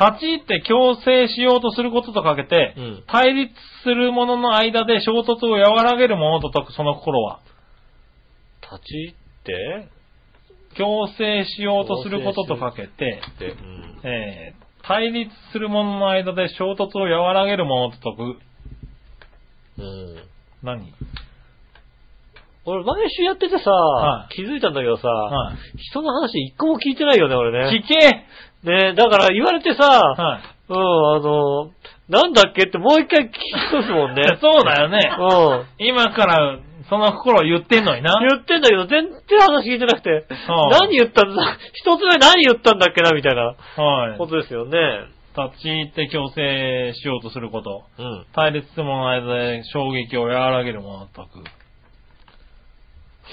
C: 立ち入って強制しようとすることとかけて、
B: うん
C: 対立する者の間で衝突を和らげるものと解くその心は、
B: 立ち入って
C: 強制しようとすることとかけて、
B: って、うん。
C: えー、対立する者の間で衝突を和らげるものと解
B: うん。
C: く。何
B: 俺、毎週やっててさ、
C: はい
B: 気づいたんだけどさ、
C: はい
B: 人の話一個も聞いてないよね、俺ね。
C: 聞け
B: ねだから言われてさ、
C: はい。。
B: うん、あの、なんだっけってもう一回聞き返すも んね
C: そうだよね。
B: うん。
C: 今からその心を言ってんのにな。
B: 言ってんだけど、全然話聞いてなくて、
C: うん
B: 何言ったんだ、一つ目何言ったんだっけな、みたいな
C: はい。
B: ことですよね。
C: 立ち入って強制しようとすること。
B: うん。
C: 対立する者の間で衝撃を和らげるものと解く。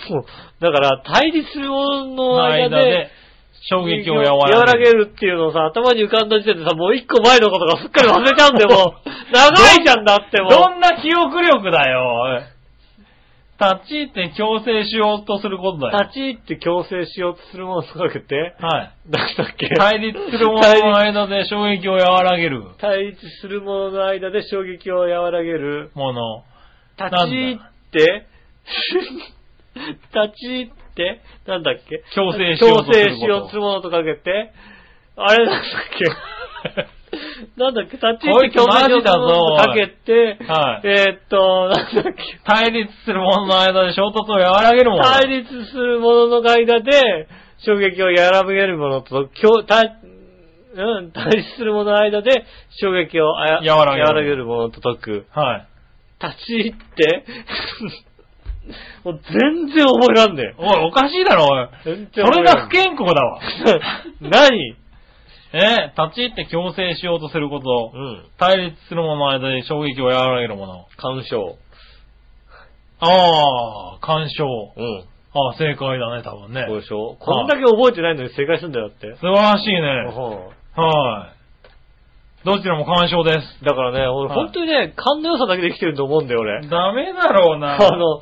B: そう。だから、対立するものの間
C: 間
B: で
C: で、衝撃を和
B: 和
C: ら
B: ら
C: げ
B: げ
C: る。
B: るっていうのをさ、頭に浮かんだ時点でさ、もう一個前のことがすっかり忘れちゃうんだよ、も う。長いじゃんだって、もう。
C: どんな記憶力だよ、おい立ち入って強制しようとすることだよ。
B: 立ち入って強制しようとするものすごくて、
C: はい。
B: なんだっけ
C: 対立する者の間で衝撃を和らげる
B: 対立する者の間で衝撃を和らげる。
C: もの。
B: 立
C: なん
B: ち
C: だ
B: 入って、立ち入って、なんだっけ
C: 強制しようとすること
B: 強制しようとするものとかけて、あれなんだっ けなんだっけ立ち入って強制しようとするものとかけて、
C: はい。
B: えーっと、なんだっけ
C: 対立する者の間で衝突を和らげるもの。
B: 対立する者の間で、衝撃を和らげる者と、強対、うん、対立する者の間で、衝撃をあや
C: 和らげる
B: 和らげる者と解く。
C: はい。
B: 立ち入って、もう全然覚えらんね
C: おい、おかしいだろ、おい。
B: え。全
C: そ
B: 然覚
C: れ
B: えらん
C: が不健康だ わ。
B: 何
C: え立ち入って強制しようとすること
B: う。ん。
C: 対立する者の間で衝撃を和らげるもの。
B: 干渉。
C: ああ、干渉。
B: うん。
C: ああ、正解だね、多分ね。
B: 干渉。こんだけ覚えてないのに正解するんだよだって。
C: 素晴らしい
B: うん
C: ね。はい。どちらも干渉です。
B: だからね、俺
C: はい
B: 本当にね、勘の良さだけできてると思うんだよ、俺。
C: ダメだろう な。
B: あの、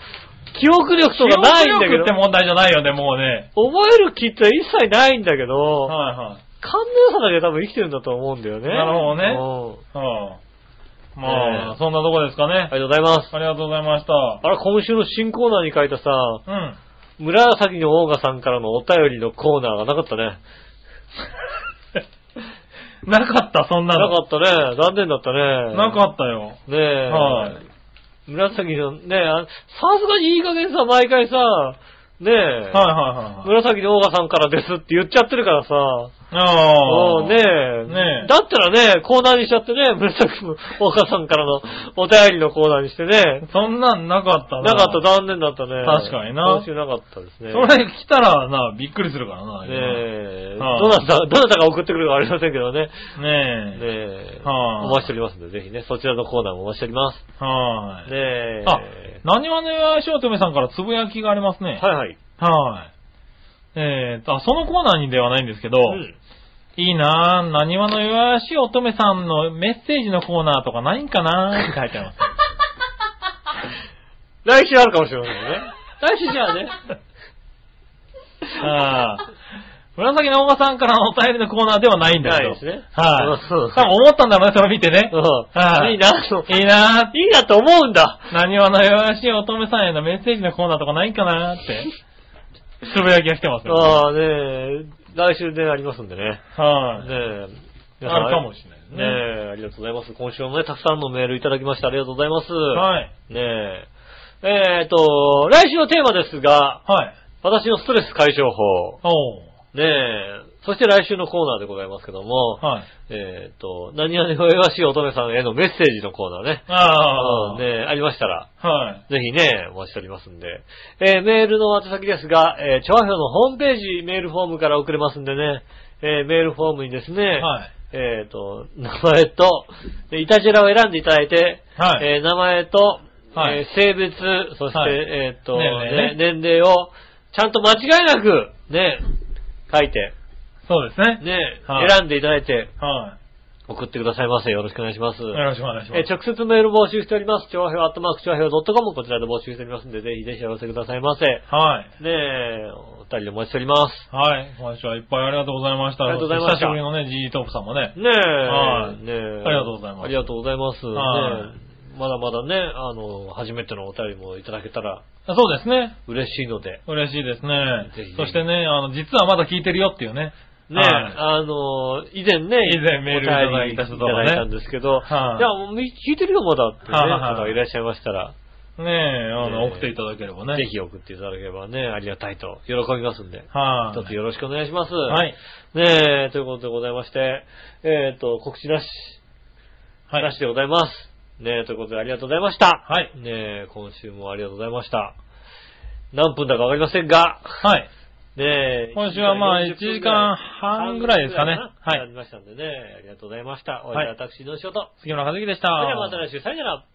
B: 記憶力とかないんだ
C: 記
B: け
C: 憶力
B: ど
C: っ、て問題じゃないよね、もうね。
B: 覚える気って一切ないんだけど、
C: はいはい。
B: 勘の良さだけで多分生きてるんだと思うんだよね。
C: なるほどね
B: うん
C: はあ、まあ、
B: ええ
C: そんなとこですかね。
B: ありがとうございます。
C: ありがとうございました。
B: あら、今週の新コーナーに書いたさ、
C: うん。
B: 紫のオーガさんからのお便りのコーナーがなかったね。
C: なかった、そんな
B: な
C: の。
B: かったね。残念だったね。
C: なかったよ。
B: ねえ。
C: はい
B: 紫の、ねえ、あさすがにいい加減さ、毎回さ、ねえ。
C: はいはいはいはい。
B: 紫のオーガさんからですって言っちゃってるからさ。
C: あ
B: うん
C: あ。
B: ねえ。
C: ねえ
B: だったらね、コーナーにしちゃってね、紫のオーガさんからのお便りのコーナーにしてね。
C: そんなんなかった
B: なかった、残念だったね。
C: 確かにな
B: 今週なかったですね。
C: それ来たらな、びっくりするからな。
B: ねえ、
C: はい
B: どなた、どなたが送ってくるかわかりませんけどね。
C: ねえ。
B: ねえ、
C: はい
B: お待ちしておりますので、ぜひね、そちらのコーナーもお待ちしております。
C: はー
B: ね
C: い。
B: え。
C: あ、何はねわしおとめさんからつぶやきがありますね。
B: はいはい。
C: はーい。えーと、あ、そのコーナーにではないんですけど、
B: うん。
C: いいなぁ、何わのよやしおとめさんのメッセージのコーナーとかないんかなぁって書いてあ ります。
B: 来週あるかもしれませんね。来週じゃあね。
C: あー紫のおばさんからのお便りのコーナーではないんだけど。
B: ないですね
C: は
B: うんうん
C: い。多分思ったんだろうね、それ見てね
B: う。
C: は
B: ん。
C: い
B: いいな、そう
C: いいなぁ、
B: いいなと思うんだ。
C: 何わのよやしおとめさんへのメッセージのコーナーとかないんかなぁって、つぶやきが来てますよ。
B: ああ、ねえ、来週でありますんでね。
C: はい。
B: ねえ。皆さん
C: あるかもしれないですね。
B: ねえ、ありがとうございます。今週もね、たくさんのメールいただきましてありがとうございます。
C: はい。
B: ねえ。えっ、と、来週のテーマですが、
C: はい。
B: 私のストレス解消法。
C: お
B: ねえ。そして来週のコーナーでございますけども、
C: ー。はい。
B: えっ、と、何々おしい乙女さんへのメッセージのコーナーね。
C: あ
B: う
C: あ。
B: んねえありましたら、
C: はい。
B: ぜひね、お待ちしておりますんで。えーメールの宛先ですが、えー、調和表のホームページメールフォームから送れますんでね、えーメールフォームにですね、
C: はい。
B: えっ、と、名前と、でイタジェラを選んでいただいて、
C: はい
B: えー名前と、
C: はい
B: えー性別、そして、
C: はい
B: えっ、と、
C: 年齢ね
B: ね年齢を、ちゃんと間違いなく、ね、書いて、
C: そうですね。
B: ね、
C: はい
B: 選んでいただいて、
C: は
B: 送ってくださいませ。よろしくお願いします。
C: い。よろしくお願いします。
B: えー直接メール募集しております。長平アットマーク長平 .com こちらで募集しておりますんで、ぜひぜひお寄せくださいませ。ね
C: はい。
B: え、お二人でお待ちしております。
C: はい。今週はいっぱいありがとうございました。
B: ありがとうございました
C: そて久しぶりのね、GG トップさんもね。
B: ねえ。
C: はい
B: ねえ。
C: ありがとうございます
B: ありがとうございます。
C: はい
B: ねえまだまだね、あの、初めてのお便りもいただけたら
C: そうですね。
B: 嬉しいので。
C: 嬉しいです
B: ぜひぜひ
C: ね。そしてね、あの、実はまだ聞いてるよっていうね。
B: ねえ、
C: はい
B: あの、以前ね、
C: 以前メールいただいた人とかね
B: お便りいただいたんですけど、
C: はい
B: いや、もう聞いてるよ、まだってね、
C: はいはいはい
B: 方がいらっしゃいましたら、
C: ねえ、あ
B: え
C: の、
B: え
C: 送っていただければね。
B: ぜ。ひ送っていただければね、ありがたいと、喜びますんで。
C: は
B: 一つ
C: い。
B: よろしくお願いします。
C: はい。
B: ねえ、ということでございまして、えっ、と、告知なし、
C: はい。
B: なしでございます。ねえ、ということでありがとうございました。
C: はい
B: ねえ、今週もありがとうございました。何分だかわかりませんが、
C: はい。
B: ねえ、
C: 今週はまあ
B: 40分
C: 一時間半ぐらいですかね
B: 半ぐらいかな
C: はい
B: なりましたんでね、ありがとうございました。お
C: はい
B: 相手は私、の仕事。
C: 杉村和樹でした。
B: それではまた来週、さよなら。